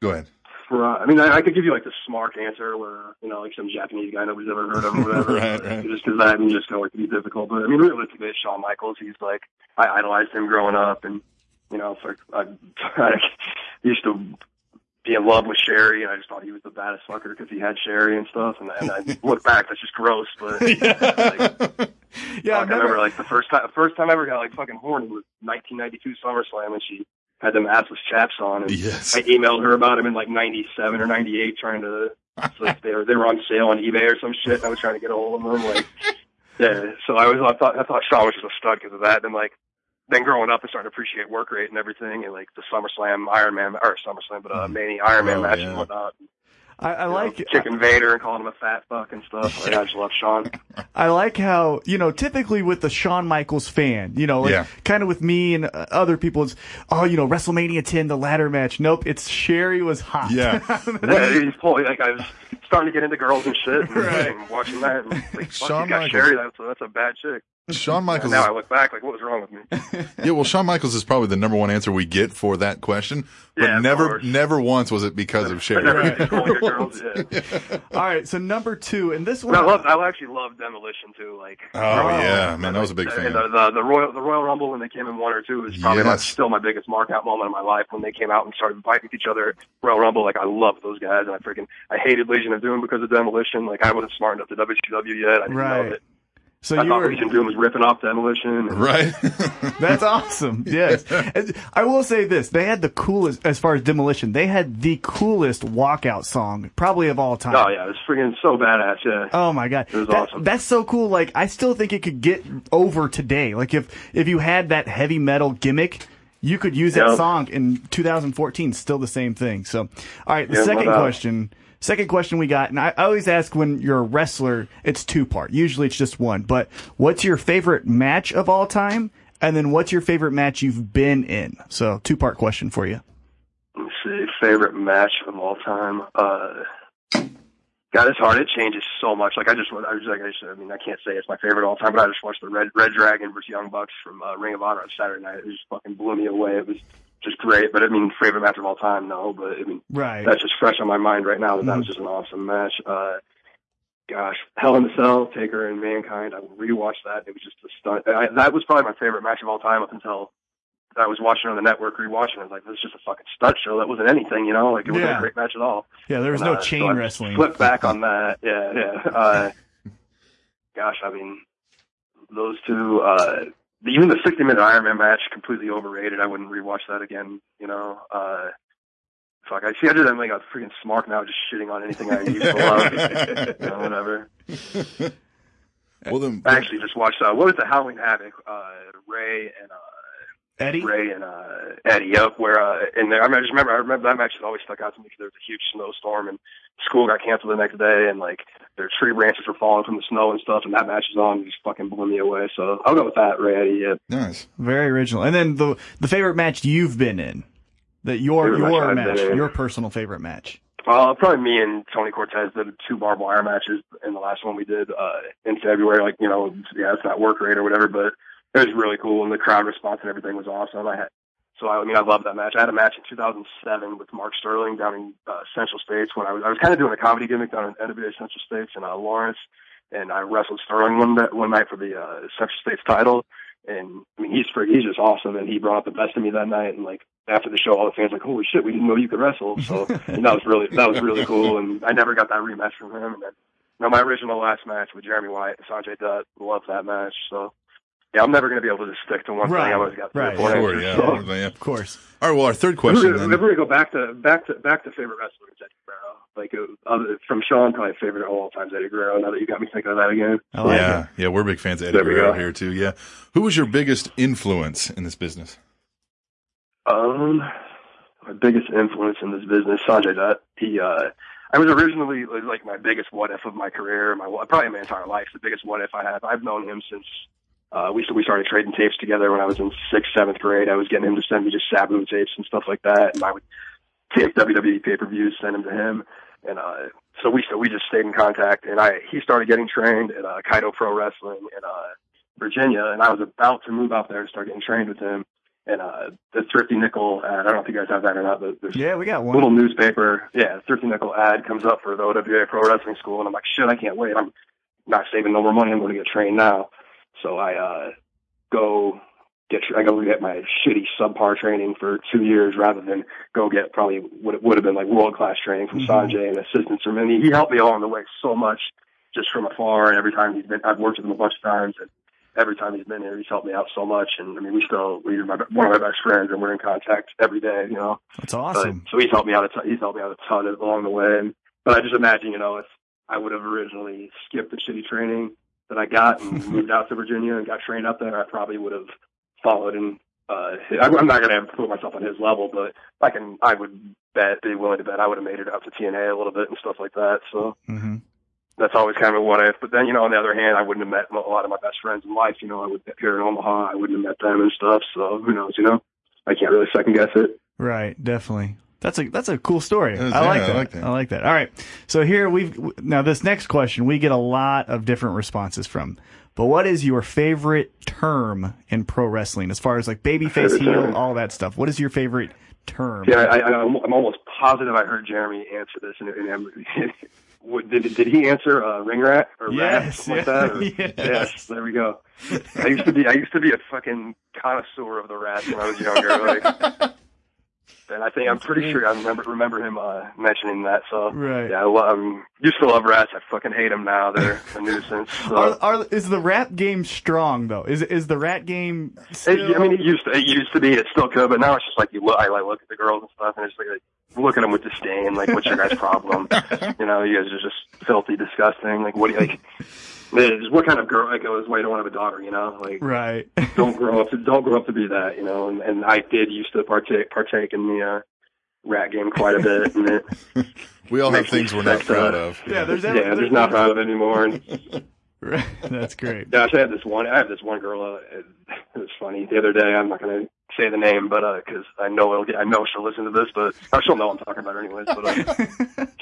S11: go ahead.
S10: for, uh, I mean, I, I could give you like the smart answer where, you know, like some Japanese guy nobody's ever heard of or whatever.
S11: Right, right.
S10: Just because that would just going to be difficult. But I mean, realistically, it's Shawn Michaels. He's like, I idolized him growing up and, you know, it's like, I, I used to be in love with Sherry and I just thought he was the baddest fucker because he had Sherry and stuff. And, and I look back, that's just gross. But like,
S2: Yeah,
S10: fuck, I remember like the first time, first time I ever got like fucking horny was 1992 SummerSlam and she had them assless chaps on. And
S11: Yes.
S10: I emailed her about them in like '97 or '98, trying to. it's Like they were they were on sale on eBay or some shit. And I was trying to get a hold of them. Like, yeah. So I was I thought I thought Shawn was just a stud because of that. And like, then growing up and starting to appreciate work rate and everything, and like the SummerSlam Iron Man or SummerSlam, but uh, Manny Iron Man
S11: Oh,
S10: match
S11: yeah.
S10: and whatnot.
S2: I, I like it.
S10: Kicking Vader and calling him a fat fuck and stuff. Like, I just love Shawn.
S2: I like how, you know, typically with the Shawn Michaels fan, you know, like
S11: Yeah.
S2: kind of with me and uh, other people, it's, oh, you know, WrestleMania 10, the ladder match. Nope, it's Sherry was hot.
S11: Yeah.
S10: Yeah, he's pulling, like I was starting to get into girls and shit, and, and watching that. And like, fuck,
S11: Shawn
S10: you got
S11: Michaels.
S10: Sherry. That's a, that's a bad chick.
S11: Shawn
S10: And
S11: Michaels.
S10: now I look back, like, what was wrong with me?
S11: yeah, well, Shawn Michaels is probably the number one answer we get for that question, but
S10: Yeah, of
S11: never,
S10: course.
S11: never once was it because of
S10: I
S11: Sherry.
S10: never right. your girls. Yeah.
S2: All right. So number two, and this
S10: But
S2: one,
S10: I love. I actually love Demolition too. Like,
S11: Oh, yeah, man, I was a big fan.
S10: And the, the the Royal the Royal Rumble when they came in one or two is probably my,
S11: Yes.
S10: still my biggest mark out moment of my life when they came out and started fighting with each other. at Royal Rumble, like I love those guys, and I freaking I hated Legion of Doom because of Demolition. Like I wasn't smart enough to WCW yet. I didn't know
S2: Right.
S10: that.
S2: so
S10: I
S2: you
S10: thought
S2: were,
S10: Legion of Doom was ripping off Demolition. and-
S11: right?
S2: that's awesome. Yes. And I will say this. They had the coolest, as far as demolition, they had the coolest walkout song probably of all time.
S10: Oh yeah, it's freaking so badass. Yeah.
S2: Oh my god,
S10: It was
S2: That-
S10: awesome.
S2: That's so cool. Like I still think it could get over today. Like if if you had that heavy metal gimmick, you could use that
S10: Yeah.
S2: song in 2014. Still the same thing. So, all right. The
S10: Yeah, no
S2: second
S10: doubt.
S2: question. Second question we got, and I I always ask when you're a wrestler, it's two part. Usually it's just one. But what's your favorite match of all time? And then what's your favorite match you've been in? So two part question for you.
S10: Let me see. Favorite match of all time. Uh, God, it's hard. It changes so much. Like I just, I was like, I, just, I mean, I can't say it's my favorite all time, but I just watched the Red Red Dragon versus Young Bucks from uh, Ring of Honor on Saturday night. It just fucking blew me away. It was just great. But I mean, favorite match of all time, no. But I mean,
S2: Right. Hmm.
S10: that's just fresh on my mind right now. That that was just an awesome match. Uh, gosh, Hell in a Cell, Taker and Mankind. I rewatched that. It was just a stunt. I, that was probably my favorite match of all time up until I was watching on the network, rewatching. I was like, this is just a fucking stunt show. That wasn't anything, you know. Like it wasn't
S2: Yeah.
S10: a great match at all.
S2: Yeah, there was
S10: And,
S2: no
S10: uh, so
S2: chain
S10: I
S2: wrestling.
S10: Flip back on that. Yeah, yeah. Uh, gosh, I mean, those two. Uh, even the 60 minute Iron Man match completely overrated. I wouldn't rewatch that again. You know. Uh, fuck. I see. I did. I'm like a freaking smark now, just shitting on anything I used to love. you know, whatever.
S11: well, then,
S10: I actually just watched. Uh, what was the Halloween Havoc? Uh, Ray and. Uh,
S2: Eddie.
S10: Ray and uh, Eddie up where uh, in there. I, mean, I just remember I remember that match has always stuck out to me because there was a huge snowstorm and school got canceled the next day and like their tree branches were falling from the snow and stuff and that match is on and just fucking blew me away. So I'll go with that, Ray Eddie. Yeah.
S11: nice.
S2: Very original. And then the the favorite match you've been in, that your
S10: Favorite match
S2: your
S10: I've
S2: match,
S10: been in.
S2: your personal favorite match.
S10: Uh, probably me and Tony Cortez did two barbed wire matches in the last one we did uh, in February. Like you know, yeah, it's not work rate or whatever, but it was really cool and the crowd response and everything was awesome. I had so I, I mean I love that match. I had a match in 2007 with Mark Sterling down in uh, Central States when I was I was kind of doing a comedy gimmick down in NWA Central States in uh, Lawrence, and I wrestled Sterling one night, one night for the uh, Central States title. And I mean, he's fr- he's just awesome, and he brought out the best of me that night. And like after the show, all the fans were like, "Holy shit, we didn't know you could wrestle!" So and that was really that was really cool. And I never got that rematch from him. And then, now my original last match with Jeremy White and Sanjay Dutt, love that match. So yeah, I'm never going to be able to just stick to one thing. I always got three or four
S11: Sure,
S10: answers,
S11: yeah.
S10: so.
S11: yeah. Of
S14: course.
S11: All right. Well, our third question.
S10: Maybe we-
S11: then.
S10: maybe we go back to back to back to favorite wrestler, Eddie Guerrero. Like uh, other, from Sean, probably favorite of all time, Eddie Guerrero. Now that you got me thinking of that again,
S11: yeah, yeah, we're big fans of Eddie
S10: There we
S11: Guerrero
S10: go.
S11: here too. Yeah, who was your biggest influence in this business?
S10: Um, my biggest influence in this business, Sanjay Dutt. He, uh, I was originally like my biggest what if of my career, my probably my entire life. The biggest what if I have. I've known him since uh, we we started trading tapes together when I was in sixth, seventh grade. I was getting him to send me just Sabu tapes and stuff like that, and I would take WWE pay per views, E send them to him, and uh, so we so we just stayed in contact. And I he started getting trained at uh, Kaido Pro Wrestling in uh, Virginia, and I was about to move out there to start getting trained with him and uh, the Thrifty Nickel ad. I don't know if you guys have that or not, but there's
S2: Yeah, we got one.
S10: little newspaper. Yeah, Thrifty Nickel ad comes up for the OWA Pro Wrestling School, and I'm like, shit, I can't wait. I'm not saving no more money. I'm going to get trained now. So I uh, go get I go get my shitty subpar training for two years rather than go get probably what would have been like world class training from Sanjay and assistance from him. He, he helped me along the way so much just from afar, and every time he's been, I've worked with him a bunch of times, and every time he's been here, he's helped me out so much. And I mean, we still we're my, one of my best friends, and we're in contact every day. You know,
S2: That's awesome.
S10: But- so he's helped me out. A ton, he's helped me out a ton along the way. And, but I just imagine, you know, if I would have originally skipped the shitty training that I got and moved out to Virginia and got trained up there, I probably would have followed in. Uh, his- I'm I'm not going to put myself on his level, but I can. I would bet, be willing to bet, I would have made it up to TNA a little bit and stuff like that. So
S2: Mm-hmm.
S10: that's always kind of a what if. But then, you know, on the other hand, I wouldn't have met a lot of my best friends in life. You know, I would here in Omaha, I wouldn't have met them and stuff. So who knows? You know, I can't really second guess it.
S2: Right, definitely. That's a that's a cool story.
S11: is,
S2: I, like
S11: yeah, I
S2: that. I
S11: like
S2: like
S11: that.
S2: that. All right. So here we've w- now this next question we get a lot of different responses from. But what is your favorite term in pro wrestling as far as like babyface
S10: Favorite term.
S2: heel, all that stuff? What is your favorite term?
S10: Yeah, I, I, I'm I'm almost positive I heard Jeremy answer this, and, and I'm- what- did did he answer uh, ring rat or rat
S2: Yes,
S10: something
S2: yeah,
S10: like that? Or,
S2: yes.
S10: there we go. I used to be I used to be a fucking connoisseur of the rats when I was younger. Like, and I think I'm pretty sure I remember remember him uh, mentioning that. So
S2: Right.
S10: yeah, I love, um, used to love rats. I fucking hate them now. They're a nuisance. So.
S2: Are, are, is the rap game strong though? Is is the rat game
S10: It,
S2: still
S10: I mean, it used to, it used to be, it still could, but now it's just like you look. I like look at the girls and stuff, and it's like, like look at them with disdain. Like, what's your guys' problem? you know, you guys are just filthy, disgusting. Like, what do you like? it's- what kind of girl? Like, oh, that's why you don't have a daughter. You know, like
S2: right?
S10: don't grow up to don't grow up to be that. You know, and, and I did used to partake partake in the uh, rat game quite a bit, and it
S11: We all have
S10: makes me
S11: things we're not
S10: sick, uh,
S11: proud of.
S2: Yeah, there's
S10: yeah,
S2: every-
S10: there's not proud of anymore. And
S2: That's great.
S10: Yeah, I actually had this one. I have this one girl. Uh, it was funny the other day. I'm not gonna say the name, but uh 'cause I know it'll get. I know she'll listen to this, but or she'll know I'm talking about her anyways. But uh,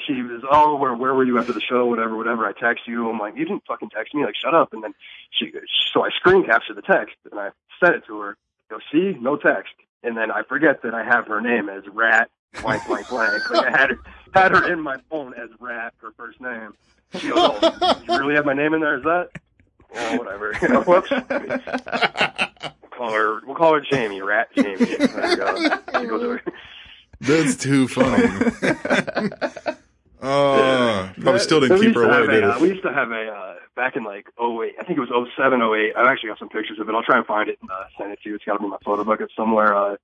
S10: she was, oh, where where were you after the show? Whatever, whatever. I text you. I'm like, you didn't fucking text me. Like, shut up. And then she, so I screen captured the text and I sent it to her. Go see, no text. And then I forget that I have her name as Rat blank blank blank. Like I had her, had her in my phone as Rat, her first name. She goes, oh, you really have my name in there? Is that? Oh, whatever. You know, whoops. call her. We'll call her Jamie. Rat Jamie. There we go. She goes over.
S11: That's too funny. oh, probably still didn't
S10: We
S11: keep
S10: used
S11: her
S10: to have
S11: away, did
S10: a, uh, We
S11: it?
S10: used to have a uh, back in like oh eight. I think it was oh seven, oh eight. I've actually got some pictures of it. I'll try and find it and uh, send it to you. It's got to be in my photo bucket somewhere. Uh,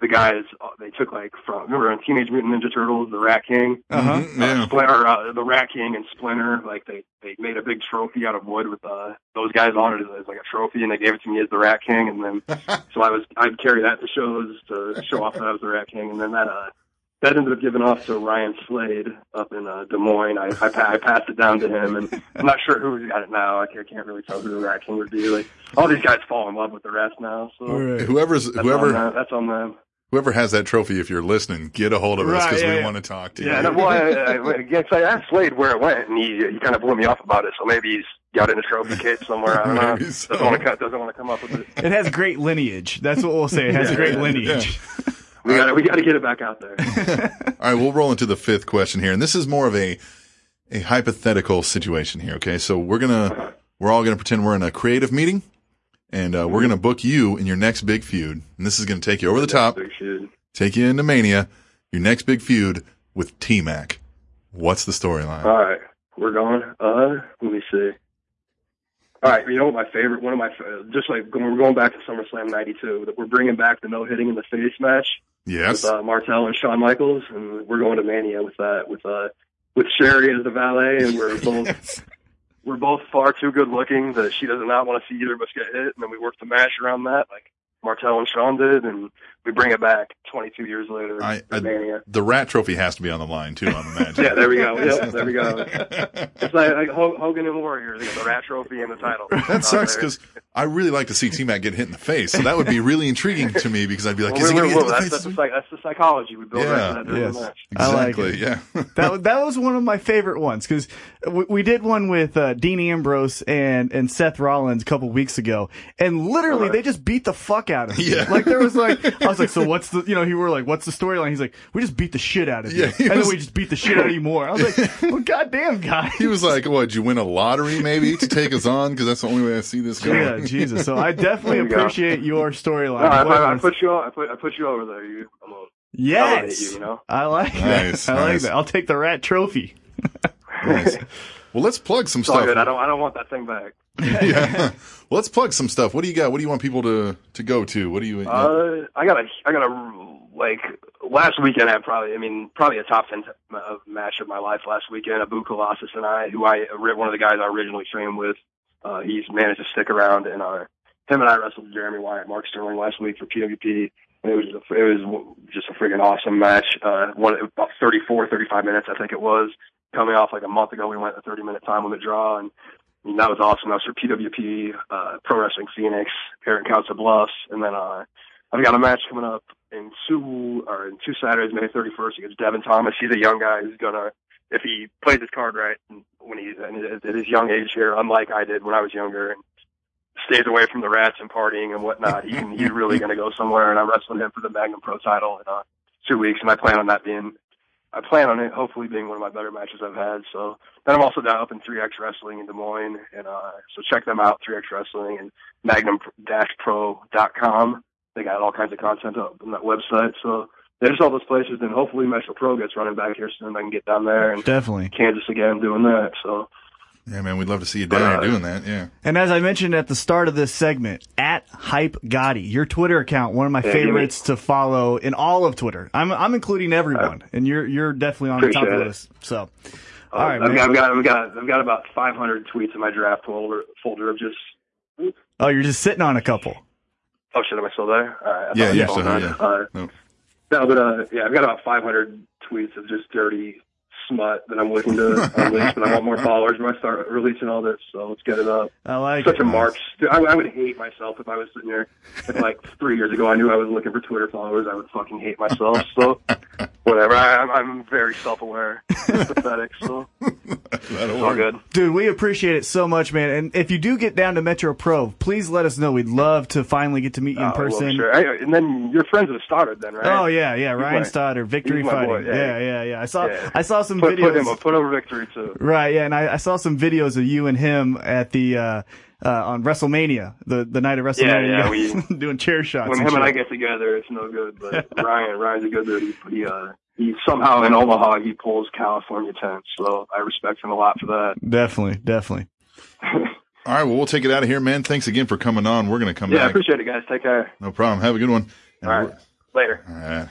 S10: the guys uh, they took like from remember in Teenage Mutant Ninja Turtles, the Rat King.
S2: Uh-huh.
S11: Mhm, yeah.
S10: Splinter, uh, the Rat King and Splinter, like they they made a big trophy out of wood with uh, those guys on it as like a trophy, and they gave it to me as the Rat King, and then so I was I'd carry that to shows to show off that I was the Rat King, and then that uh that ended up giving off to Ryan Slade up in uh, Des Moines. I I, pa- I passed it down to him, and I'm not sure who's got it now. I can't, can't really tell who the Rat King would be. Like all these guys fall in love with the rats now, so
S11: Whoever's
S10: that's on
S11: whoever
S10: them. That's on them.
S11: whoever has that trophy, if you're listening, get a hold of us
S2: Right,
S11: because
S2: yeah,
S11: we
S2: yeah.
S11: want to talk to
S10: Yeah,
S11: you.
S10: no, well, I, I, I guess I asked Slade where it went, and he he kind of blew me off about it. So maybe he's got it in a trophy case somewhere. I don't know.
S11: Maybe so.
S10: Doesn't want to cut. Doesn't want to come up with it.
S2: It has great lineage. That's what we'll say. It has great lineage.
S10: We got to we got to get it back out there.
S11: All right, we'll roll into the fifth question here, and this is more of a a hypothetical situation here. Okay, so we're gonna we're all gonna pretend we're in a creative
S10: Mm-hmm.
S11: meeting, and uh, we're gonna book you in your next big feud, and this is gonna take you over the top.
S10: Big shit.
S1: take you into Mania, your next big feud with T Mac. What's the storyline?
S10: All right, we're going. Uh, let me see. All right, you know what my favorite, one of my, fa- just like when we're going back to SummerSlam '92, that we're bringing back the no hitting in the face match.
S1: Yes.
S10: with uh, Martel and Shawn Michaels, and we're going to Mania with that with uh with Sherry as the valet, and we're both we're both far too good looking that she does not want to see either of us get hit, and then we work the match around that, like Martel and Shawn did, and we bring it back 22 years later
S1: I,
S10: for Mania.
S1: I, the rat trophy has to be on the line too. I'm imagining.
S10: Yeah, there we go. Yep, there we go. It's like, like Ho- Hogan and Warrior. They got the Rat Trophy and the title.
S1: That sucks
S10: There.
S1: because I really like to see T Mac get hit in the face. So that would be really intriguing to me because I'd be like,
S10: Well,
S1: is he
S10: we're-
S1: going to
S10: we're-
S1: get hit in
S10: that's,
S1: the face?
S10: that's, the, psych- that's the psychology we build right
S1: Yeah,
S10: to that during
S1: yes.
S10: the match.
S2: I like
S1: Exactly. yeah.
S2: that that was one of my favorite ones because we, we did one with uh, Dean Ambrose and and Seth Rollins a couple weeks ago, and literally they just beat the fuck out of him.
S1: Yeah.
S2: Like there was like I was like, so what's the you know he were like what's the storyline? He's like, we just beat the shit out of you,
S1: Yeah,
S2: and
S1: he
S2: then
S1: was-
S2: we just beat the shit out of you more. I was like, well, goddamn guy.
S1: He was like, "What? Did you win a lottery, maybe, to take us on? Because that's the only way I see this
S2: Yeah,
S1: going."
S2: Jesus. So I definitely
S10: There you go.
S2: appreciate your storyline.
S10: No, I,
S2: What
S10: I, I
S2: was-
S10: put you. o- I put. I put you over there. You. I'm on.
S2: yes,
S10: you, you know?
S2: I like
S1: Nice,
S2: that. I like
S1: nice.
S2: that. I'll take the rat trophy.
S1: Nice. Well, let's plug some
S10: It's all
S1: stuff.
S10: good. I don't. I don't want that thing back.
S1: yeah. Well, let's plug some stuff. What do you got? What do you want people to to go to? What do you?
S10: Uh, I got a. I got a. Like last weekend, I probably. I mean, probably a top ten t- uh, match of my life last weekend. Abu Colossus and I, who I one of the guys I originally trained with. Uh, he's managed to stick around, and uh, him and I wrestled Jeremy Wyatt, Mark Sterling last week for PWP. And it was a, it was w- just a freaking awesome match. Uh, one about 34, 35 minutes, I think it was. Coming off like a month ago, we went a 30 minute time limit draw, and I mean, that was awesome. That was for PWP, uh, Pro Wrestling Phoenix, here in Council Bluffs, and then uh, I've got a match coming up in two or in two Saturdays, May 31st against Devin Thomas. He's a young guy who's gonna, if he plays his card right, and when he's and at- at his young age here, unlike I did when I was younger, and stays away from the rats and partying and whatnot, he can, he's really gonna go somewhere. And I'm wrestling him for the Magnum Pro title in uh, two weeks, and I plan on that being. I plan on it hopefully being one of my better matches I've had. So then I'm also down up in 3X Wrestling in Des Moines, and uh, so check them out, 3X Wrestling and Magnum-Pro.com. They got all kinds of content up on that website. So there's all those places. Then hopefully Metro Pro gets running back here soon. I can get down there and
S2: Definitely.
S10: Kansas again doing that. So
S1: yeah, man, we'd love to see you down there doing that. Yeah.
S2: And as I mentioned at the start of this segment, at Hype Gotti, your Twitter account, one of my
S10: Yeah, give me-
S2: favorites to follow in all of Twitter. I'm I'm including everyone, and you're you're definitely on the top of the
S10: Uh, Appreciate it.
S2: list. So,
S10: uh,
S2: all right,
S10: I've,
S2: man.
S10: got, I've got I've got I've got about 500 tweets in my draft folder folder of just
S2: oh, you're just sitting on a couple.
S10: oh shit am I still there? All right, I
S1: Yeah,
S10: thought
S1: you're
S10: I was
S1: still
S10: on.
S1: there, yeah.
S10: Uh,
S1: No.
S10: No, but uh, yeah, I've got about 500 tweets of just dirty smut that I'm looking to unleash, but I want more followers when I start releasing all this. So let's get it up.
S2: I like
S10: Such
S2: it.
S10: a march. Dude, I, I would hate myself if I was sitting here. If like three years ago, I knew I was looking for Twitter followers. I would fucking hate myself. So whatever. I, I'm, I'm very self-aware, pathetic. So
S1: That'll
S10: it's all
S1: work.
S10: good.
S2: Dude, we appreciate it so much, man. And if you do get down to Metro Pro, please let us know. We'd love to finally get to meet you in
S10: Uh, well,
S2: person.
S10: sure. I, and then your friends have started then, right?
S2: Oh yeah, yeah, Ryan
S10: my-
S2: Stoddard, Victory
S10: he's my boy,
S2: Fighting. yeah,
S10: yeah.
S2: yeah, yeah. I saw
S10: Yeah.
S2: I saw some
S10: Put,
S2: videos.
S10: put him up. Put over victory too.
S2: Right, yeah, and I, I saw some videos of you and him at the uh, uh, on WrestleMania, the the night of WrestleMania,
S10: yeah, we-
S2: doing chair shots.
S10: when
S2: and
S10: him and I
S2: shit.
S10: get together, it's no good. But Ryan, Ryan's a good dude. He, he, uh, he somehow in Omaha he pulls California tents, so I respect him a lot for that.
S2: definitely, definitely.
S1: All right. Well, we'll take it out of here, man. Thanks again for coming on. We're gonna come
S10: Yeah, I
S1: back.
S10: appreciate it, guys. Take care.
S1: no problem. Have a good one. And
S10: All right,
S1: we're-
S10: later.
S1: All right.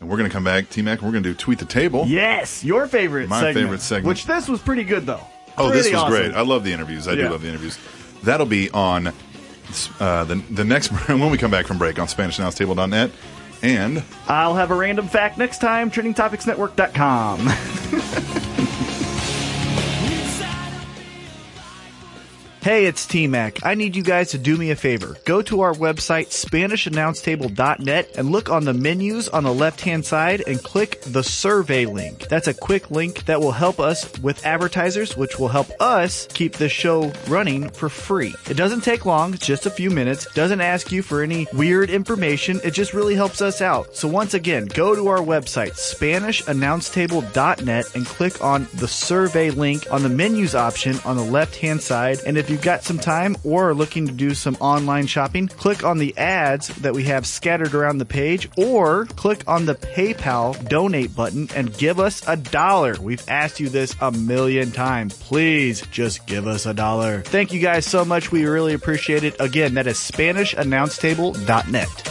S1: And we're gonna come back, T Mac. We're gonna do tweet the table.
S2: Yes, your favorite.
S1: My
S2: segment,
S1: favorite segment.
S2: Which this was pretty good though.
S1: Oh, this
S2: Pretty
S1: was
S2: awesome.
S1: great. I love the interviews. I
S2: Yeah.
S1: do love the interviews. That'll be on uh, the the next when we come back from break on SpanishAnnounceTable.net. And
S2: I'll have a random fact next time. TrendingTopicsNetwork.com. Hey, it's T Mac. I need you guys to do me a favor. Go to our website, SpanishAnnounceTable.net, and look on the menus on the left hand side and click the survey link. That's a quick link that will help us with advertisers, which will help us keep this show running for free. It doesn't take long, it's just a few minutes, doesn't ask you for any weird information. It just really helps us out. So, once again, go to our website, SpanishAnnounceTable.net, and click on the survey link on the menus option on the left hand side. And if you you've got some time or are looking to do some online shopping, click on the ads that we have scattered around the page or click on the PayPal donate button and give us a dollar. We've asked you this a million times. Please just give us a dollar. Thank you guys so much. We really appreciate it. Again, that is SpanishAnnounceTable.net.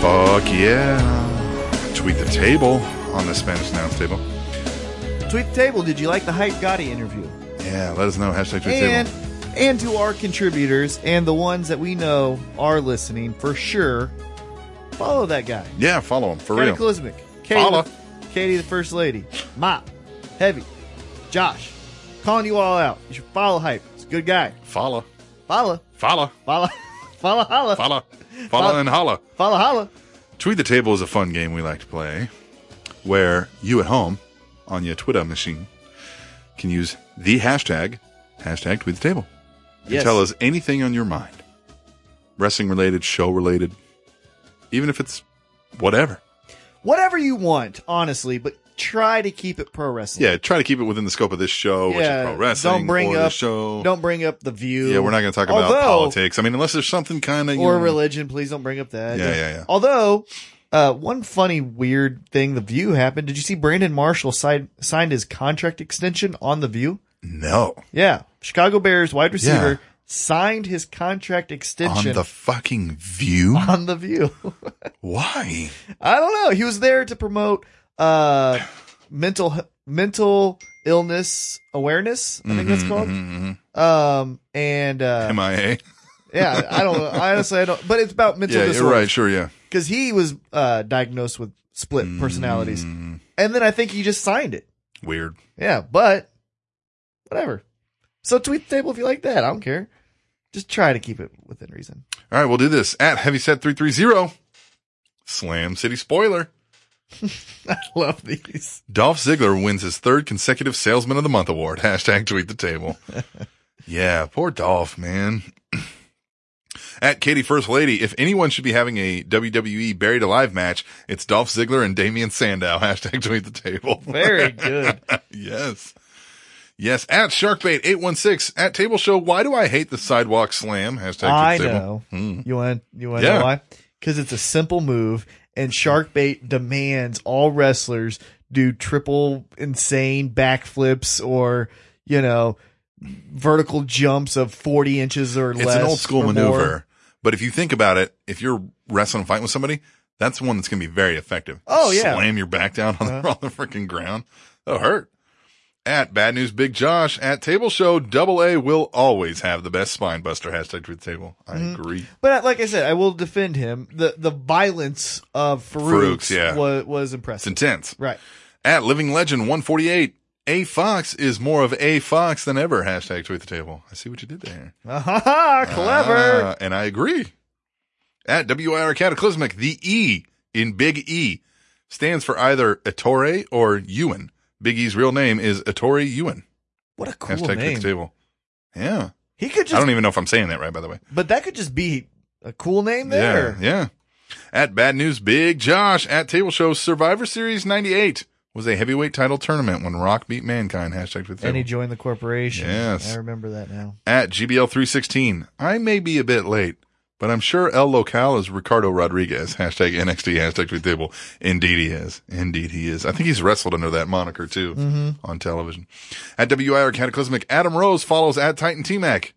S11: Fuck yeah. Tweet the table on the Spanish Nouns table.
S2: Tweet the table. Did you like the Hype Gotti interview?
S11: Yeah, let us know. Hashtag tweet the
S2: and
S11: table.
S2: and to our contributors and the ones that we know are listening for sure. Follow that guy,
S11: Yeah, follow him for
S2: Gary
S11: real.
S2: Klismic, Katie,
S11: Follow.
S2: Katie the First Lady, Mop, Heavy, Josh, calling you all out. You should follow Hype. It's a good guy.
S11: Follow.
S2: Follow.
S11: Follow.
S2: Follow. Follow. Holla.
S11: Follow. Follow and holla.
S2: Follow. Holla.
S11: Tweet the Table is a fun game we like to play where you at home on your Twitter machine can use the hashtag, hashtag tweet the table. You
S15: Yes.
S11: can tell us anything on your mind, wrestling related, show related, even if it's whatever.
S2: Whatever you want, honestly, but try to keep it pro wrestling.
S11: Yeah, try to keep it within the scope of this show, which is pro wrestling.
S2: don't bring
S11: or
S2: up
S11: the show.
S2: Don't bring up the view.
S11: yeah, we're not going to talk about
S2: Although-
S11: politics. I mean, unless there's something kind of
S2: or religion. Please don't bring up that.
S11: Yeah, yeah, yeah.
S2: Although, uh, one funny, weird thing the View happened. Did you see Brandon Marshall signed signed his contract extension on the View?
S11: No,
S2: Yeah, Chicago Bears wide receiver
S11: Yeah.
S2: signed his contract extension
S11: on the fucking view.
S2: on the View.
S11: Why?
S2: I don't know. He was there to promote uh, mental mental illness awareness. I think that's
S11: Mhm,
S2: called.
S11: mhm, mhm.
S2: Um, and uh,
S11: MIA.
S2: yeah, I don't. know. I honestly, I don't. But it's about mental.
S11: Yeah, you're
S2: disorders.
S11: right. Sure, yeah.
S2: because he was uh, diagnosed with split
S11: Mm-hmm.
S2: personalities, and then I think he just signed it.
S11: Weird.
S2: Yeah, but whatever. So tweet the table if you like that. I don't care. Just try to keep it within reason.
S11: All right, we'll do this at Heavyset330. Slam City spoiler.
S2: I love these.
S11: Dolph Ziggler wins his third consecutive Salesman of the Month award. Hashtag tweet the table. yeah, poor Dolph, man. at Katie First Lady, if anyone should be having a WWE Buried Alive match, it's Dolph Ziggler and Damian Sandow. Hashtag tweet the table.
S2: Very good.
S11: yes. Yes, at Sharkbait816, at Table Show, why do I hate the sidewalk slam? Hashtag tweet the
S2: I
S11: table.
S2: know.
S11: Hmm.
S2: You want you want to
S11: Yeah.
S2: know why? Because it's a simple move, and shark bait demands all wrestlers do triple insane backflips or you know vertical jumps of forty inches or less.
S11: It's an old school
S2: or more.
S11: maneuver, but if you think about it, if you're wrestling, fighting with somebody, that's one that's going to be very effective.
S2: Oh, yeah.
S11: slam your back down on the, on the freaking ground. That'll hurt. At Bad News Big Josh at Table Show Double A will always have the best spine buster hashtag tweet the table. I
S2: Mhm.
S11: agree.
S2: But I- like I said, I will defend him. the The violence of Farouk's,
S11: Farouk's, yeah.
S2: was, was
S11: It's
S2: impressive.
S11: intense.
S2: Right.
S11: At Living Legend 148, A Fox is more of A Fox than ever hashtag tweet the table. I see what you did there.
S2: Ah, clever.
S11: Ah, and I agree. At WIR Cataclysmic, the E in Big E stands for either Ettore or Ewan. Big E's real name is Ettore Ewan.
S2: What a cool
S11: Hashtag tweet
S2: name.
S11: the table. Yeah.
S2: He could
S11: I
S2: just,
S11: don't even know if I'm saying that right, by the way.
S2: but that could just be a cool name there.
S11: Yeah. Yeah. At Bad News Big Josh at Table Show Survivor Series 98 was a heavyweight title tournament when Rock beat Mankind. Hashtag tweet the
S2: And
S11: table.
S2: he joined the corporation.
S11: Yes.
S2: I remember that now.
S11: at GBL316. I may be a bit late, but I'm sure El Local is Ricardo Rodriguez. Hashtag NXT, hashtag tweet table. Indeed he is. Indeed he is. I think he's wrestled under that moniker too
S2: Mhm.
S11: on television. At WIR Cataclysmic, Adam Rose follows at Titan T Mac.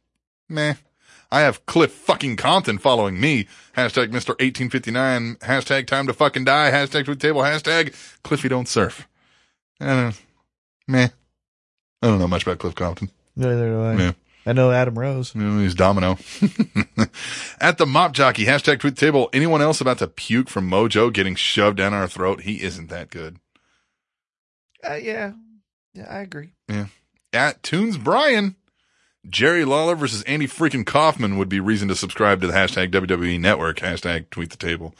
S11: Meh. I have Cliff fucking Compton following me. Hashtag Mr. 1859. Hashtag time to fucking die. Hashtag tweet table. Hashtag Cliffy don't surf. I don't Meh. I don't know much about Cliff Compton.
S3: Neither do I.
S11: Yeah.
S3: I know Adam Rose.
S11: No, Mm, he's Domino. At the mop jockey, hashtag tweet table. Anyone else about to puke from Mojo getting shoved down our throat? He isn't that good.
S3: Uh, yeah. Yeah, I agree.
S11: Yeah. At Tunes Brian, Jerry Lawler versus Andy freaking Kaufman would be reason to subscribe to the hashtag WWE Network hashtag Tweet the Table.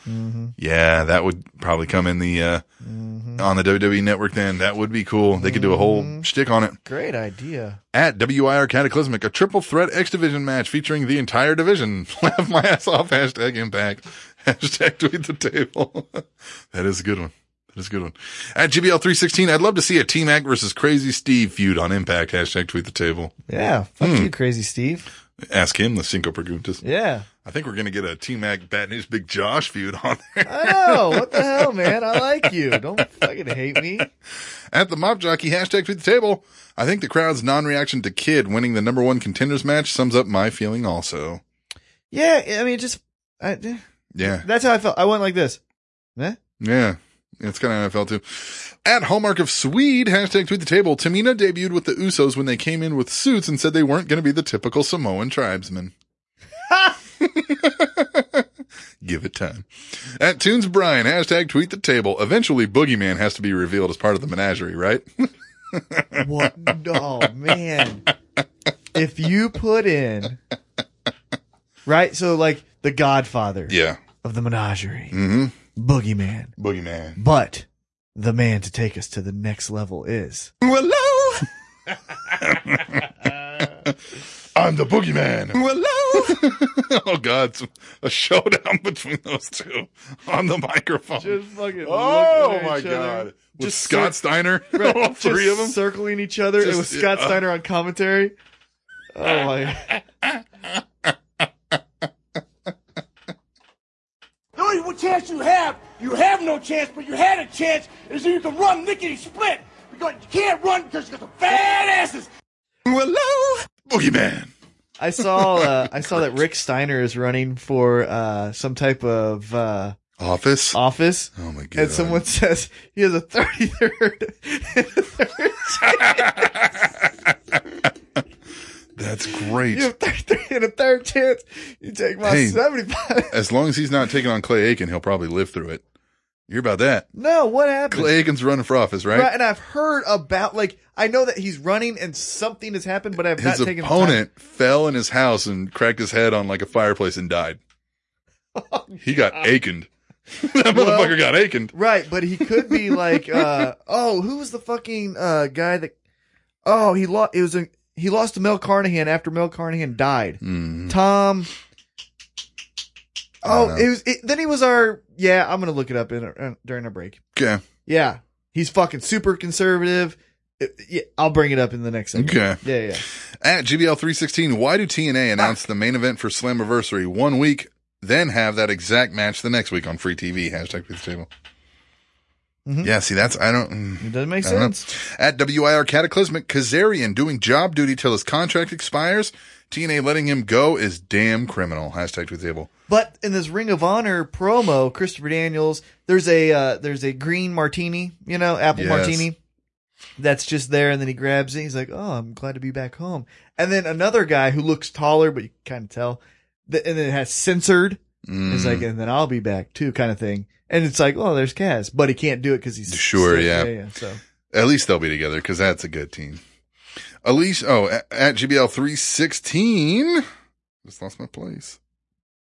S11: Yeah, that would probably come in the uh, on the WWE Network. Then that would be cool. They could do a whole shtick on it.
S3: Great idea.
S11: At WIR Cataclysmic, a triple threat X Division match featuring the entire division. Laugh my ass off. Hashtag impact. Hashtag tweet the table. that is a good one. That is a good one. At GBL316, I'd love to see a T Mac versus Crazy Steve feud on impact. Hashtag tweet the table.
S3: Yeah. Fuck
S11: Hmm.
S3: you, Crazy Steve.
S11: Ask him the Cinco Preguntas.
S3: Yeah.
S11: I think we're going to get a T Mac Bad News Big Josh feud on there.
S3: I know. What the hell, man? I like you. Don't fucking hate me.
S11: At the Mop Jockey, hashtag tweet the table. I think the crowd's non reaction to Kid winning the number one contenders match sums up my feeling also.
S3: Yeah. I mean, just. I,
S11: Yeah.
S3: That's how I felt. I went like this. Eh?
S11: Yeah. It's kind of how I felt too. At Hallmark of Swede, hashtag tweet the table, Tamina debuted with the Usos when they came in with suits and said they weren't going to be the typical Samoan tribesmen. Give it time. At Toons Brian, hashtag tweet the table. Eventually, Boogeyman has to be revealed as part of the menagerie, right?
S3: What? Oh man! If you put in right, so like the Godfather
S11: yeah.
S3: of the menagerie,
S11: Mm-hmm.
S3: boogeyman,
S11: Boogeyman.
S3: but the man to take us to the next level is
S16: Hello.
S11: I'm the Boogeyman.
S16: Hello.
S11: oh, God. it's A showdown between those two on the microphone.
S3: just fucking.
S11: oh, my God. With
S3: Just
S11: Scott
S3: cir-
S11: Steiner, all three of them.
S3: circling each other.
S11: Just-
S3: it was Scott
S11: yeah. uh.
S3: Steiner on commentary. Oh my!
S17: The only one chance you have, you have no chance, but you had a chance, is you can run nickety split. Because you can't run because you got the fat asses.
S16: Hello.
S11: Boogeyman.
S3: I saw uh, I saw that Rick Steiner is running for uh, some type of uh,
S11: office.
S3: Office.
S11: Oh my
S3: And someone says he has a thirty third.
S11: That's great.
S3: You have thirty three and a third chance. You take my
S11: Hey.
S3: seventy five.
S11: As long as he's not taking on Clay Aiken, he'll probably live through it. You hear about that?
S3: No, what happened?
S11: Clay Aiken's running for office, right?
S3: And I've heard about like I know that he's running and something has happened, but I've
S11: His
S3: not taken the
S11: opponent fell in his house and cracked his head on like a fireplace and died. he got Aikened. that
S3: Oh, Well-
S11: motherfucker got Aikened.
S3: time. Right, but he could be like, uh, oh, who was the fucking uh, guy that? Oh, he lost. It was a, he lost to Mel Carnahan after Mel Carnahan died.
S11: Mm-hmm.
S3: Tom. Oh, it was. It, then he was our. Yeah, I'm gonna look it up in uh, during our break.
S11: Okay.
S3: Yeah, he's fucking super conservative. Uh, yeah, I'll bring it up in the next segment.
S11: Okay.
S3: Yeah, yeah.
S11: At GBL316, why do TNA announce the main event for Slammiversary one week, then have that exact match the next week on free TV? Hashtag with the table. Yeah, see, that's, I don't. mm.
S3: It doesn't make
S11: I don't know.
S3: sense.
S11: At WIR Cataclysmic, Kazarian doing job duty till his contract expires. TNA letting him go is damn criminal. Hashtag tweet the table.
S3: But in this Ring of Honor promo, Christopher Daniels, there's a uh, there's a green martini, you know, apple
S11: Yes.
S3: martini. That's just there, and then he grabs it. He's like, "Oh, I'm glad to be back home." And then another guy who looks taller, but you kind of tell, th- and then it has censored. It's like,
S11: Mm.
S3: and then I'll be back too, kind of thing. And it's like, oh, there's Kaz, but he can't do it because he's
S11: Sure,
S3: sick.
S11: yeah.
S3: So
S11: At least they'll be together because that's a good team. Elise, oh, at, at GBL316. Just lost my place.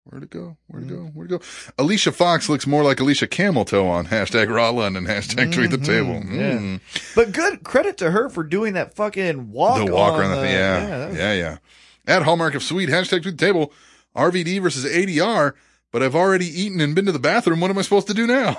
S11: Where'd it go? Where'd it go?
S3: Mm-hmm.
S11: Where'd it go? Alicia Fox looks more like Alicia Camel Toe on hashtag Raw London, hashtag tweet the table.
S3: Mm-hmm. yeah.
S11: Mm.
S3: But good credit to her for doing that fucking walk.
S11: the walk
S3: on
S11: around the thing. Yeah.
S3: that was-
S11: yeah, yeah. At Hallmark of Sweet, hashtag to the table, RVD versus ADR, but I've already eaten and been to the bathroom. What am I supposed to do now?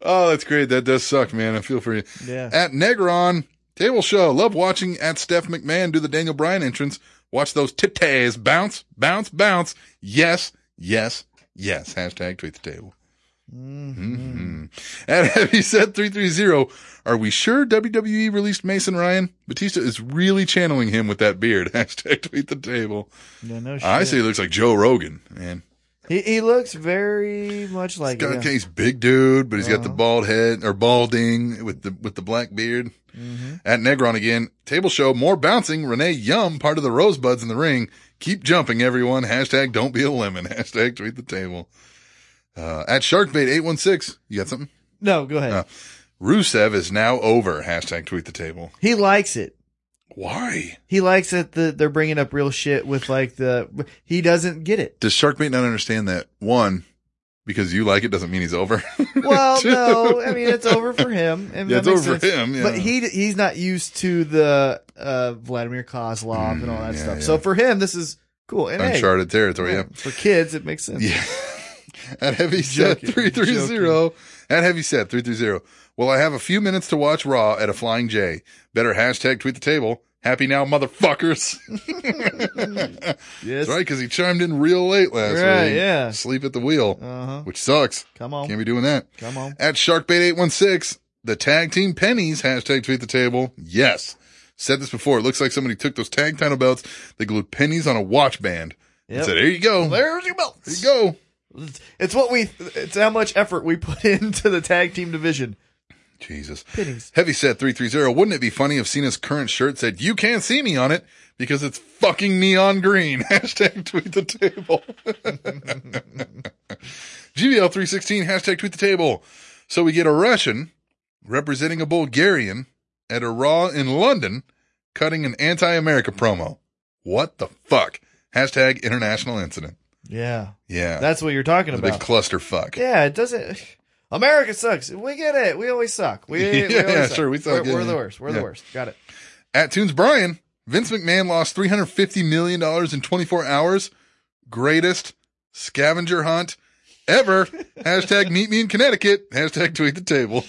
S11: oh, that's great. That does suck, man. I feel for you.
S3: Yeah.
S11: At Negron, table show. Love watching at Steph McMahon do the Daniel Bryan entrance. Watch those titties bounce, bounce, bounce. Yes, yes, yes. Hashtag tweet the table. Mhm. At Heavy Set 330, are we sure WWE released Mason Ryan? Batista is really channeling him with that beard. Hashtag tweet the table.
S3: Yeah, no
S11: I
S3: shit.
S11: say he looks like Joe Rogan, man.
S3: He, he looks very much like
S11: Got
S3: him.
S11: he's big dude, but he's
S3: Uh-huh.
S11: got the bald head or balding with the with the black beard.
S3: Mm-hmm.
S11: At Negron again, table show, more bouncing. Renee Yum, part of the Rosebuds in the ring. Keep jumping, everyone. Hashtag don't be a lemon. Hashtag tweet the table. Uh, at Sharkbait816, you got something?
S3: No, go ahead.
S11: Uh, Rusev is now over. Hashtag tweet the table.
S3: He likes it.
S11: Why?
S3: He likes that the, they're bringing up real shit with like the. He doesn't get it.
S11: Does Sharkbait not understand that? One, because you like it doesn't mean he's over.
S3: Well,
S11: Two-
S3: no, I mean it's over for him. And
S11: Yeah,
S3: that
S11: it's
S3: makes
S11: over
S3: sense.
S11: him, yeah.
S3: But he he's not used to the uh, Vladimir Kozlov and all that
S11: yeah,
S3: stuff.
S11: Mm, yeah.
S3: So for him, this is cool. And hey,
S11: Uncharted territory. Yeah.
S3: for kids, it makes sense.
S11: Yeah. at heavy set
S3: Joking,
S11: 330 at heavy set 330 well i have a few minutes to watch raw at a flying j better hashtag tweet the table happy now motherfuckers
S3: yes
S11: right because he chimed in real late last
S3: Right,
S11: week
S3: yeah.
S11: sleep at the wheel
S3: Uh-huh.
S11: which sucks
S3: Come on.
S11: can't be doing that
S3: Come on.
S11: at sharkbait816 the tag team pennies hashtag tweet the table yes said this before it looks like somebody took those tag title belts they glued pennies on a watch band and
S3: Yep.
S11: said here you go
S3: There's your belts.
S11: there you go
S3: It's what we. It's how much effort we put into the tag team division.
S11: Jesus.
S3: Pennies.
S11: Heavy set 330. Wouldn't it be funny if Cena's current shirt said, You can't see me on it because it's fucking neon green? Hashtag tweet the table. GBL316, hashtag tweet the table. So we get a Russian representing a Bulgarian at a Raw in London cutting an anti America promo. What the fuck? Hashtag international incident.
S3: Yeah,
S11: Yeah.
S3: that's what you're talking
S11: It's a
S3: about.
S11: big clusterfuck.
S3: Yeah, it doesn't. America sucks. We get it. We always suck. We, we
S11: Yeah,
S3: always
S11: yeah,
S3: suck.
S11: sure, we suck,
S3: We're,
S11: yeah,
S3: we're
S11: yeah.
S3: the worst. We're
S11: Yeah.
S3: the worst. Got it.
S11: At Tunes Brian, Vince McMahon lost $350 million in 24 hours. Greatest scavenger hunt ever. Hashtag meet me in Connecticut. Hashtag tweet the table.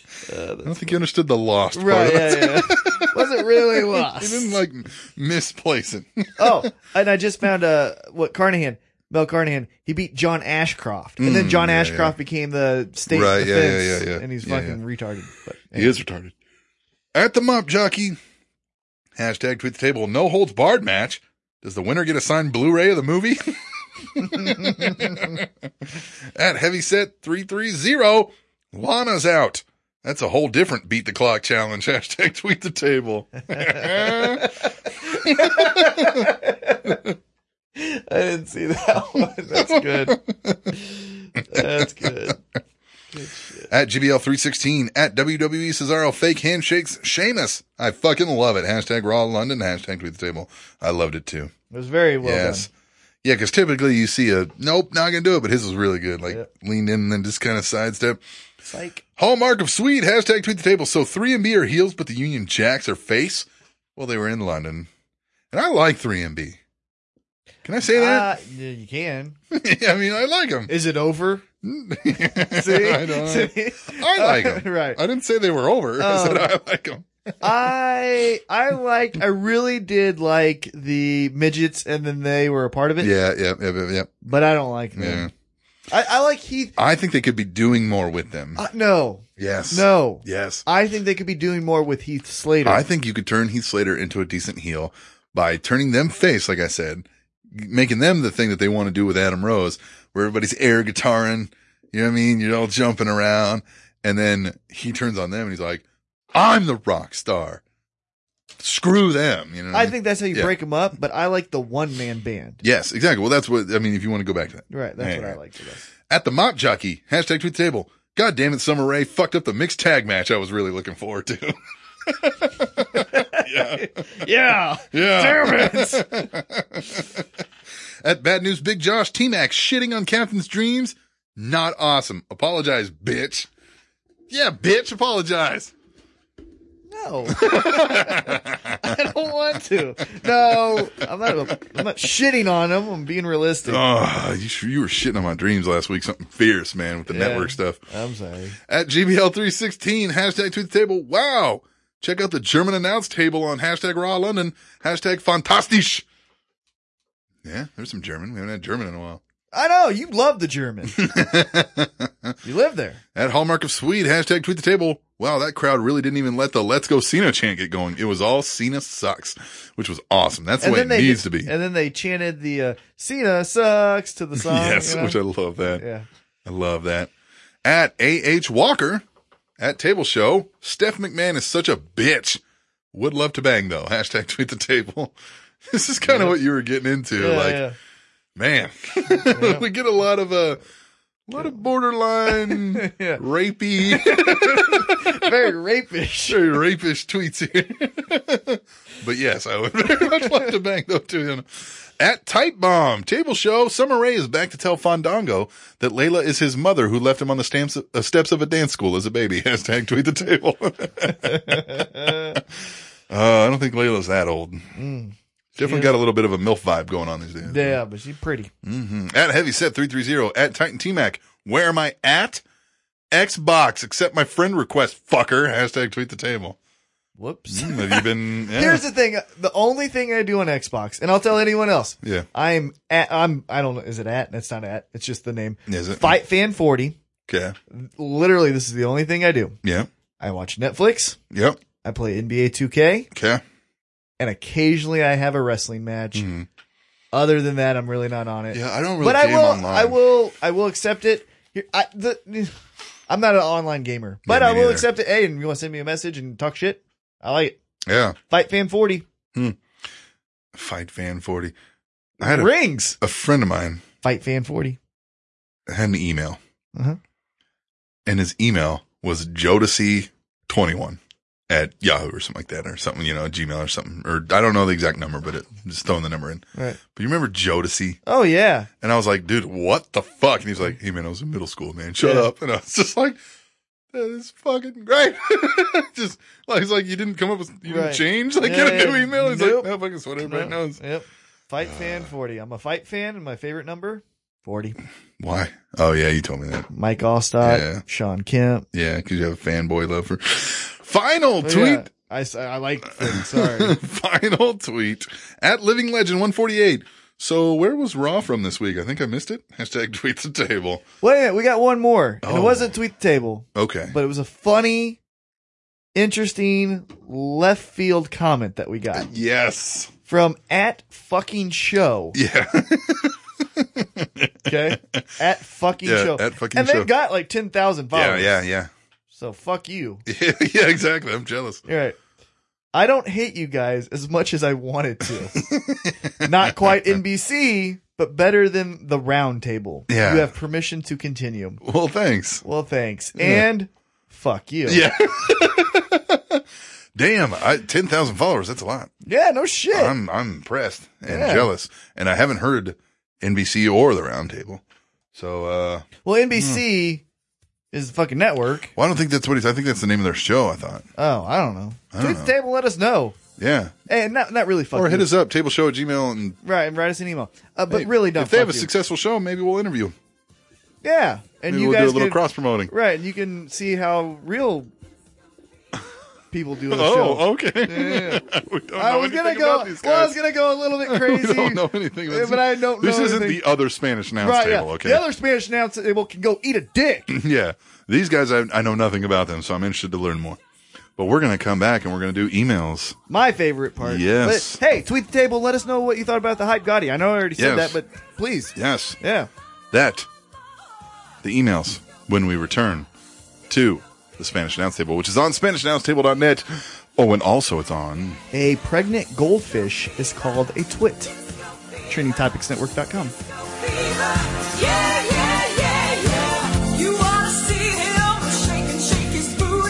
S3: Uh,
S11: I don't think you understood the lost
S3: Right.
S11: part. of
S3: Yeah,
S11: it.
S3: yeah. Wasn't really
S11: you
S3: lost.
S11: didn't like misplace it.
S3: oh, and I just found uh what Carnahan, Mel Carnahan, he beat John Ashcroft, and then
S11: Mm,
S3: John
S11: yeah,
S3: Ashcroft became the state
S11: Right, yeah, yeah,
S3: defense,
S11: yeah, yeah.
S3: and he's
S11: Yeah,
S3: fucking retarded. But
S11: He is retarded. At the mop jockey. Hashtag tweet the table. No holds barred match. Does the winner get a signed Blu-ray of the movie? At heavyset three three zero. Lana's out. That's a whole different beat the clock challenge. Hashtag tweet the table.
S3: I didn't see that one. That's good. That's good.
S11: At GBL316, at WWE Cesaro fake handshakes, Sheamus. I fucking love it. Hashtag Raw London, hashtag tweet the table. I loved it too.
S3: It was very well
S11: yes. Yeah, because typically you see a nope, not gonna do it, but his was really good. Like leaned in and then just kind of sidestep.
S3: done. Psych.
S11: Hallmark of Swede, hashtag tweet the table. So three and B are heels, but the Union Jacks are face. Well, they were in London. And I like three and B. Can I say that?
S3: Uh, yeah, you can.
S11: I mean, I like them.
S3: Is it over?
S11: See? I, don't,
S3: See?
S11: I like them.
S3: right.
S11: I didn't say they were over. I said
S3: Oh.
S11: I like them.
S3: I I liked I really did like the midgets and then they were a part of it.
S11: Yeah, yeah, yeah, yeah, yeah.
S3: But I don't like them.
S11: yeah.
S3: I, I like Heath
S11: I think they could be doing more with them.
S3: uh, no.
S11: yes.
S3: No.
S11: Yes.
S3: I think they could be doing more with Heath Slater.
S11: I think you could turn Heath Slater into a decent heel by turning them face, like I said, making them the thing that they want to do with Adam Rose, where everybody's air guitaring. You know what I mean? You're all jumping around. And then he turns on them and he's like, I'm the rock star. Screw them. You know what
S3: I
S11: mean?
S3: think that's how you
S11: Yeah.
S3: break them up, but I like the one man band.
S11: Yes, exactly. Well, that's what, I mean, if you want to go back to that.
S3: Right, that's what I
S11: Anyway.
S3: like the best.
S11: At the mop jockey, hashtag tweet the table. God damn it, Summer Rae fucked up the mixed tag match I was really looking forward to. yeah.
S3: Yeah.
S11: Yeah.
S3: Damn it.
S11: At Bad News Big Josh, T Mac shitting on Captain's dreams. Not awesome. Apologize, bitch. Yeah, bitch, apologize.
S3: No. I don't want to. No. I'm not I'm not shitting on them. I'm being realistic.
S11: Oh, you, sh- you were shitting on my dreams last week. Something fierce, man, with the
S3: Yeah.
S11: network stuff.
S3: I'm sorry.
S11: At GBL316, hashtag tweet the table. Wow. Check out the German announce table on hashtag Raw London, hashtag Fantastisch. Yeah, there's some German. We haven't had German in a while.
S3: I know you love the German. you live there.
S11: At Hallmark of Swede, hashtag tweet the table. Wow, that crowd really didn't even let the "Let's Go Cena" chant get going. It was all Cena sucks, which was awesome. That's the way it
S3: they
S11: needs
S3: did-
S11: to be.
S3: And then they chanted the uh, Cena sucks to the song.
S11: yes,
S3: you know?
S11: which I love that.
S3: Yeah.
S11: I love that. At AH Walker at Table Show, Steph McMahon is such a bitch. Would love to bang though. Hashtag tweet the table. This is kind of what you were getting into.
S3: Yeah,
S11: like,
S3: yeah.
S11: man, we get a lot of, uh, a lot of borderline rapey,
S3: very rapish,
S11: very rapish tweets here. but yes, I would very much like to bang though too. you know. At Tight Bomb Table Show, Summer Rae is back to tell Fandango that Layla is his mother who left him on the stamps uh, steps of a dance school as a baby. Hashtag tweet the table. uh, I don't think Layla's that old.
S3: Mm.
S11: Definitely
S3: is.
S11: got a little bit of a MILF vibe going on these days.
S3: Yeah, but she's pretty.
S11: Mm-hmm. At Heavyset330, at Titan T-Mac, where am I at? Xbox, accept my friend request, fucker. Hashtag tweet the table.
S3: Whoops.
S11: Mm, have you been? yeah.
S3: Here's the thing: the only thing I do on Xbox, and I'll tell anyone else,
S11: Yeah.
S3: I'm at, I'm I don't know, is it at? That's not at. It's just the name.
S11: Is it?
S3: Fight Fan Forty?
S11: Okay.
S3: Literally, this is the only thing I do.
S11: Yeah.
S3: I watch Netflix.
S11: Yep.
S3: I play NBA 2K,
S11: Okay.
S3: and occasionally I have a wrestling match. Other than that, I'm really not on it.
S11: Mm-hmm. Yeah, I don't really
S3: But I
S11: game
S3: will.
S11: online.
S3: I will. I will accept it. Here, I, the, I'm not an online gamer, but
S11: me
S3: I will
S11: neither.
S3: accept it. Hey, and you want to send me a message and talk shit? I like it.
S11: Yeah.
S3: Fight Fan 40.
S11: Fight Fan 40. I had a,
S3: Rings.
S11: a friend of mine
S3: Fight Fan 40.
S11: had an email,
S3: Uh-huh.
S11: and his email was Jodeci21 at Yahoo or something like that, or something, you know, Gmail or something. Or I don't know the exact number, but it, just throwing the number in.
S3: Right.
S11: But you remember Jodeci?
S3: Oh yeah.
S11: And I was like, dude, what the fuck? And he's like, hey man, I was in middle school, man. Shut
S3: Yeah.
S11: up. And I was just like, that is fucking great. just like he's like, you didn't come up with you
S3: Right.
S11: didn't change like
S3: Yeah,
S11: get a new
S3: yeah.
S11: email. He's like,
S3: Nope.
S11: no, fuck, it's what everybody
S3: No.
S11: knows. Uh.
S3: Yep. Fight Fan 40. I'm a Fight fan, and my favorite number 40.
S11: Why? Oh yeah, you told me that.
S3: Mike Allstott,
S11: Yeah.
S3: Sean Kemp.
S11: Yeah, because you have a fanboy love for. Final
S3: Oh,
S11: tweet.
S3: yeah. I s- I like things. Sorry.
S11: Final tweet at Living Legend 148. So where was Raw from this week? I think I missed it. Hashtag tweet the table.
S3: Wait a minute, we got one more. And
S11: Oh.
S3: it wasn't tweet the table,
S11: Okay.
S3: but it was a funny, interesting left field comment that we got
S11: Yes.
S3: from at fucking show.
S11: Yeah.
S3: Okay, at fucking
S11: Yeah,
S3: show.
S11: at fucking
S3: and they
S11: show.
S3: got like ten thousand followers.
S11: Yeah, yeah,
S3: So fuck you.
S11: yeah. yeah, exactly. I'm jealous.
S3: All right. I don't hate you guys as much as I wanted to. Not quite NBC, but better than the round table.
S11: Yeah.
S3: You have permission to continue.
S11: Well, thanks.
S3: Well, thanks.
S11: Yeah.
S3: And fuck you.
S11: Yeah. Damn, I, 10,000 followers. That's a lot.
S3: Yeah, no shit.
S11: I'm, I'm impressed and
S3: Yeah.
S11: jealous. And I haven't heard NBC or the roundtable. So, uh,
S3: well, NBC
S11: Hmm.
S3: is the fucking network.
S11: well, I don't think that's what he's, I think that's the name of their show. I thought.
S3: Oh, I don't know.
S11: I don't
S3: Tweet
S11: know.
S3: the table, let us know.
S11: Yeah.
S3: Hey, not not really fuck
S11: Or hit
S3: you.
S11: us up, tableshow at Gmail. And
S3: Right, and write us an email. Uh, but
S11: Hey,
S3: really don't
S11: if they have a
S3: fuck you.
S11: successful show, maybe we'll interview 'em.
S3: Yeah. And
S11: Maybe
S3: you
S11: we'll
S3: guys
S11: do a little
S3: can-
S11: cross promoting.
S3: Right, and you can see how real people do the show.
S11: Oh, okay.
S3: Yeah.
S11: we don't
S3: I
S11: know
S3: was gonna
S11: anything
S3: go.
S11: about these
S3: Well, I was
S11: guys.
S3: gonna go a little bit crazy.
S11: we don't know anything.
S3: Yeah, but I don't
S11: This
S3: know
S11: isn't
S3: anything.
S11: the other Spanish announce
S3: Right,
S11: table,
S3: yeah.
S11: okay?
S3: The other Spanish announce table can go eat a dick.
S11: yeah. These guys, I, I know nothing about them, so I'm interested to learn more. But we're going to come back and we're going to do emails.
S3: My favorite part.
S11: Yes.
S3: But, hey, tweet the table. Let us know what you thought about the hype Gotti. I know I already said
S11: Yes.
S3: that, but please.
S11: Yes.
S3: Yeah.
S11: That. The emails when we return to the Spanish Announce Table, which is on SpanishAnnounceTable.net. Oh, and also it's on.
S3: A pregnant goldfish is called a twit. TrainingTopicsNetwork.com.
S17: You ought to see him shake and shake his booty.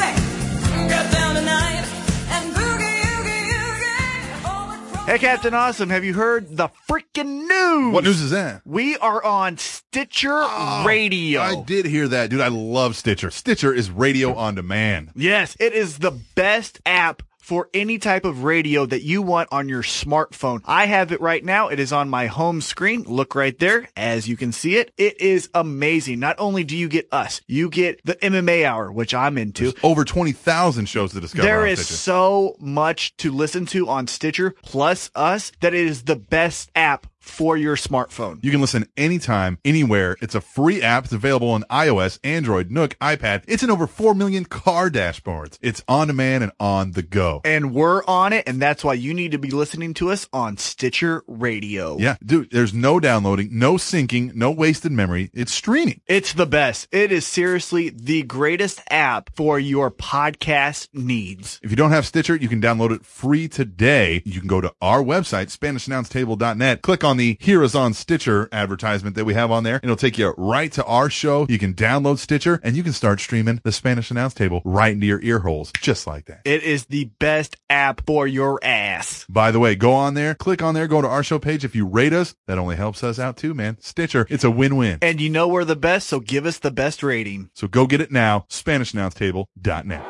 S17: Get down tonight and boogie, oogie, oogie.
S2: Hey, Captain Awesome, have you heard the freaking news?
S11: What news is that?
S2: We are on Stitcher Radio.
S11: I did hear that, dude. I love Stitcher. Stitcher is radio on demand.
S2: Yes, it is the best app for any type of radio that you want on your smartphone. I have it right now. It is on my home screen. Look right there as you can see it. It is amazing. Not only do you get us, you get the MMA hour, which I'm into.
S11: Over 20,000 shows to discover.
S2: There
S11: on
S2: is
S11: Stitcher.
S2: so much to listen to on Stitcher plus us that it is the best app for your smartphone.
S11: You can listen anytime, anywhere. It's a free app. It's available on iOS, Android, Nook, iPad. It's in over 4 million car dashboards. It's on demand and on the go.
S1: And we're on it, and that's why you need to be listening to us on Stitcher Radio.
S11: Yeah, dude, there's no downloading, no syncing, no wasted memory. It's streaming.
S1: It's the best. It is seriously the greatest app for your podcast needs.
S11: If you don't have Stitcher, you can download it free today. You can go to our website, SpanishAnnounceTable.net, click on the Here is on Stitcher advertisement that we have on there, and it'll take you right to our show. You can download Stitcher and you can start streaming the Spanish Announce Table right into your ear holes, just like that.
S1: It is the best app for your ass.
S11: By the way, go on there, click on there, go to our show page. If you rate us, that only helps us out too, man. Stitcher, it's a win win.
S1: And you know we're the best, so give us the best rating.
S11: So go get it now, SpanishAnnounceTable.net.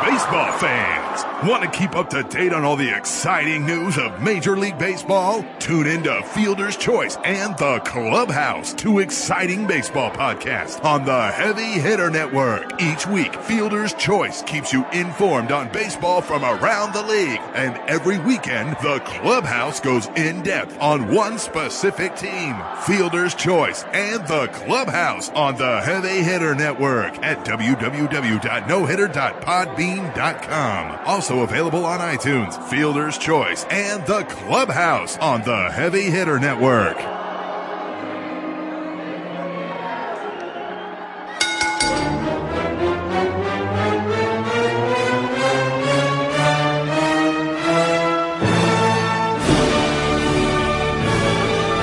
S18: Baseball fans, want to keep up to date on all the exciting news of Major League Baseball? Tune in to Fielder's Choice and The Clubhouse, two exciting baseball podcasts on the Heavy Hitter Network. Each week, Fielder's Choice keeps you informed on baseball from around the league. And every weekend, The Clubhouse goes in depth on one specific team. Fielder's Choice and The Clubhouse on the Heavy Hitter Network at www.nohitter.podbean.com. Also available on iTunes, Fielder's Choice, and The Clubhouse on the Heavy Hitter Network.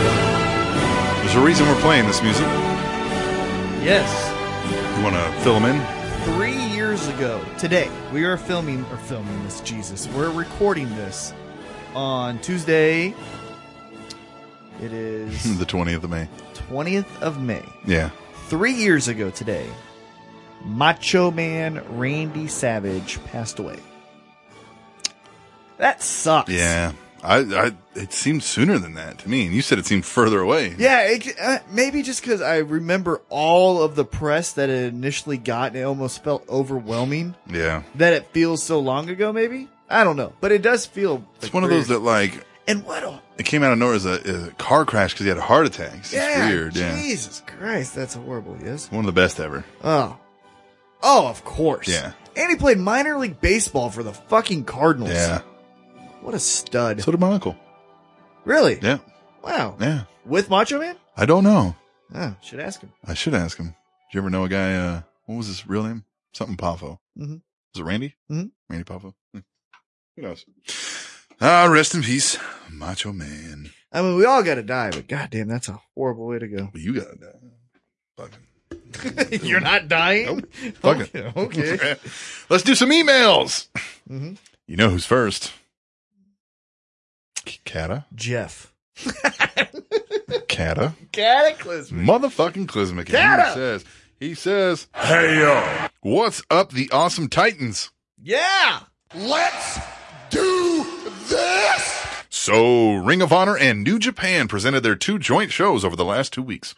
S11: There's a reason we're playing this music.
S3: Yes.
S11: You want to fill them in?
S2: Three years ago today, we are filming or filming this. Jesus, we're recording this on Tuesday. It is
S11: the 20th of May.
S2: 20th of May.
S11: Yeah.
S2: Three years ago today, Macho Man Randy Savage passed away. That sucks.
S11: Yeah. I, I, it seemed sooner than that to me. And you said it seemed further away.
S2: Yeah, it, uh, maybe just because I remember all of the press that it initially got, and it almost felt overwhelming
S11: Yeah.
S2: that it feels so long ago. Maybe I don't know, but it does feel.
S11: It's one of those that like
S2: And what a
S11: it came out of nowhere as a, as a car crash because he had a heart attack. It's just
S2: yeah,
S11: weird. Yeah.
S2: Jesus Christ, that's horrible. Yes.
S11: One of the best ever.
S2: Oh, oh, of course.
S11: Yeah.
S2: And he played minor league baseball for the fucking Cardinals.
S11: Yeah.
S2: What a stud.
S11: So did my uncle.
S2: Really?
S11: Yeah.
S2: Wow.
S11: Yeah.
S2: With Macho Man?
S11: I don't know.
S2: Oh, should ask him.
S11: I should ask him. Did you ever know a guy? Uh, what was his real name? Something Poffo.
S2: Mhm.
S11: Was it Randy?
S2: Mhm.
S11: Randy Poffo. Hmm. Who knows? Ah, rest in peace, Macho Man.
S2: I mean, we all got to die, but goddamn, that's a horrible way to go.
S11: Well, you gotta die. Fucking.
S2: You're not dying?
S11: Fuck
S2: okay.
S11: it.
S2: okay.
S11: Let's do some emails.
S2: Mhm.
S11: You know who's first? Kata.
S2: Jeff.
S11: Kata.
S2: Cataclysm.
S11: Motherfucking Clismic. He
S2: Kata!
S11: says, he says, hey yo, what's up, the awesome Titans?
S2: Yeah.
S18: Let's do this!
S11: So, Ring of Honor and New Japan presented their two joint shows over the last two weeks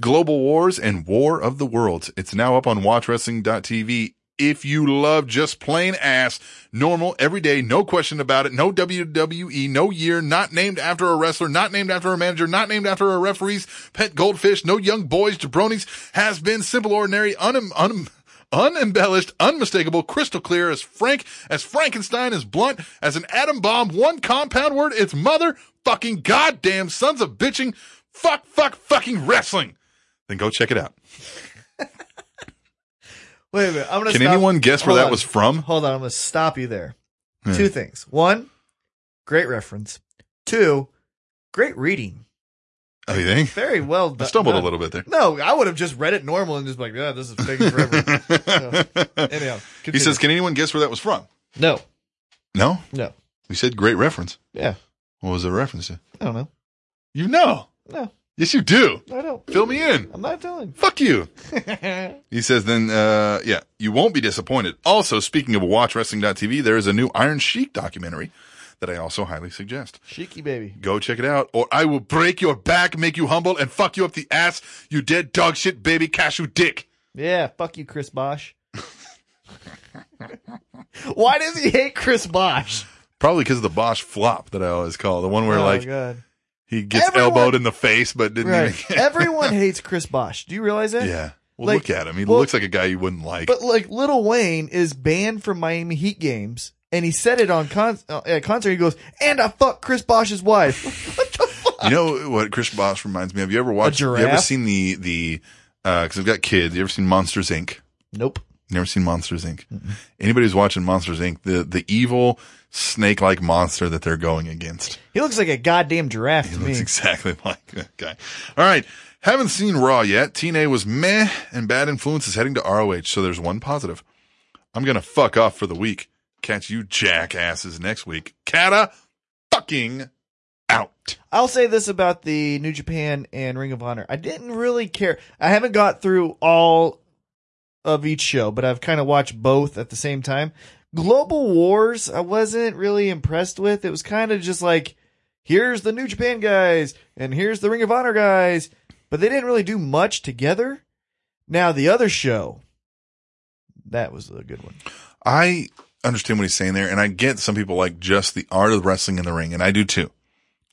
S11: Global Wars and War of the Worlds. It's now up on watchwrestling.tv. If you love just plain ass, normal, everyday, no question about it, no WWE, no year, not named after a wrestler, not named after a manager, not named after a referee's pet goldfish, no young boys, jabronis, has been simple, ordinary, un, un, unembellished, unmistakable, crystal clear, as frank as Frankenstein, as blunt as an atom bomb, one compound word, it's mother fucking goddamn sons of bitching, fuck, fuck, fucking wrestling. Then go check it out.
S2: Wait a minute. I'm gonna
S11: Can
S2: stop-
S11: anyone guess where
S2: Hold
S11: that
S2: on.
S11: was from? Hmm.
S2: Hold on. I'm going to stop you there.
S11: Yeah.
S2: Two things. One, great reference. Two, great reading.
S11: Oh, you think?
S2: Very well
S11: I
S2: done.
S11: stumbled a
S2: done.
S11: little bit there.
S2: No, I would have just read it normal and just been like, yeah, this is taking forever. So, anyhow,
S11: He
S2: continue.
S11: says, Can anyone guess where that was from?
S2: no,
S11: No?
S2: no.
S11: You said great reference.
S2: Yeah.
S11: What was the reference to?
S2: I don't know.
S11: You know.
S2: No,
S11: Yes, you do.
S2: I don't.
S11: Fill me in.
S2: I'm not telling.
S11: Fuck you.
S2: yeah.
S11: He says, then, uh, yeah, you won't be disappointed. Also, speaking of watchwrestling.tv, there is a new Iron Sheik documentary that I also highly suggest.
S2: Cheeky baby.
S11: Go check it out, or I will break your back, make you humble, and fuck you up the ass, you dead dog shit baby cashew dick.
S2: Yeah, fuck you, Chris Bosch. Why does he hate Chris Bosch?
S11: Probably because of the Bosch flop that I always call the one where
S2: Oh,
S11: like
S2: God.
S11: he gets
S2: Everyone-
S11: elbowed in the face but didn't
S2: Right.
S11: even. Get,
S2: Everyone hates Chris Bosch. Do you realize that?
S11: yeah. Well,
S2: Like,
S11: look at him. He
S2: well-
S11: looks like a guy you wouldn't like.
S2: But like Little Wayne is banned from Miami Heat games, and he said it on con- uh, at a concert. He goes, "And I fuck Chris Bosch's wife."
S11: You know what Chris Bosch reminds me of? You ever watched? You ever
S2: giraffe?
S11: seen the the? Because I've got kids. You ever seen Monsters Inc?
S2: nope.
S11: Never seen Monsters Inc. Anybody who's watching Monsters Inc. The the evil snake like monster that they're going against.
S2: He looks like a goddamn giraffe to
S11: He looks
S2: me.
S11: exactly like that guy. All right. Haven't seen Raw yet. TNA was meh and bad influence is heading to ROH. So there's one positive. I'm going to fuck off for the week. Catch you jackasses next week. Kata fucking out.
S2: I'll say this about the New Japan and Ring of Honor. I didn't really care. I haven't got through all of each show, but I've kind of watched both at the same time. Global Wars, I wasn't really impressed with. It was kind of just like, here's the New Japan guys and here's the Ring of Honor guys, but they didn't really do much together. Now the other show, that was a good one.
S11: I understand what he's saying there, and I get some people like just the art of wrestling in the ring, and I do too.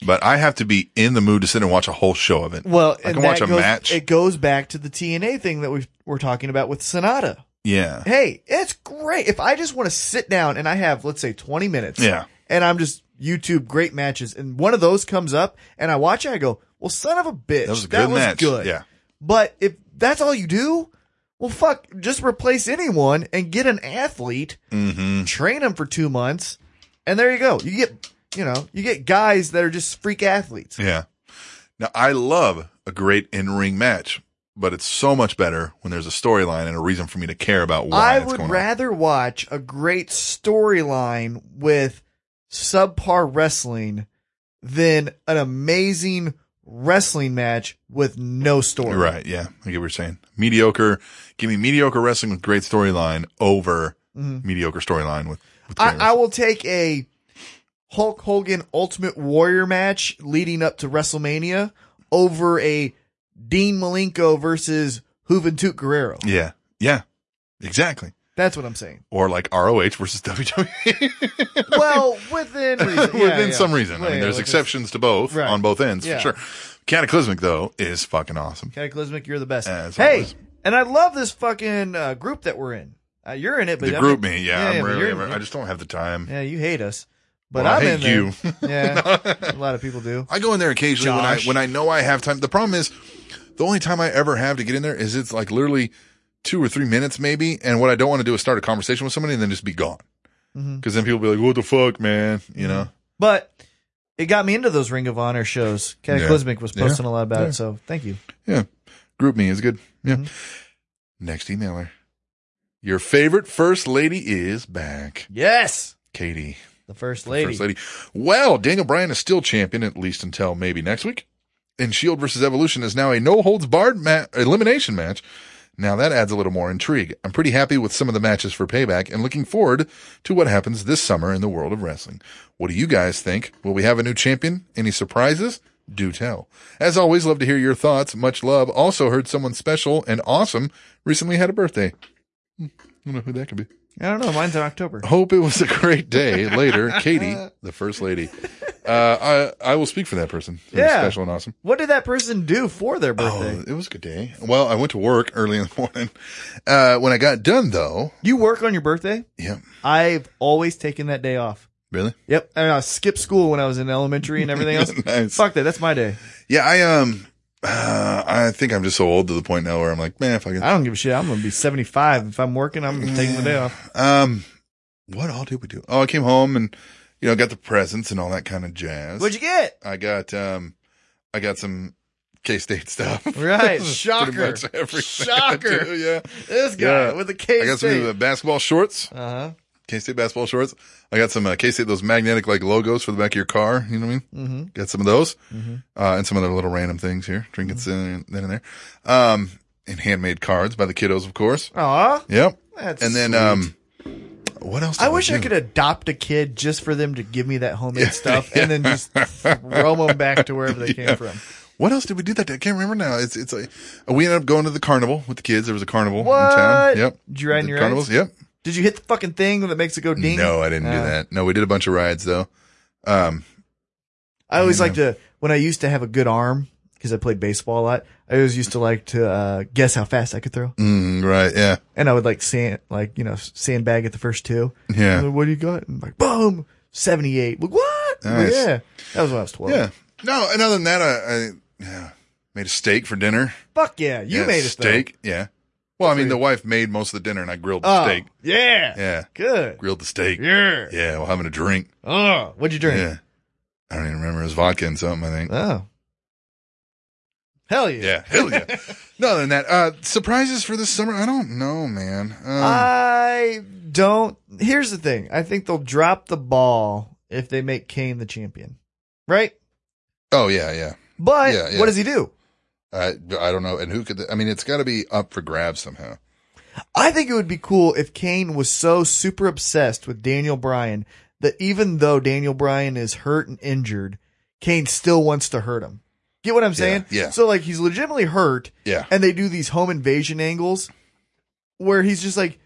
S11: But I have to be in the mood to sit and watch a whole show of it.
S2: Well,
S11: I
S2: and
S11: can watch
S2: that
S11: a
S2: goes-
S11: match.
S2: It goes back to the TNA thing that we we're talking about with Sonata.
S11: yeah.
S2: Hey, it's great. If I just want to sit down and I have, let's say, 20 minutes.
S11: Yeah.
S2: And I'm just YouTube great matches. And one of those comes up and I watch it. I go, well, son of a bitch.
S11: That was a good match.
S2: good.
S11: Yeah.
S2: But if that's all you do, well, fuck, just replace anyone and get an athlete,
S11: Mm-hmm.
S2: train them for two months. And there you go. You get, you know, you get guys that are just freak athletes.
S11: Yeah. Now I love a great in-ring match, but it's so much better when there's a storyline and a reason for me to care about why
S2: I
S11: it's
S2: would
S11: going
S2: rather watch a great storyline with subpar wrestling than an amazing wrestling match with no
S11: on.
S2: story.
S11: You're right. Yeah. I get what you're saying. Mediocre. Give me mediocre wrestling with great storyline over
S2: Mhm.
S11: mediocre storyline with, with great
S2: I, I will take a Hulk Hogan Ultimate Warrior match leading up to WrestleMania over a Dean Malenko versus Juventud Guerrero.
S11: wrestling. Yeah. Yeah. Exactly.
S2: That's what I'm saying.
S11: Or like ROH versus WWE
S2: well, within reason. Yeah,
S11: within
S2: yeah.
S11: some reason.
S2: Yeah,
S11: I mean,
S2: yeah,
S11: there's
S2: within-
S11: exceptions to both
S2: Right.
S11: on both ends
S2: Yeah.
S11: for sure. Cataclysmic though is fucking awesome.
S2: Cataclysmic, you're the best.
S11: As
S2: hey,
S11: always.
S2: and I love this fucking uh, group that we're in. Uh, you're in it, but
S11: the
S2: I
S11: group
S2: mean-
S11: me, yeah, I'm
S2: but
S11: rarely
S2: you're in
S11: ever-
S2: it.
S11: I just don't have the time.
S2: yeah, you hate us, but
S11: Well, I
S2: I'm
S11: hate
S2: in there.
S11: you.
S2: yeah, a lot of people do.
S11: I go in there occasionally when I
S2: Josh.
S11: when I know I have time. The problem is the only time I ever have to get in there is it's like literally two or three minutes maybe, and what I don't want to do is start a conversation with somebody and then just be gone.
S2: Mhm.
S11: Because then people be like, "What the fuck, man?" You know.
S2: But it got me into those Ring of Honor shows. Cataclysmic was
S11: Yeah.
S2: posting a lot about
S11: Yeah.
S2: it, so thank you.
S11: Yeah. Group me is good. Yeah. Next emailer. Your favorite first lady is back.
S2: Yes,
S11: Katie.
S2: the first lady.
S11: First lady. Well, Daniel Bryan is still champion, at least until maybe next week. And Shield E versus Evolution is now a no holds barred ma- elimination match. Now that adds a little more intrigue. I'm pretty happy with some of the matches for payback and looking forward to what happens this summer in the world of wrestling. What do you guys think? Will we have a new champion? Any surprises? Do tell. As always, love to hear your thoughts. Much love. Also heard someone special and awesome recently had a birthday. Hmm, I don't know who that could be.
S2: I don't know. Mine's in October.
S11: Hope it was a great day. Later, Katie, the first lady. Uh, I I will speak for that person. It was
S2: Yeah.
S11: special and awesome.
S2: What did that person do for
S11: Oh.
S2: their birthday?
S11: it was a good day. Well, I went to work early in the morning. Uh, when I got done though,
S2: You work on your birthday?
S11: yeah,
S2: I've always taken that day off.
S11: really,
S2: Yep, and I skipped school when I was in elementary and everything else.
S11: Nice.
S2: Fuck that. That's my day.
S11: yeah. I um, uh, I think I'm just so old to the point now where I'm like, man, if I can,
S2: I don't give a shit. I'm gonna be 75 if I'm working. I'm taking the day off.
S11: um, what all did we do? Oh, I came home and you know got the presents and all that kind of jazz.
S2: What'd you get?
S11: I got um, I got some K State stuff.
S2: Right,
S11: Pretty
S2: shocker,
S11: much everything I
S2: shocker.
S11: do, yeah.
S2: This guy
S11: Yeah.
S2: with the case.
S11: I got some uh, basketball shorts.
S2: Uh huh.
S11: K State basketball shorts. I got some uh, K State those magnetic like logos for the back of your car. You know what I mean?
S2: Mm-hmm.
S11: Got some of those
S2: Mhm.
S11: uh, and some other little random things here, trinkets
S2: Mm-hmm.
S11: in then and there, um, and handmade cards by the kiddos, of course.
S2: Aw.
S11: Yep.
S2: That's
S11: and then
S2: sweet.
S11: um, what else? did
S2: I wish I
S11: do?
S2: could adopt a kid just for them to give me that homemade stuff and then just throw them back to wherever they
S11: Yeah.
S2: came from.
S11: What else did we do that day? I can't remember now. It's it's a, we ended up going to the carnival with the kids. There was a carnival in
S2: What?
S11: town. Yep.
S2: Did you ride in
S11: The
S2: your
S11: carnivals? Yep.
S2: Did you hit the fucking thing that makes it go ding?
S11: No, I didn't do
S2: Uh,
S11: that. No, we did a bunch of rides though. Um,
S2: I always
S11: Yeah.
S2: like to when I used to have a good arm because I played baseball a lot. I always used to like to uh, guess how fast I could throw,
S11: mm, right, yeah,
S2: and I would like sand, like you know, sandbag at the first two.
S11: Yeah.
S2: And then, what do you got? And I'm like boom, seventy eight. Like what? I'm like,
S11: Nice.
S2: Yeah, that was when I was twelve.
S11: yeah. No, and other than that, I, I yeah, made a steak for dinner.
S2: Fuck yeah, you
S11: Yeah,
S2: made a
S11: steak. Yeah. Well, I mean, the wife made most of the dinner, and I grilled the
S2: Oh,
S11: steak.
S2: yeah.
S11: Yeah.
S2: Good.
S11: Grilled the steak.
S2: Yeah.
S11: Yeah. Well, having a drink.
S2: Oh, what'd you drink?
S11: Yeah. I don't even remember. It was vodka and something. I think.
S2: Oh. Hell yeah.
S11: Yeah. Hell yeah. no, other than that, uh, surprises for this summer. I don't know, man. Um,
S2: Uh, I don't. Here's the thing. I think they'll drop the ball if they make Kane the champion, right?
S11: oh yeah, yeah.
S2: But
S11: Yeah, yeah.
S2: what does he do?
S11: I I don't know. And who could? I mean, it's got to be up for grabs somehow.
S2: I think it would be cool if Kane was so super obsessed with Daniel Bryan that even though Daniel Bryan is hurt and injured, Kane still wants to hurt him. Get what I'm saying?
S11: yeah.
S2: So like he's legitimately hurt.
S11: Yeah.
S2: And they do these home invasion angles where he's just like,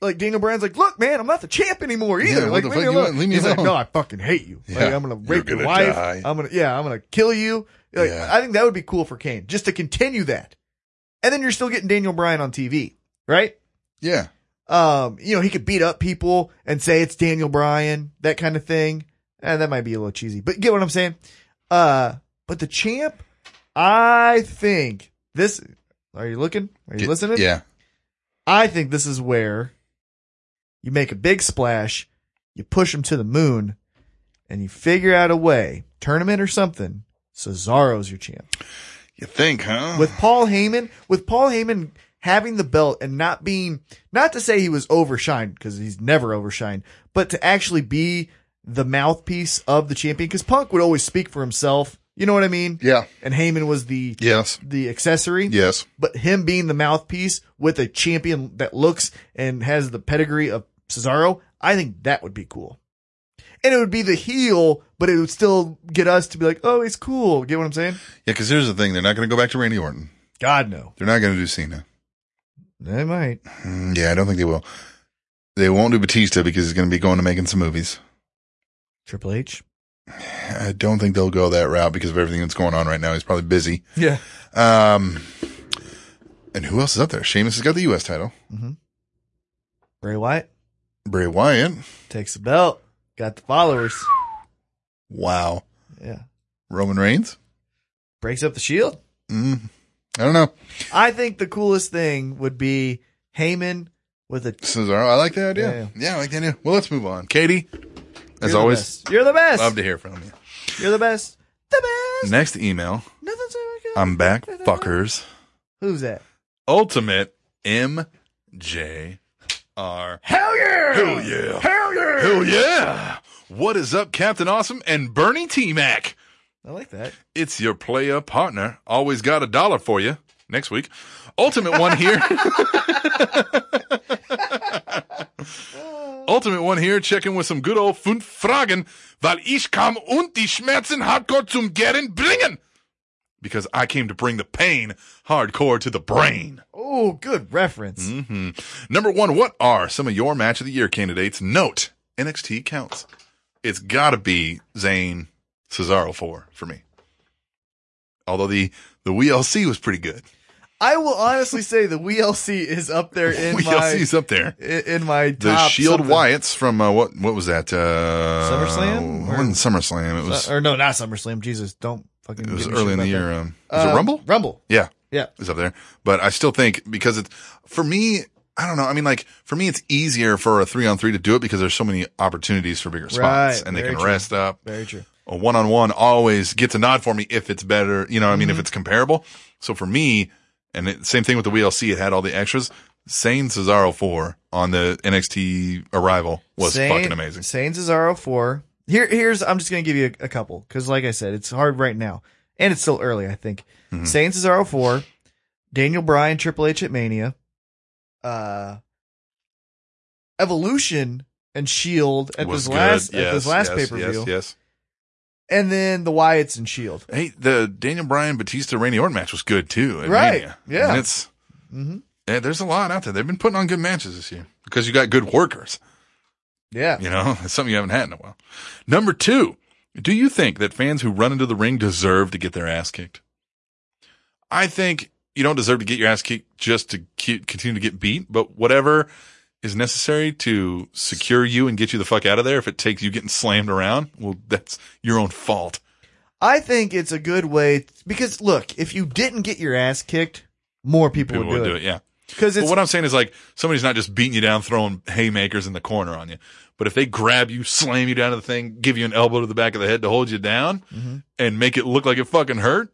S2: like Daniel Bryan's like, look, man, I'm not the champ anymore either.
S11: Yeah, what
S2: like,
S11: the
S2: leave
S11: fuck
S2: me
S11: you
S2: alone.
S11: want? Leave me
S2: he's like,
S11: alone.
S2: no, I fucking hate you. Like,
S11: Yeah.
S2: I'm gonna
S11: You're
S2: rape your
S11: gonna
S2: wife.
S11: die.
S2: I'm gonna, yeah, I'm gonna kill you. Like, I think that would be cool for Kane just to continue that. And then you're still getting Daniel Bryan on TV, right?
S11: Yeah.
S2: um, you know, he could beat up people and say it's Daniel Bryan, that kind of thing. And that might be a little cheesy, but get what I'm saying. Uh, but the champ, I think this. Are you looking? Are you
S11: Y-
S2: listening?
S11: yeah.
S2: I think this is where you make a big splash, you push him to the moon, and you figure out a way, tournament or something. Cesaro's your champ
S11: You think, huh?
S2: with Paul Heyman, with Paul Heyman having the belt and not being, not to say he was overshined because he's never overshined, but to actually be the mouthpiece of the champion because Punk would always speak for himself. You know what I mean?
S11: Yeah.
S2: And Heyman was the
S11: Yes.
S2: the accessory.
S11: Yes.
S2: But him being the mouthpiece with a champion that looks and has the pedigree of Cesaro, I think that would be cool. And it would be the heel, but it would still get us to be like, oh, he's cool. Get what I'm saying?
S11: Yeah, because here's the thing: they're not going to go back to Randy Orton.
S2: God, no.
S11: They're not going to do Cena.
S2: They might.
S11: Mm, yeah, I don't think they will. They won't do Batista because he's going to be going to making some movies.
S2: Triple H.
S11: I don't think they'll go that route because of everything that's going on right now. He's probably busy.
S2: Yeah.
S11: Um, and who else is up there? Sheamus has got the U.S. title.
S2: Bray Wyatt
S11: Bray Wyatt.
S2: takes the belt, got the followers.
S11: Wow.
S2: Yeah.
S11: Roman Reigns.
S2: Breaks up the shield.
S11: Mm, I don't know.
S2: I think the coolest thing would be Heyman with a.
S11: Cesaro. I like that idea.
S2: Yeah,
S11: Yeah, I like that idea. Well, let's move on. Katie, as
S2: You're the
S11: always,
S2: best. You're the best.
S11: love to hear from you.
S2: You're the best. The best.
S11: Next email.
S2: Nothing's ever good.
S11: I'm back, fuckers.
S2: Who's that?
S11: Ultimate MJR. Hell yeah! Hell yeah! Hell yeah! Hell yeah! What is up, Captain Awesome and Bernie T Mac?
S2: I like that.
S11: It's your player partner. Always got a dollar for you next week. Ultimate one here. Ultimate one here, checking with some good old fünf Fragen, weil ich kam und die Schmerzen hardcore zum Geren bringen. Because I came to bring the pain hardcore to the brain.
S2: Oh, good reference.
S11: hmm Number one, what are some of your match of the year candidates? Note NXT counts. It's got to be Zayn Cesaro four for me. Although the the WLC was pretty good.
S2: I will honestly say the WLC is up there in
S11: WLC's
S2: my
S11: up there.
S2: in, in my
S11: The
S2: top
S11: Shield
S2: something.
S11: Wyatts from uh, what what was that? Uh,
S2: SummerSlam?
S11: It wasn't SummerSlam. It was
S2: or no, not SummerSlam. Jesus, don't fucking.
S11: it was
S2: give me shit
S11: early in the
S2: about
S11: year.
S2: that.
S11: Um, was it
S2: Uh,
S11: Rumble?
S2: Rumble.
S11: Yeah.
S2: Yeah.
S11: It's up there. But I still think because it's for me, I don't know. I mean, like for me, it's easier for a three on three to do it because there's so many opportunities for bigger spots
S2: Right,
S11: and they
S2: very
S11: can
S2: true.
S11: rest up.
S2: Very true.
S11: A one on one always gets a nod for me if it's better. You know, what I mean,
S2: Mm-hmm.
S11: if it's comparable. So for me, and it, same thing with the WLC, it had all the extras. Sane Cesaro 4 on the NXT arrival was
S2: Sane-
S11: fucking amazing.
S2: Sane Cesaro four. Here, here's I'm just gonna give you a, a couple because, like I said, it's hard right now, and it's still early. I think
S11: Mhm.
S2: Sane Cesaro four, Daniel Bryan Triple H at Mania, uh, Evolution and
S3: E
S2: Shield at
S11: Was
S2: this last
S11: good.
S2: at this
S11: Yes,
S2: last
S11: yes,
S2: pay per view,
S11: Yes, yes.
S2: and then the Wyatts and
S3: E
S2: Shield.
S11: Hey, the Daniel Bryan Batista Randy Orton match was good too. at
S2: Right.
S11: Mania.
S2: Yeah.
S11: And it's
S2: Mhm.
S11: Yeah, there's a lot out there. They've been putting on good matches this year because you got good workers.
S3: Yeah.
S11: You know, it's something you haven't had in a while. Number two, do you think that fans who run into the ring deserve to get their ass kicked? I think you don't deserve to get your ass kicked just to keep, continue to get beat, but whatever is necessary to secure you and get you the fuck out of there, if it takes you getting slammed around, well, that's your own fault.
S3: I think it's a good way because look, if you didn't get your ass kicked, more people,
S11: People
S3: would, do, it.
S11: yeah.
S3: Because
S11: But
S3: it's
S11: what I'm saying is like somebody's not just beating you down, throwing haymakers in the corner on you. But if they grab you, slam you down to the thing, give you an elbow to the back of the head to hold you down,
S3: Mm-hmm.
S11: and make it look like it fucking hurt,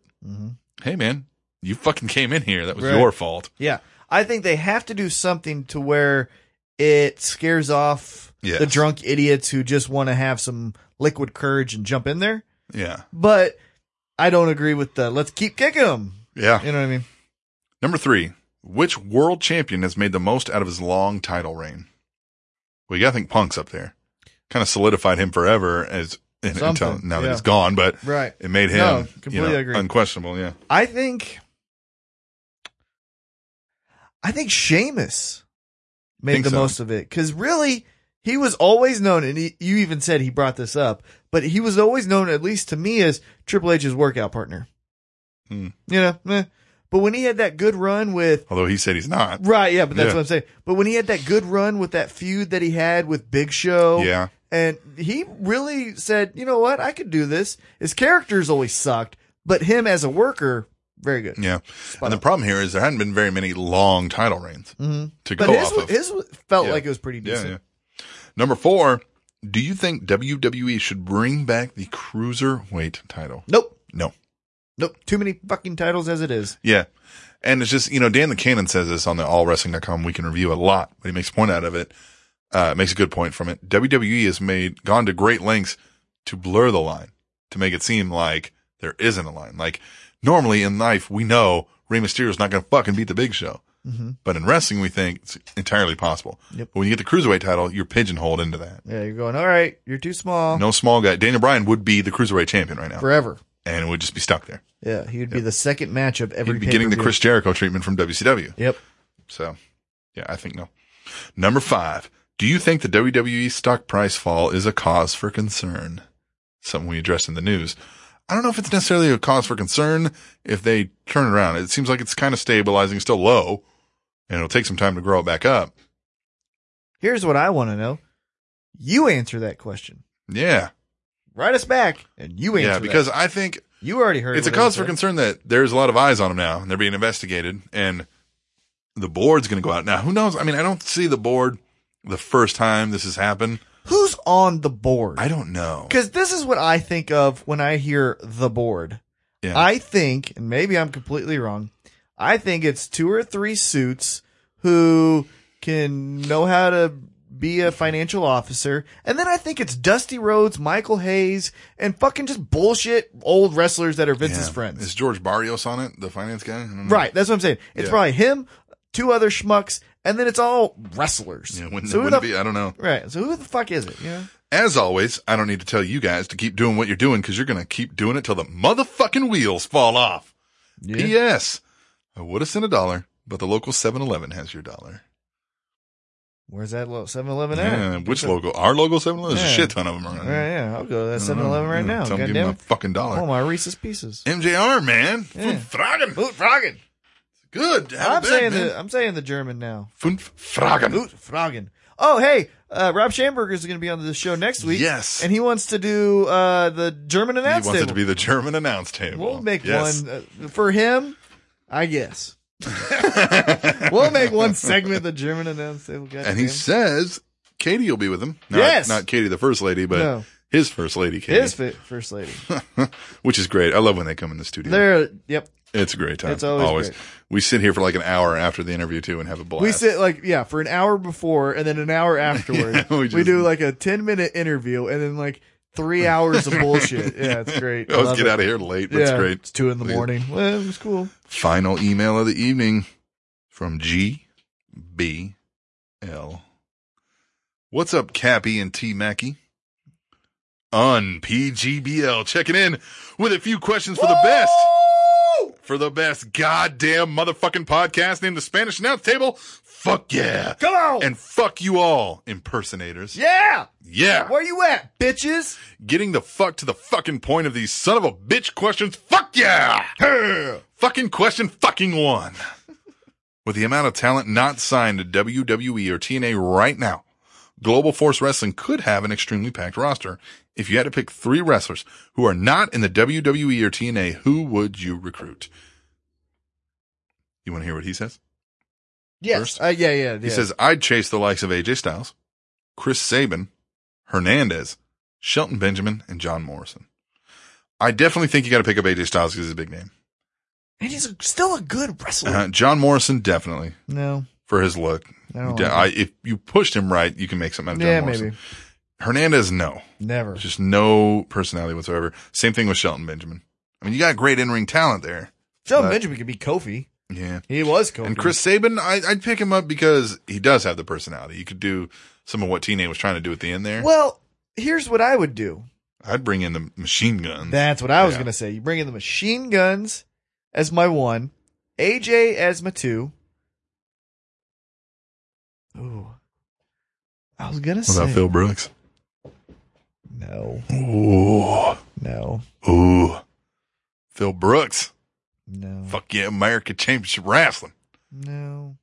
S11: hey man, you fucking came in here. That was
S3: Right.
S11: your fault.
S3: yeah. I think they have to do something to where it scares off
S11: Yes.
S3: the drunk idiots who just want to have some liquid courage and jump in there.
S11: Yeah.
S3: But I don't agree with the let's keep kicking them.
S11: Yeah.
S3: You know what I mean?
S11: Number three, which world champion has made the most out of his long title reign? Well, you gotta think Punk's up there. Kind of solidified him forever as in- until
S3: Something,
S11: now that
S3: yeah.
S11: he's gone, but
S3: Right.
S11: it made him
S3: No,
S11: you
S3: completely
S11: know,
S3: agree.
S11: unquestionable. Yeah.
S3: I think I think Sheamus made
S11: Think
S3: the
S11: so.
S3: most of it because really he was always known, and he, you even said he brought this up, but he was always known, at least to me, as Triple H's workout partner.
S11: Hmm.
S3: You know, meh. but when he had that good run with
S11: Although he said he's not.
S3: Right, yeah, but that's
S11: Yeah.
S3: what I'm saying. But when he had that good run with that feud that he had with Big Show,
S11: Yeah.
S3: and he really said, you know what, I could do this. His characters always sucked, but him as a worker, very good.
S11: Yeah. and the problem here is there hadn't been very many long title reigns
S3: Mhm.
S11: to
S3: But
S11: go
S3: his
S11: off
S3: was-
S11: of.
S3: his was- felt like it was pretty decent.
S11: Number four, do you think WWE should bring back the cruiserweight title?
S3: Nope.
S11: No.
S3: Nope, too many fucking titles as it is.
S11: Yeah. And it's just, you know, Dan the Cannon says this on the allwrestling.com week in review a lot, but he makes a point out of it. Uh, makes a good point from it. WWE has made, gone to great lengths to blur the line, to make it seem like there isn't a line. Like normally in life, we know Rey Mysterio's not going to fucking beat the big show.
S3: Mhm.
S11: But in wrestling, we think it's entirely possible.
S3: Yep.
S11: But when you get the cruiserweight title, you're pigeonholed into that.
S3: Yeah, you're going, all right, you're too small
S11: No small guy. Daniel Bryan would be the cruiserweight champion right now.
S3: forever.
S11: And it would just be stuck there.
S3: Yeah, he would be the second match of every
S11: He'd be getting the
S3: pay-per-view.
S11: Chris Jericho treatment from WCW.
S3: Yep.
S11: So, yeah, I think no. Number five. Do you think the WWE stock price fall is a cause for concern? Something we addressed in the news. I don't know if it's necessarily a cause for concern if they turn it around. It seems like it's kind of stabilizing, still low, and it'll take some time to grow it back up.
S3: Here's what I want to know. You answer that question.
S11: Yeah.
S3: Write us back and you answer
S11: Yeah, because
S3: that.
S11: I think
S3: you already heard
S11: it's a
S3: what I
S11: cause for
S3: said.
S11: concern that there's a lot of eyes on them now and they're being investigated and the board's going to go out now who knows i mean i don't see the board the first time this has happened
S3: who's on the board
S11: i don't know
S3: Because this is what I think of when I hear the board.
S11: Yeah.
S3: I think, and maybe I'm completely wrong, I think it's two or three suits who can know how to be a financial officer. And then I think it's Dusty Rhodes, Michael Hayes, and fucking just bullshit old wrestlers that are Vince's
S11: Yeah.
S3: friends.
S11: is george barrios on it the finance guy I don't know.
S3: Right. That's what I'm saying. It's
S11: Yeah.
S3: probably him, two other schmucks, and then it's all wrestlers.
S11: yeah, wouldn't,
S3: So who
S11: wouldn't
S3: the-
S11: it be i don't know
S3: Right. So who the fuck is it? You know?
S11: as always i don't need to tell you guys to keep doing what you're doing because you're going to keep doing it till the motherfucking wheels fall off p.s i would have sent a dollar but the local 7-eleven has your dollar
S3: Where's that lo- 7-Eleven at?
S11: yeah, which logo our logo 7-eleven there's a
S3: Yeah.
S11: shit ton of them around
S3: Right,
S11: here.
S3: yeah, I'll go to that
S11: I don't
S3: 7
S11: know.
S3: Eleven right
S11: Yeah,
S3: now.
S11: Mm, Tell them
S3: God
S11: to give
S3: damn
S11: me
S3: it.
S11: my fucking dollar.
S3: Oh, my Reese's Pieces.
S11: MJR, man.
S3: Yeah.
S11: Fragen.
S3: Boot Fragen.
S11: Good. to have
S3: I'm
S11: it back,
S3: saying, uh,
S11: man.
S3: the, I'm saying the German now.
S11: Fünf Fragen.
S3: Boot Fragen. Oh, hey, uh, Rob Schamberger is going to be on the show next week.
S11: Yes.
S3: And he wants to do uh, the German
S11: He
S3: announce
S11: wants it to be the German announce table.
S3: We'll make
S11: Yes.
S3: one uh, for him, I guess. we'll make one segment the German announce table. God
S11: And he says Katie will be with him. Not,
S3: uh, Yes.
S11: Not Katie, the first lady, but
S3: No.
S11: his first lady, Katie.
S3: his fi- first lady.
S11: Which is great. I love when they come in the studio.
S3: There. Yep.
S11: it's a great time.
S3: It's always great.
S11: We sit here for like an hour after the interview, too, and have a blast.
S3: We sit like yeah for an hour before and then an hour afterward.
S11: Yeah, we
S3: we,
S11: just-
S3: do like a ten minute interview and then like three hours of bullshit. Yeah, it's great.
S11: We
S3: I
S11: always
S3: love
S11: get
S3: it.
S11: out of here late, but it's
S3: Yeah,
S11: great.
S3: It's two in the morning. Well, it was cool.
S11: Final email of the evening from G B L. What's up, Cappy and T Mackey? On PGBL checking in with a few questions for the best for the best goddamn motherfucking podcast named the Spanish Announce Table. Fuck yeah.
S3: Come on.
S11: And fuck you all, impersonators.
S3: Yeah.
S11: Yeah.
S3: Where you at, bitches?
S11: Getting the fuck to the fucking point of these son of a bitch questions. Fuck yeah. Hey. Fucking question fucking one. With the amount of talent not signed to WWE or TNA right now, Global Force Wrestling could have an extremely packed roster. If you had to pick three wrestlers who are not in the WWE or TNA, who would you recruit? You want to hear what he says?
S3: Yes. Uh, yeah, yeah, yeah.
S11: He says, I'd chase the likes of AJ Styles, Chris Sabin, Hernandez, Shelton Benjamin, and John Morrison. I definitely think you got to pick up AJ Styles because he's a big name.
S3: and he's a- still a good wrestler.
S11: Uh, John Morrison, definitely
S3: No.
S11: for his look.
S3: I don't
S11: De-
S3: like
S11: I- if you pushed him right, you can make something out of John
S3: Yeah,
S11: Morrison.
S3: maybe.
S11: Hernandez, no.
S3: Never.
S11: Just no personality whatsoever. Same thing with Shelton Benjamin. I mean, you got great in ring talent there.
S3: Shelton
S11: but-
S3: Benjamin could be Kofi.
S11: Yeah.
S3: He was Kofi.
S11: And Chris Saban, I, I'd pick him up because he does have the personality. You could do some of what TNA was trying to do at the end there.
S3: Well, here's what I would do.
S11: I'd bring in the machine gun.
S3: That's what I was
S11: Yeah.
S3: gonna say. You bring in the machine guns as my one, AJ as my two. Ooh, I was gonna
S11: What
S3: say
S11: about Phil Brooks?
S3: no,
S11: Ooh.
S3: no,
S11: Ooh. Phil Brooks.
S3: No.
S11: Fuck yeah, America Championship Wrestling.
S3: no.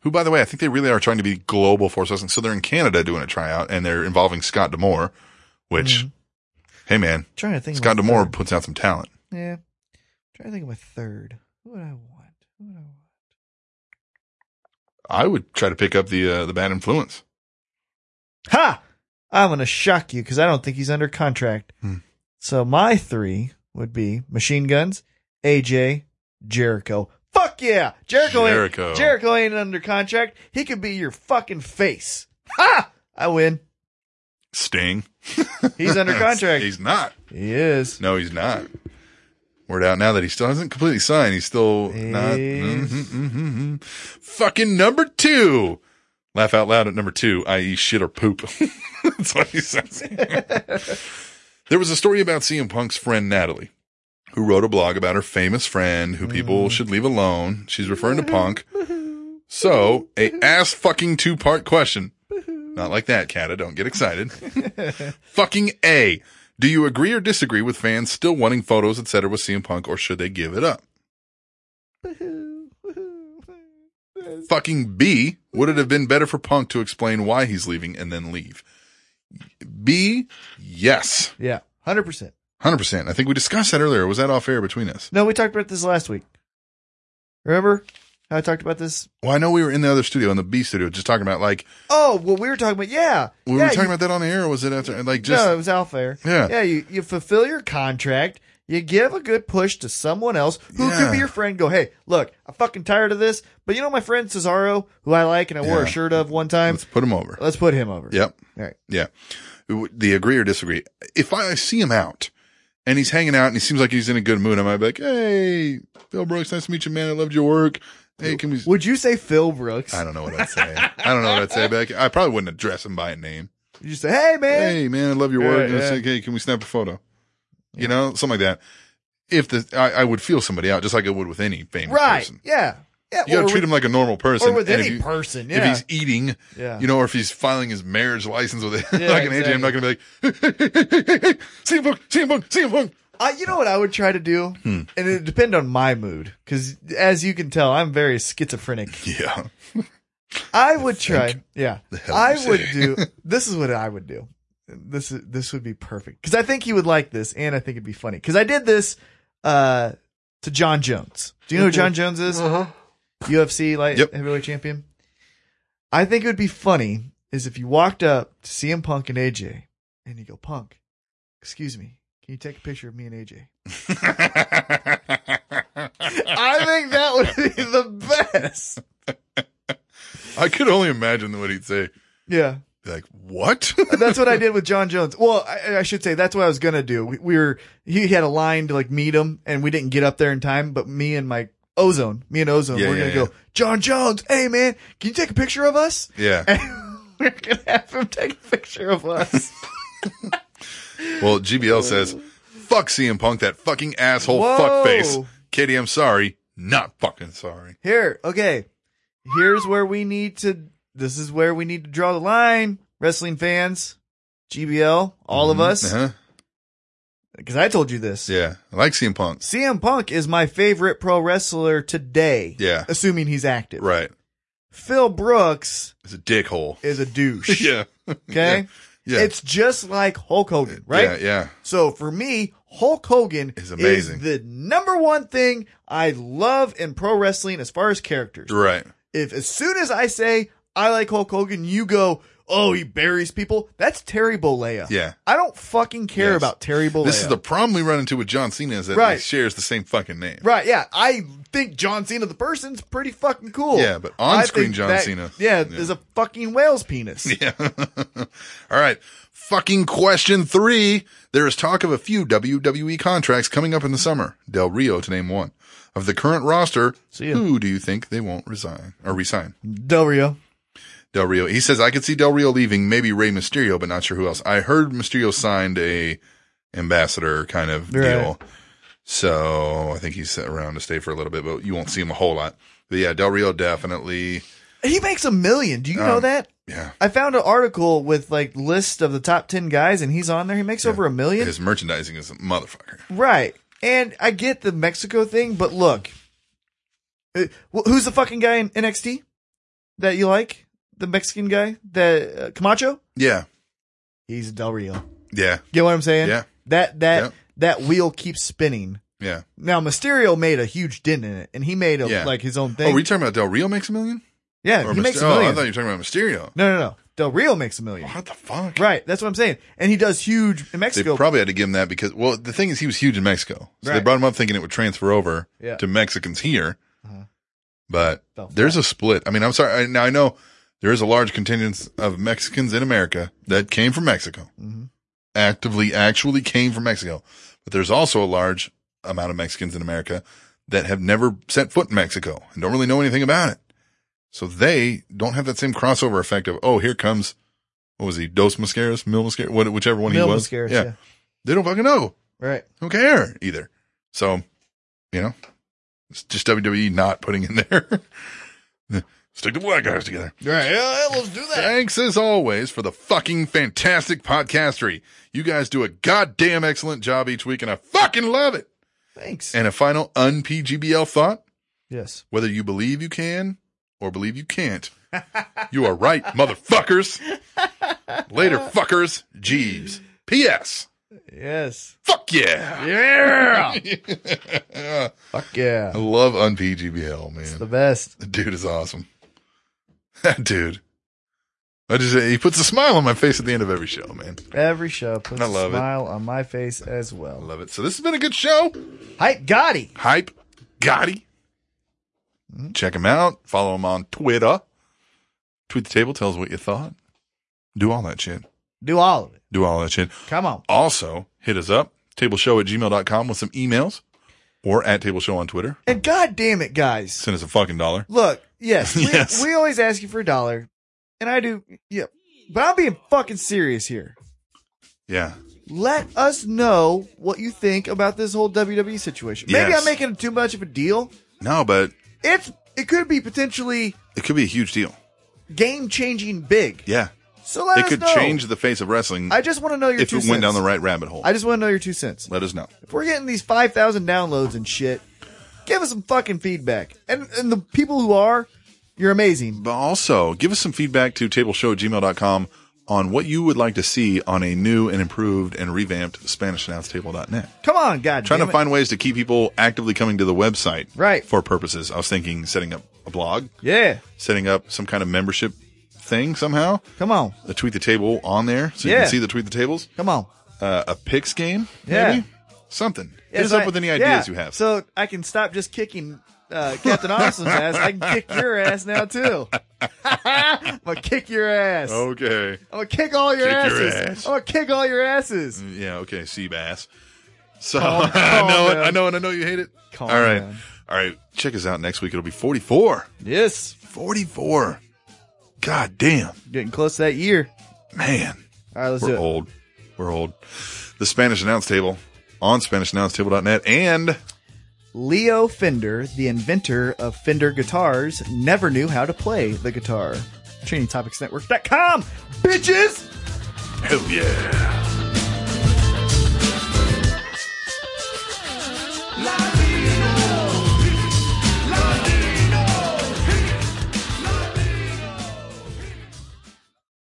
S11: Who, by the way, I think they really are trying to be global force wrestling. So they're in Canada doing a tryout and they're involving Scott Demore, which,
S3: Mm-hmm.
S11: hey man,
S3: Trying to think
S11: Scott
S3: of my
S11: Demore
S3: third.
S11: puts out some talent.
S3: Yeah, trying to think of my third. Who would I want? Who would I want?
S11: I would try to pick up the uh, the bad influence.
S3: Ha! I'm gonna shock you because I don't think he's under contract.
S11: Hmm.
S3: So my three would be machine guns, AJ, Jericho. Fuck yeah, Jericho. eh?
S11: Jericho.
S3: Ain't, Jericho ain't under contract. He could be your fucking face. Ha! I win.
S11: Sting.
S3: He's under contract.
S11: he's not.
S3: He is.
S11: No, he's not. Word out now that he still hasn't completely signed. He's still not.
S3: He's-
S11: Mhm, mhm, mhm. Fucking number two. Laugh out loud at number two, i.e., shit or poop. That's what he says. there was a story about CM Punk's friend Natalie, who wrote a blog about her famous friend who people should leave alone. She's referring to Punk. So, a ass fucking two part question. Not like that, Kata. Don't get excited. Fucking A. Do you agree or disagree with fans still wanting photos, etc., with CM Punk, or should they give it up? Fucking B. Would it have been better for Punk to explain why he's leaving and then leave? B. Yes.
S3: Yeah, hundred percent.
S11: 100%. I think we discussed that earlier. Was that off air between us?
S3: No, we talked about this last week. Remember how I talked about this?
S11: Well, I know we were in the other studio, in the B studio, just talking about like,
S3: Oh, well, we were talking about yeah.
S11: were
S3: yeah,
S11: we talking
S3: you-
S11: about that on the air or was it after? Like, just.
S3: no, it was Alpha Air.
S11: Yeah.
S3: yeah. You you fulfill your contract. You give a good push to someone else who could
S11: Yeah.
S3: be your friend. Go, hey, look, I'm fucking tired of this, but you know my friend Cesaro, who I like and I wore
S11: Yeah.
S3: a shirt of one time.
S11: Let's put him over.
S3: Let's put him over.
S11: Yep.
S3: All right.
S11: Yeah. The agree or disagree. If I see him out and he's hanging out and he seems like he's in a good mood, I might be like, Hey, Bill Brooks, nice to meet you, man. I loved your work. Hey, can we?
S3: Would you say Phil Brooks?
S11: I don't know what I'd say. I don't know what I'd say back. I probably wouldn't address him by a name.
S3: You just say, hey man,
S11: Hey, man, I love your work.
S3: Yeah,
S11: And I'd say,
S3: yeah.
S11: hey, can we snap a photo? You know, something like that. If the, I, I would feel somebody out just like I would with any famous
S3: right?
S11: person.
S3: Yeah, yeah.
S11: You gotta
S3: or
S11: treat
S3: with-
S11: him like a normal person.
S3: or with
S11: and if
S3: any
S11: you-
S3: person,
S11: If
S3: yeah.
S11: he's eating,
S3: Yeah.
S11: you know, or if he's filing his marriage license with it,
S3: Yeah,
S11: like an AJ, I'm not gonna be like, hey, hey, hey, hey, hey, CM Punk, CM Punk, CM Punk.
S3: I, you know what I would try to do,
S11: Hmm.
S3: and it would depend on my mood, because as you can tell, I'm very schizophrenic.
S11: Yeah.
S3: I would try. Yeah,
S11: hell
S3: I
S11: you
S3: would
S11: say.
S3: do. This is what I would do. This is this would be perfect because I think he would like this, and I think it'd be funny because I did this uh, to John Jones. Do you know who John Jones is? UFC light
S11: Mm-hmm. Uh-huh. Yep.
S3: heavyweight champion. I think it would be funny is if you walked up to CM Punk and AJ, and you go, Punk, excuse me, can you take a picture of me and AJ? I think that would be the best.
S11: I could only imagine what he'd say.
S3: Yeah.
S11: Like, what?
S3: that's what I did with John Jones. Well, I, I should say that's what I was gonna do. We, we were he had a line to like meet him, and we didn't get up there in time. But me and my ozone, me and ozone,
S11: Yeah,
S3: we're
S11: yeah,
S3: gonna go. John Jones, hey man, can you take a picture of us?
S11: yeah.
S3: And we're gonna have him take a picture of us.
S11: Well, GBL says, Fuck CM Punk, that fucking asshole
S3: Whoa.
S11: fuckface. Katie, I'm sorry. Not fucking sorry.
S3: Here, okay. Here's where we need to. This is where we need to draw the line, wrestling fans, GBL, all of us.
S11: Uh-huh.
S3: Because I told you this.
S11: Yeah. I like CM Punk.
S3: CM Punk is my favorite pro wrestler today.
S11: Yeah.
S3: Assuming he's active.
S11: Right.
S3: Phil Brooks
S11: It's a dickhole.
S3: is a douche.
S11: yeah.
S3: Okay?
S11: Yeah. Yeah.
S3: It's just like Hulk Hogan, right?
S11: Yeah, yeah.
S3: So for me, Hulk Hogan is
S11: amazing.
S3: the number one thing I love in pro wrestling as far as characters.
S11: Right.
S3: If as soon as I say I like Hulk Hogan, you go, oh, he buries people. That's Terry Bollea.
S11: Yeah.
S3: I don't fucking care
S11: Yes.
S3: about Terry Bollea.
S11: This is the problem we run into with John Cena is that
S3: Right.
S11: he shares the same fucking name.
S3: Right, yeah. I think John Cena the person's pretty fucking cool.
S11: Yeah, but on
S3: I
S11: screen
S3: think
S11: John
S3: that-
S11: Cena.
S3: Yeah, is a fucking whale's penis.
S11: Yeah. All right. Fucking question three. There is talk of a few WWE contracts coming up in the summer. Del Rio to name one. Of the current roster, who do you think they won't resign or resign?
S3: Del Rio.
S11: Del Rio. He says I could see Del Rio leaving, maybe Rey Mysterio, but not sure who else. I heard Mysterio signed a ambassador kind of
S3: Right.
S11: deal. So I think he's around to stay for a little bit, but you won't see him a whole lot. But yeah, Del Rio definitely.
S3: He makes a million. Do you know
S11: Um,
S3: that?
S11: Yeah.
S3: I found an article with like list of the top 10 guys and he's on there. He makes over a million.
S11: His merchandising is a motherfucker.
S3: Right. And I get the Mexico thing, but look. Uh, wh- who's the fucking guy in NXT that you like? The Mexican guy? The uh, Camacho?
S11: Yeah.
S3: He's Del Rio.
S11: Yeah.
S3: Get what I'm saying?
S11: Yeah.
S3: That that
S11: Yeah.
S3: that wheel keeps spinning.
S11: Yeah.
S3: Now Mysterio made a huge dent in it, and he made a,
S11: Yeah.
S3: like his own
S11: Oh,
S3: thing.
S11: were you talking about Del Rio makes a million?
S3: yeah,
S11: Or
S3: he makes
S11: Myster-
S3: a
S11: oh,
S3: million.
S11: I thought you were talking about Mysterio.
S3: no, no, no. Del Rio makes a million.
S11: What the fuck?
S3: Right, that's what I'm saying. And he does huge in
S11: They
S3: Mexico.
S11: probably had to give him that because, well, the thing is, he was huge in Mexico. So they
S3: Right.
S11: brought him up thinking it would transfer over
S3: Yeah.
S11: to Mexicans here.
S3: Uh-huh.
S11: But
S3: The fuck?
S11: there's a split. I mean, I'm sorry. I, now I know there is a large contingent of Mexicans in America that came from Mexico,
S3: Mhm.
S11: actively, actually came from Mexico. But there's also a large amount of Mexicans in America that have never set foot in Mexico and don't really know anything about it. So they don't have that same crossover effect of, oh, here comes, what was he, Dos Mascaras, Mil Mascaras, what, whichever one
S3: Mil
S11: he was.
S3: Mascaras, yeah.
S11: They don't fucking know.
S3: Right.
S11: Don't care either. So, you know, it's just WWE not putting in there. Stick the black guys together.
S3: Right. Yeah, let's do that.
S11: Thanks as always for the fucking fantastic podcastery. You guys do a goddamn excellent job each week and I fucking love it.
S3: Thanks.
S11: And a final unPGBL thought.
S3: Yes.
S11: Whether you believe you can or believe you can't, you are right, motherfuckers. Later, fuckers. Jeeves. P.S.
S3: Yes.
S11: Fuck yeah.
S3: Yeah.
S11: Fuck
S3: yeah.
S11: I love unPGBL, man.
S3: the best.
S11: The dude is awesome. That dude. I just he puts a smile on my face at the end of every show, man.
S3: Every show puts
S11: I love
S3: a
S11: it.
S3: smile on my face as well.
S11: Love it. So this has been a good show.
S3: Hype Gotti.
S11: Hype Gotti. Check him out. Follow him on Twitter. Tweet the table. Tell us what you thought. Do all that shit.
S3: Do all of it.
S11: Do all that shit.
S3: Come on.
S11: Also, hit us up, tableshow at gmail.com with some emails or at tableshow on Twitter.
S3: And god damn it, guys.
S11: Send us a fucking dollar.
S3: Look, yes, we,
S11: Yes.
S3: we always ask you for a dollar, and I do. Yeah, but I'm being fucking serious here.
S11: Yeah.
S3: Let us know what you think about this whole WWE situation. Maybe
S11: Yes.
S3: I'm making too much of a deal.
S11: No, but
S3: It's it could be potentially
S11: it could be a huge deal.
S3: game changing big.
S11: Yeah.
S3: So let
S11: it
S3: us
S11: could
S3: know.
S11: change the face of wrestling
S3: I just want to know your
S11: if
S3: two
S11: it went
S3: cents.
S11: down the right rabbit hole.
S3: I just want to know your two cents.
S11: Let us know.
S3: If we're getting these five thousand downloads and shit, give us some fucking feedback. And and the people who are, you're amazing.
S11: But also, give us some feedback to tableshow@gmail.com on what you would like to see on a new and improved and revamped SpanishAnnounceTable.net.
S3: Come on, God.
S11: Trying
S3: damn
S11: to
S3: it.
S11: find ways to keep people actively coming to the website
S3: Right.
S11: for purposes. I was thinking setting up a blog,
S3: Yeah.
S11: setting up some kind of membership thing somehow.
S3: Come on.
S11: A tweet the table on there so you
S3: Yeah.
S11: can see the tweet the tables.
S3: Come on.
S11: Uh, a picks game,
S3: Yeah.
S11: maybe? Something.
S3: Yeah,
S11: Hit us
S3: so
S11: up
S3: I-
S11: with any
S3: yeah,
S11: ideas you have.
S3: So I can stop just kicking uh, Captain Awesome's ass. I can kick your ass now too. I'm gonna kick your ass.
S11: okay.
S3: I'm gonna kick all your
S11: Oh. Kick
S3: asses.
S11: your ass.
S3: I'm gonna kick all your asses.
S11: Yeah, okay, Seabass. So
S3: Calm-
S11: I
S3: calm
S11: know it.
S3: down.
S11: I know it. I know you hate it.
S3: Calm
S11: All right.
S3: down.
S11: All right. Check us out next week. It'll be 44.
S3: Yes,
S11: 44. God damn.
S3: getting close to that year.
S11: Man.
S3: All right, let's
S11: We're
S3: do it.
S11: old. We're old. The Spanish announce table on SpanishAnnounceTable.net and
S3: Leo Fender, the inventor of Fender guitars, never knew how to play the guitar. TrainingTopicsNetwork.com, bitches!
S11: hell yeah.